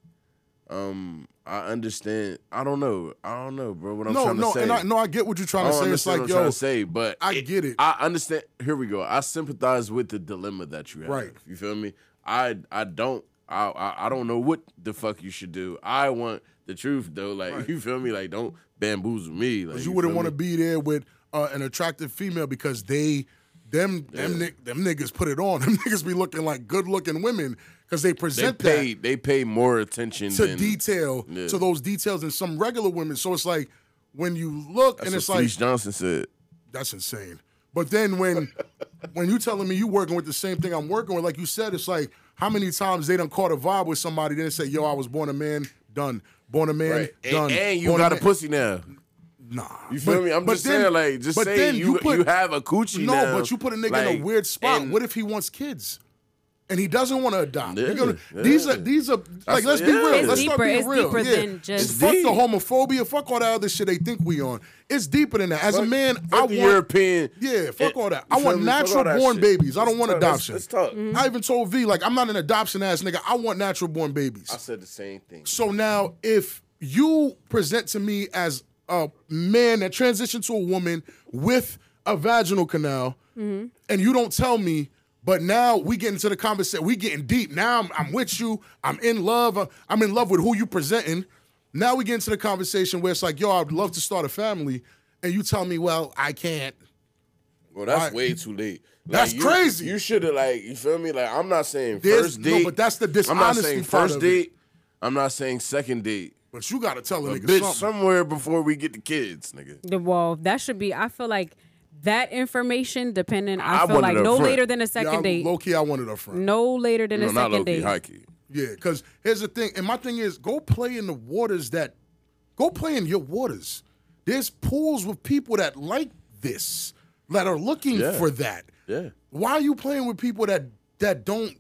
Speaker 3: um, I understand. I don't know. I don't know, bro. What I'm
Speaker 2: No,
Speaker 3: trying
Speaker 2: no,
Speaker 3: to say.
Speaker 2: and I, no, I get what you're trying to
Speaker 3: I
Speaker 2: say.
Speaker 3: don't
Speaker 2: It's
Speaker 3: understand
Speaker 2: like,
Speaker 3: what I'm
Speaker 2: yo,
Speaker 3: trying to say, but
Speaker 2: I get it.
Speaker 3: I understand. Here we go. I sympathize with the dilemma that you have.
Speaker 2: Right.
Speaker 3: You feel me? I I don't I, I I don't know what the fuck you should do. I want the truth though. Like you feel me? Like don't bamboozle me. Like
Speaker 2: you wouldn't want to
Speaker 3: to.
Speaker 2: be there with uh, an attractive female because they them them ni- them niggas put it on. Them niggas be looking like good looking women because they
Speaker 3: They
Speaker 2: present that
Speaker 3: pay they pay more attention
Speaker 2: to
Speaker 3: than
Speaker 2: detail
Speaker 3: Yeah.
Speaker 2: to those details than some regular women. So it's like when you look
Speaker 3: That's
Speaker 2: and
Speaker 3: what
Speaker 2: it's like
Speaker 3: Felice Johnson said.
Speaker 2: that's insane. But then when when you telling me you working with the same thing I'm working with, like you said, it's like how many times they done caught a vibe with somebody, then say, yo, I was born a man, done. Born a man,
Speaker 3: Right.
Speaker 2: done.
Speaker 3: And, and you
Speaker 2: Born
Speaker 3: got a
Speaker 2: man-
Speaker 3: pussy now.
Speaker 2: Nah.
Speaker 3: You feel me? I'm just saying, like, just
Speaker 2: but
Speaker 3: say
Speaker 2: then
Speaker 3: you, you,
Speaker 2: put-
Speaker 3: have a coochie
Speaker 2: no,
Speaker 3: now.
Speaker 2: but you put a nigga in
Speaker 3: like,
Speaker 2: a weird spot.
Speaker 3: and-
Speaker 2: What if he wants kids? And he doesn't want to adopt. You're
Speaker 3: Yeah,
Speaker 2: gonna- These
Speaker 3: yeah.
Speaker 2: are these are like
Speaker 3: That's-
Speaker 2: let's be
Speaker 3: yeah.
Speaker 2: real.
Speaker 3: It's
Speaker 2: let's start
Speaker 1: deeper-
Speaker 2: being
Speaker 1: it's
Speaker 2: real.
Speaker 1: deeper
Speaker 2: yeah.
Speaker 1: than just-
Speaker 2: It's fuck the
Speaker 3: deep.
Speaker 2: homophobia. Fuck all that other shit they think we on. It's deeper than that. As a
Speaker 3: Fuck-
Speaker 2: man,
Speaker 3: fuck
Speaker 2: I
Speaker 3: the
Speaker 2: want
Speaker 3: European.
Speaker 2: Yeah, fuck all that. I
Speaker 3: You
Speaker 2: want
Speaker 3: feel me? Fuck all
Speaker 2: natural
Speaker 3: that
Speaker 2: born
Speaker 3: shit.
Speaker 2: babies. I don't
Speaker 3: Let's
Speaker 2: want
Speaker 3: talk- let's-
Speaker 2: adoption. Mm.
Speaker 3: Let's talk.
Speaker 2: I even told V like I'm not an adoption ass nigga. I want natural born babies.
Speaker 3: I said the same thing.
Speaker 2: So now, if you present to me as a man that transitioned to a woman with a vaginal canal,
Speaker 1: Mm-hmm.
Speaker 2: and you don't tell me, but now we get into the conversation, we getting deep. Now I'm, I'm with you. I'm in love. I'm, I'm in love with who you presenting. Now we get into the conversation where it's like, yo, I'd love to start a family, and you tell me, well, I can't.
Speaker 3: Well, that's
Speaker 2: Alright.
Speaker 3: way too late. Like,
Speaker 2: That's
Speaker 3: you-
Speaker 2: crazy.
Speaker 3: You should have like you feel me. Like I'm not saying
Speaker 2: There's-
Speaker 3: first
Speaker 2: no,
Speaker 3: date,
Speaker 2: but that's the
Speaker 3: I'm not
Speaker 2: dishonesty
Speaker 3: saying
Speaker 2: part
Speaker 3: first
Speaker 2: of it.
Speaker 3: date. I'm not saying second date.
Speaker 2: But you gotta tell a nigga
Speaker 3: Bitch,
Speaker 2: something.
Speaker 3: somewhere before we get the kids, nigga.
Speaker 1: The well, that should be. I feel like that information, depending. I,
Speaker 3: I
Speaker 1: feel
Speaker 3: wanted
Speaker 1: like
Speaker 3: a
Speaker 1: no
Speaker 3: friend.
Speaker 1: later than a second date.
Speaker 2: Low key, I wanted a friend.
Speaker 1: no later than
Speaker 3: No,
Speaker 1: a
Speaker 3: not
Speaker 1: second
Speaker 3: low key,
Speaker 1: date.
Speaker 3: high key.
Speaker 2: Yeah, because here's the thing, and my thing is, go play in the waters that, go play in your waters. There's pools with people that like this, that are looking
Speaker 3: Yeah.
Speaker 2: for that.
Speaker 3: Yeah.
Speaker 2: Why are you playing with people that that don't? You know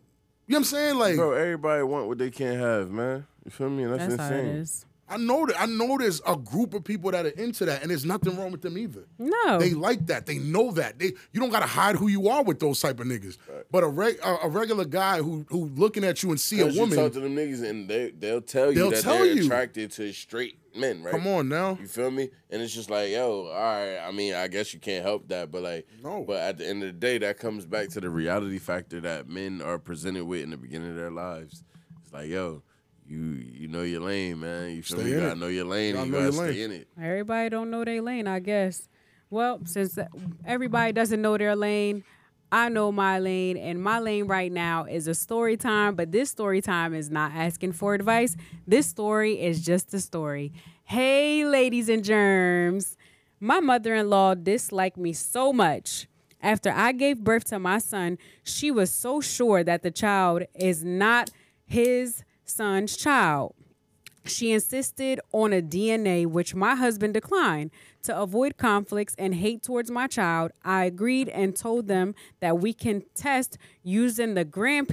Speaker 2: what I'm saying? Like,
Speaker 3: Bro, everybody want what they can't have, man. You feel me? And that's,
Speaker 1: That's how it
Speaker 3: insane.
Speaker 1: is.
Speaker 2: I know that I know there's a group of people that are into that, and there's nothing wrong with them either.
Speaker 1: No.
Speaker 2: they like that. They know that. They you don't gotta hide who you are with those type of niggas. But a, reg, a a regular guy who who looking at you and see a
Speaker 3: 'Cause
Speaker 2: woman,
Speaker 3: You talk to them niggas and they they'll tell you
Speaker 2: They'll
Speaker 3: that
Speaker 2: tell
Speaker 3: they're
Speaker 2: you.
Speaker 3: attracted to straight men, right?
Speaker 2: come on now.
Speaker 3: You feel me? And it's just like, yo, all right. I mean, I guess you can't help that, but like,
Speaker 2: No.
Speaker 3: But at the end of the day, that comes back to the reality factor that men are presented with in the beginning of their lives. It's like, yo, you you know your lane, man. You feel
Speaker 2: Stay
Speaker 3: me? You
Speaker 2: in
Speaker 3: gotta
Speaker 2: it.
Speaker 3: know your lane.
Speaker 2: Gotta
Speaker 3: and You
Speaker 2: know
Speaker 3: gotta
Speaker 2: your
Speaker 3: stay
Speaker 2: lane.
Speaker 3: in it.
Speaker 1: Everybody don't know their lane, I guess. Well, since everybody doesn't know their lane, I know my lane, and my lane right now is a story time, but this story time is not asking for advice. This story is just a story. Hey, ladies and germs. My mother in law disliked me so much. After I gave birth to my son, she was so sure that the child is not his son's child. She insisted on a DNA, which my husband declined. To avoid conflicts and hate towards my child, I agreed and told them that we can test using the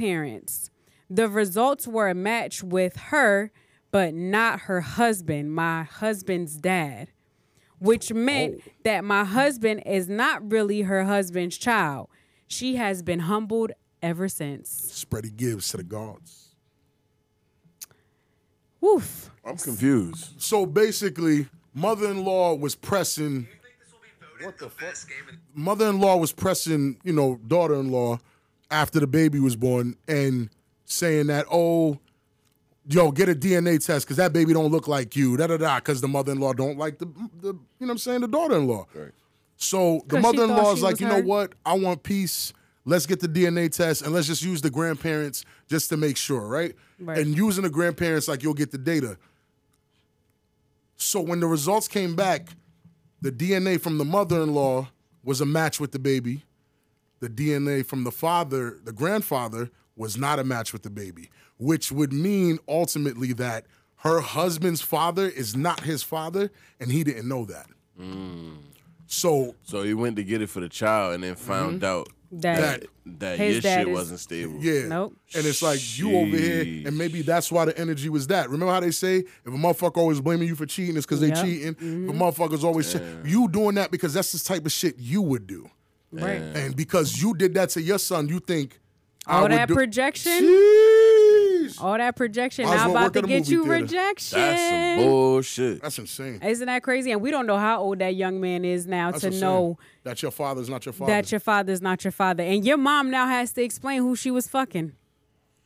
Speaker 1: grandparents. The results were a match with her, but not her husband, my husband's dad, which meant that my husband is not really her husband's child. She has been humbled ever since.
Speaker 2: Spready gives to the gods.
Speaker 1: Woof.
Speaker 3: I'm confused.
Speaker 2: So basically, mother-in-law was pressing.
Speaker 5: What the, best game in
Speaker 2: Mother-in-law was pressing, you know, daughter-in-law after the baby was born and saying that, oh, yo, get a DNA test because that baby don't look like you. Da da da. Because the mother-in-law don't like the, the, you know, what I'm saying the daughter-in-law. So the
Speaker 1: 'Cause she thought
Speaker 2: mother-in-law is
Speaker 1: she
Speaker 2: like,
Speaker 1: was
Speaker 2: you know
Speaker 1: her.
Speaker 2: what? I want peace. Let's get the DNA test and let's just use the grandparents just to make sure, right?
Speaker 1: Right.
Speaker 2: And using the grandparents, like you'll get the data. So when the results came back, the DNA from the mother-in-law was a match with the baby. The DNA from the father, the grandfather, was not a match with the baby, which would mean ultimately that her husband's father is not his father, and he didn't know that. So
Speaker 3: So he went to get it for the child and then
Speaker 2: Mm-hmm.
Speaker 3: found out
Speaker 1: That
Speaker 3: that that
Speaker 1: his
Speaker 3: your
Speaker 1: dad
Speaker 3: shit
Speaker 1: is-
Speaker 3: wasn't stable.
Speaker 2: Yeah.
Speaker 1: Nope.
Speaker 2: And it's like you over here, and maybe that's why the energy was that. Remember how they say if a motherfucker always blaming you for cheating, it's because they
Speaker 1: Yep. Mm-hmm.
Speaker 2: cheating. If a motherfucker's always cheating, you doing that because that's the type of shit you would do,
Speaker 1: Right.
Speaker 2: and because you did that to your son, you think I
Speaker 1: All
Speaker 2: would
Speaker 1: that
Speaker 2: do-
Speaker 1: projection.
Speaker 2: Jeez.
Speaker 1: All that projection
Speaker 2: Might as
Speaker 1: now
Speaker 2: well
Speaker 1: about
Speaker 2: work
Speaker 1: to
Speaker 2: at a
Speaker 1: get
Speaker 2: movie
Speaker 1: you
Speaker 2: theater.
Speaker 1: rejection.
Speaker 3: That's some bullshit.
Speaker 2: That's insane.
Speaker 1: Isn't that crazy? And we don't know how old that young man is now
Speaker 2: That's
Speaker 1: to
Speaker 2: insane.
Speaker 1: know
Speaker 2: that your father's not your father.
Speaker 1: that your father's not your father. And your mom now has to explain who she was fucking.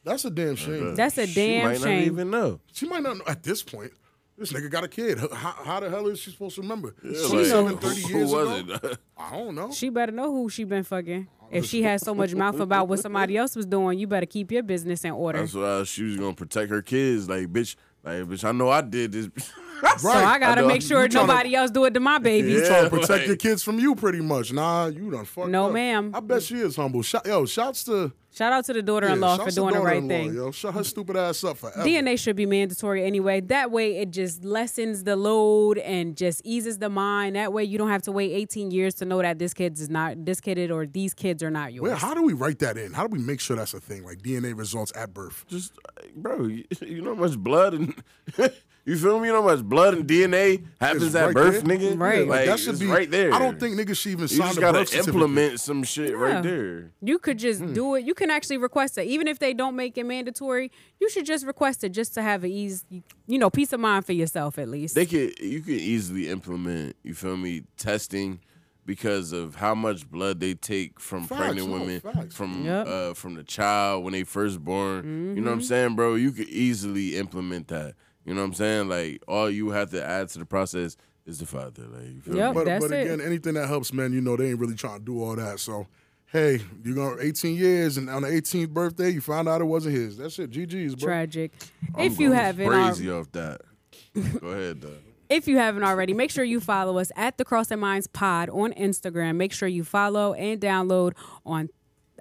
Speaker 2: that's a damn shame.
Speaker 1: That's a
Speaker 3: she
Speaker 1: damn
Speaker 3: might
Speaker 1: shame.
Speaker 3: not even know.
Speaker 2: she might not know at this point. This nigga got a kid. How, how the hell is she supposed to remember?
Speaker 3: Yeah,
Speaker 1: knows.
Speaker 2: Seven, 30
Speaker 3: who- who
Speaker 2: years
Speaker 3: was
Speaker 2: ago?
Speaker 3: it?
Speaker 2: I don't know.
Speaker 1: She better know who she been fucking. If she has so much mouth about what somebody else was doing, you better keep your business in order.
Speaker 3: That's why she was gonna protect her kids. Like, bitch, like, bitch, I know I did this.
Speaker 1: So I gotta
Speaker 3: I know.
Speaker 1: make sure
Speaker 3: You tryna-
Speaker 1: nobody else do it to my baby.
Speaker 2: You trying to
Speaker 3: Yeah,
Speaker 2: protect
Speaker 3: like-
Speaker 2: your kids from you, pretty much. Nah, you done fucked
Speaker 1: No,
Speaker 2: up.
Speaker 1: ma'am.
Speaker 2: I bet she is humble. Shout, yo, shouts to
Speaker 1: Shout out to the
Speaker 2: yeah,
Speaker 1: daughter-in-law for
Speaker 2: shouts to
Speaker 1: doing the right
Speaker 2: daughter-in-law,
Speaker 1: thing.
Speaker 2: Yo, shut her stupid ass up forever.
Speaker 1: DNA should be mandatory anyway. That way, it just lessens the load and just eases the mind. That way, you don't have to wait 18 years to know that this kid is not this kid or these kids are not yours.
Speaker 2: Where, how do we write that in? How do we make sure that's a thing? Like DNA results at birth.
Speaker 3: Just, uh, bro, you, you know how much blood and you feel me? You know how much blood and DNA happens
Speaker 2: It's
Speaker 3: at
Speaker 2: right
Speaker 3: birth,
Speaker 2: there.
Speaker 3: nigga.
Speaker 1: Right.
Speaker 3: like,
Speaker 2: Like, that should
Speaker 3: it's
Speaker 2: be
Speaker 3: right there.
Speaker 2: I don't think niggas should even
Speaker 3: you
Speaker 2: sign
Speaker 3: just
Speaker 2: the
Speaker 3: gotta
Speaker 2: birth certificate.
Speaker 3: implement some shit
Speaker 1: Yeah.
Speaker 3: right there.
Speaker 1: You could just
Speaker 3: Hmm.
Speaker 1: do it. You can actually request it, even if they don't make it mandatory. You should just request it just to have an ease, you know, peace of mind for yourself at least.
Speaker 3: They could, you could easily implement. You feel me? Testing because of how much blood they take from
Speaker 2: Facts,
Speaker 3: pregnant
Speaker 2: no,
Speaker 3: women,
Speaker 2: facts.
Speaker 3: from
Speaker 1: Yep. Mm-hmm.
Speaker 3: uh, from the child when they first born. You know what I'm saying, bro? You could easily implement that. You know what I'm saying? Like all you have to add to the process is the father. Like, you feel
Speaker 1: Yep.
Speaker 3: me?
Speaker 2: But,
Speaker 1: That's
Speaker 2: but again,
Speaker 1: it.
Speaker 2: anything that helps men, you know, they ain't really trying to do all that. So, hey, you going 18 years, and on the 18th birthday, you find out it wasn't his. That's it. GG's, bro.
Speaker 1: Tragic.
Speaker 3: I'm
Speaker 1: if you um,
Speaker 3: going
Speaker 1: haven't, al-
Speaker 3: crazy off that. Go ahead though.
Speaker 1: if you haven't already, make sure you follow us at the Cross and Minds Pod on Instagram. Make sure you follow and download on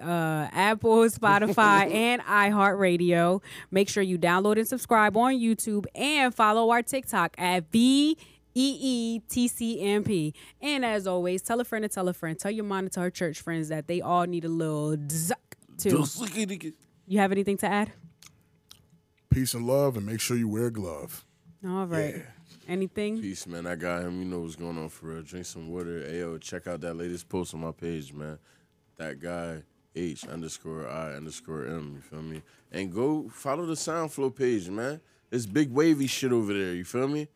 Speaker 1: uh, Apple, Spotify, and iHeartRadio. Make sure you download and subscribe on YouTube and follow our TikTok at V E E T C M P. And as always, tell a friend to tell a friend. Tell your mom to tell her church friends that they all need a little zuck too.
Speaker 3: Just look at it.
Speaker 1: You have anything to add?
Speaker 2: Peace and love, and make sure you wear a glove.
Speaker 1: All right. Anything?
Speaker 3: Peace, man. I got him. You know what's going on for real. Drink some water. Ayo, check out that latest post on my page, man. That guy, H underscore I underscore M, you feel me? And go follow the Soundflow page, man. It's big wavy shit over there, you feel me?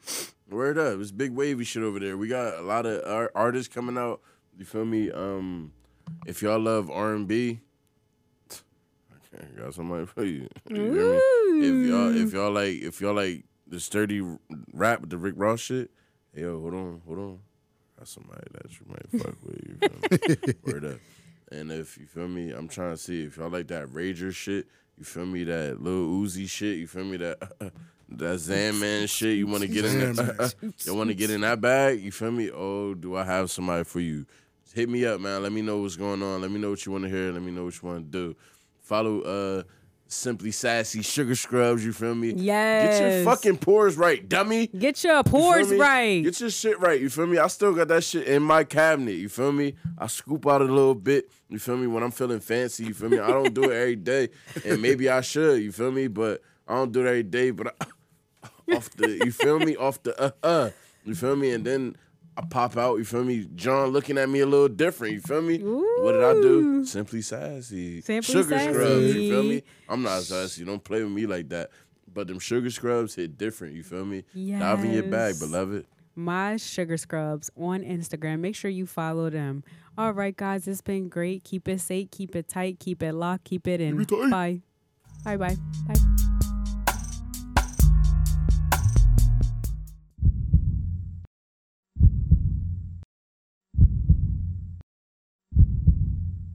Speaker 3: Word up. It's big wavy shit over there. We got a lot of ar- artists coming out, you feel me? Um, If y'all love R&B, I got somebody for you. You hear me? If y'all if y'all like if y'all like the sturdy rap with the Rick Ross shit, hey, yo, hold on, hold on. Got somebody that you might fuck with. You feel me? Word up. And if you feel me, I'm trying to see if y'all like that Rager shit. You feel me? That little Uzi shit. You feel me? That that Zan Man shit. You want to get in?
Speaker 2: Zan
Speaker 3: The, you want to get in that bag? You feel me? Oh, do I have somebody for you? Hit me up, man. Let me know what's going on. Let me know what you want to hear. Let me know what you want to do. Follow uh Simply Sassy Sugar Scrubs. You feel me? Get your
Speaker 1: Yes.
Speaker 3: fucking pores right, dummy.
Speaker 1: Get your
Speaker 3: You feel
Speaker 1: pores
Speaker 3: me?
Speaker 1: right.
Speaker 3: Get your shit right. You feel me? I still got that shit in my cabinet. You feel me? I scoop out a little bit. You feel me? When I'm feeling fancy, you feel me? I don't do it every day, and maybe I should. You feel me? But I don't do it every day. But I, off the, you feel me? Off the uh uh. You feel me? And then I pop out. You feel me? John looking at me a little different. You feel me? What did I do? Simply sassy.
Speaker 1: Simply
Speaker 3: Sugar scrubs. You feel
Speaker 1: sassy.
Speaker 3: me? I'm not sassy. Don't play with me like that. But them sugar scrubs hit different, you feel me? Dive in your bag,
Speaker 1: Yes.
Speaker 3: beloved.
Speaker 1: my sugar scrubs on Instagram. Make sure you follow them. All right, guys, it's been great. Keep it safe, keep it tight, keep it locked, keep it in.
Speaker 2: Keep it tight.
Speaker 1: Bye. Bye bye. Bye.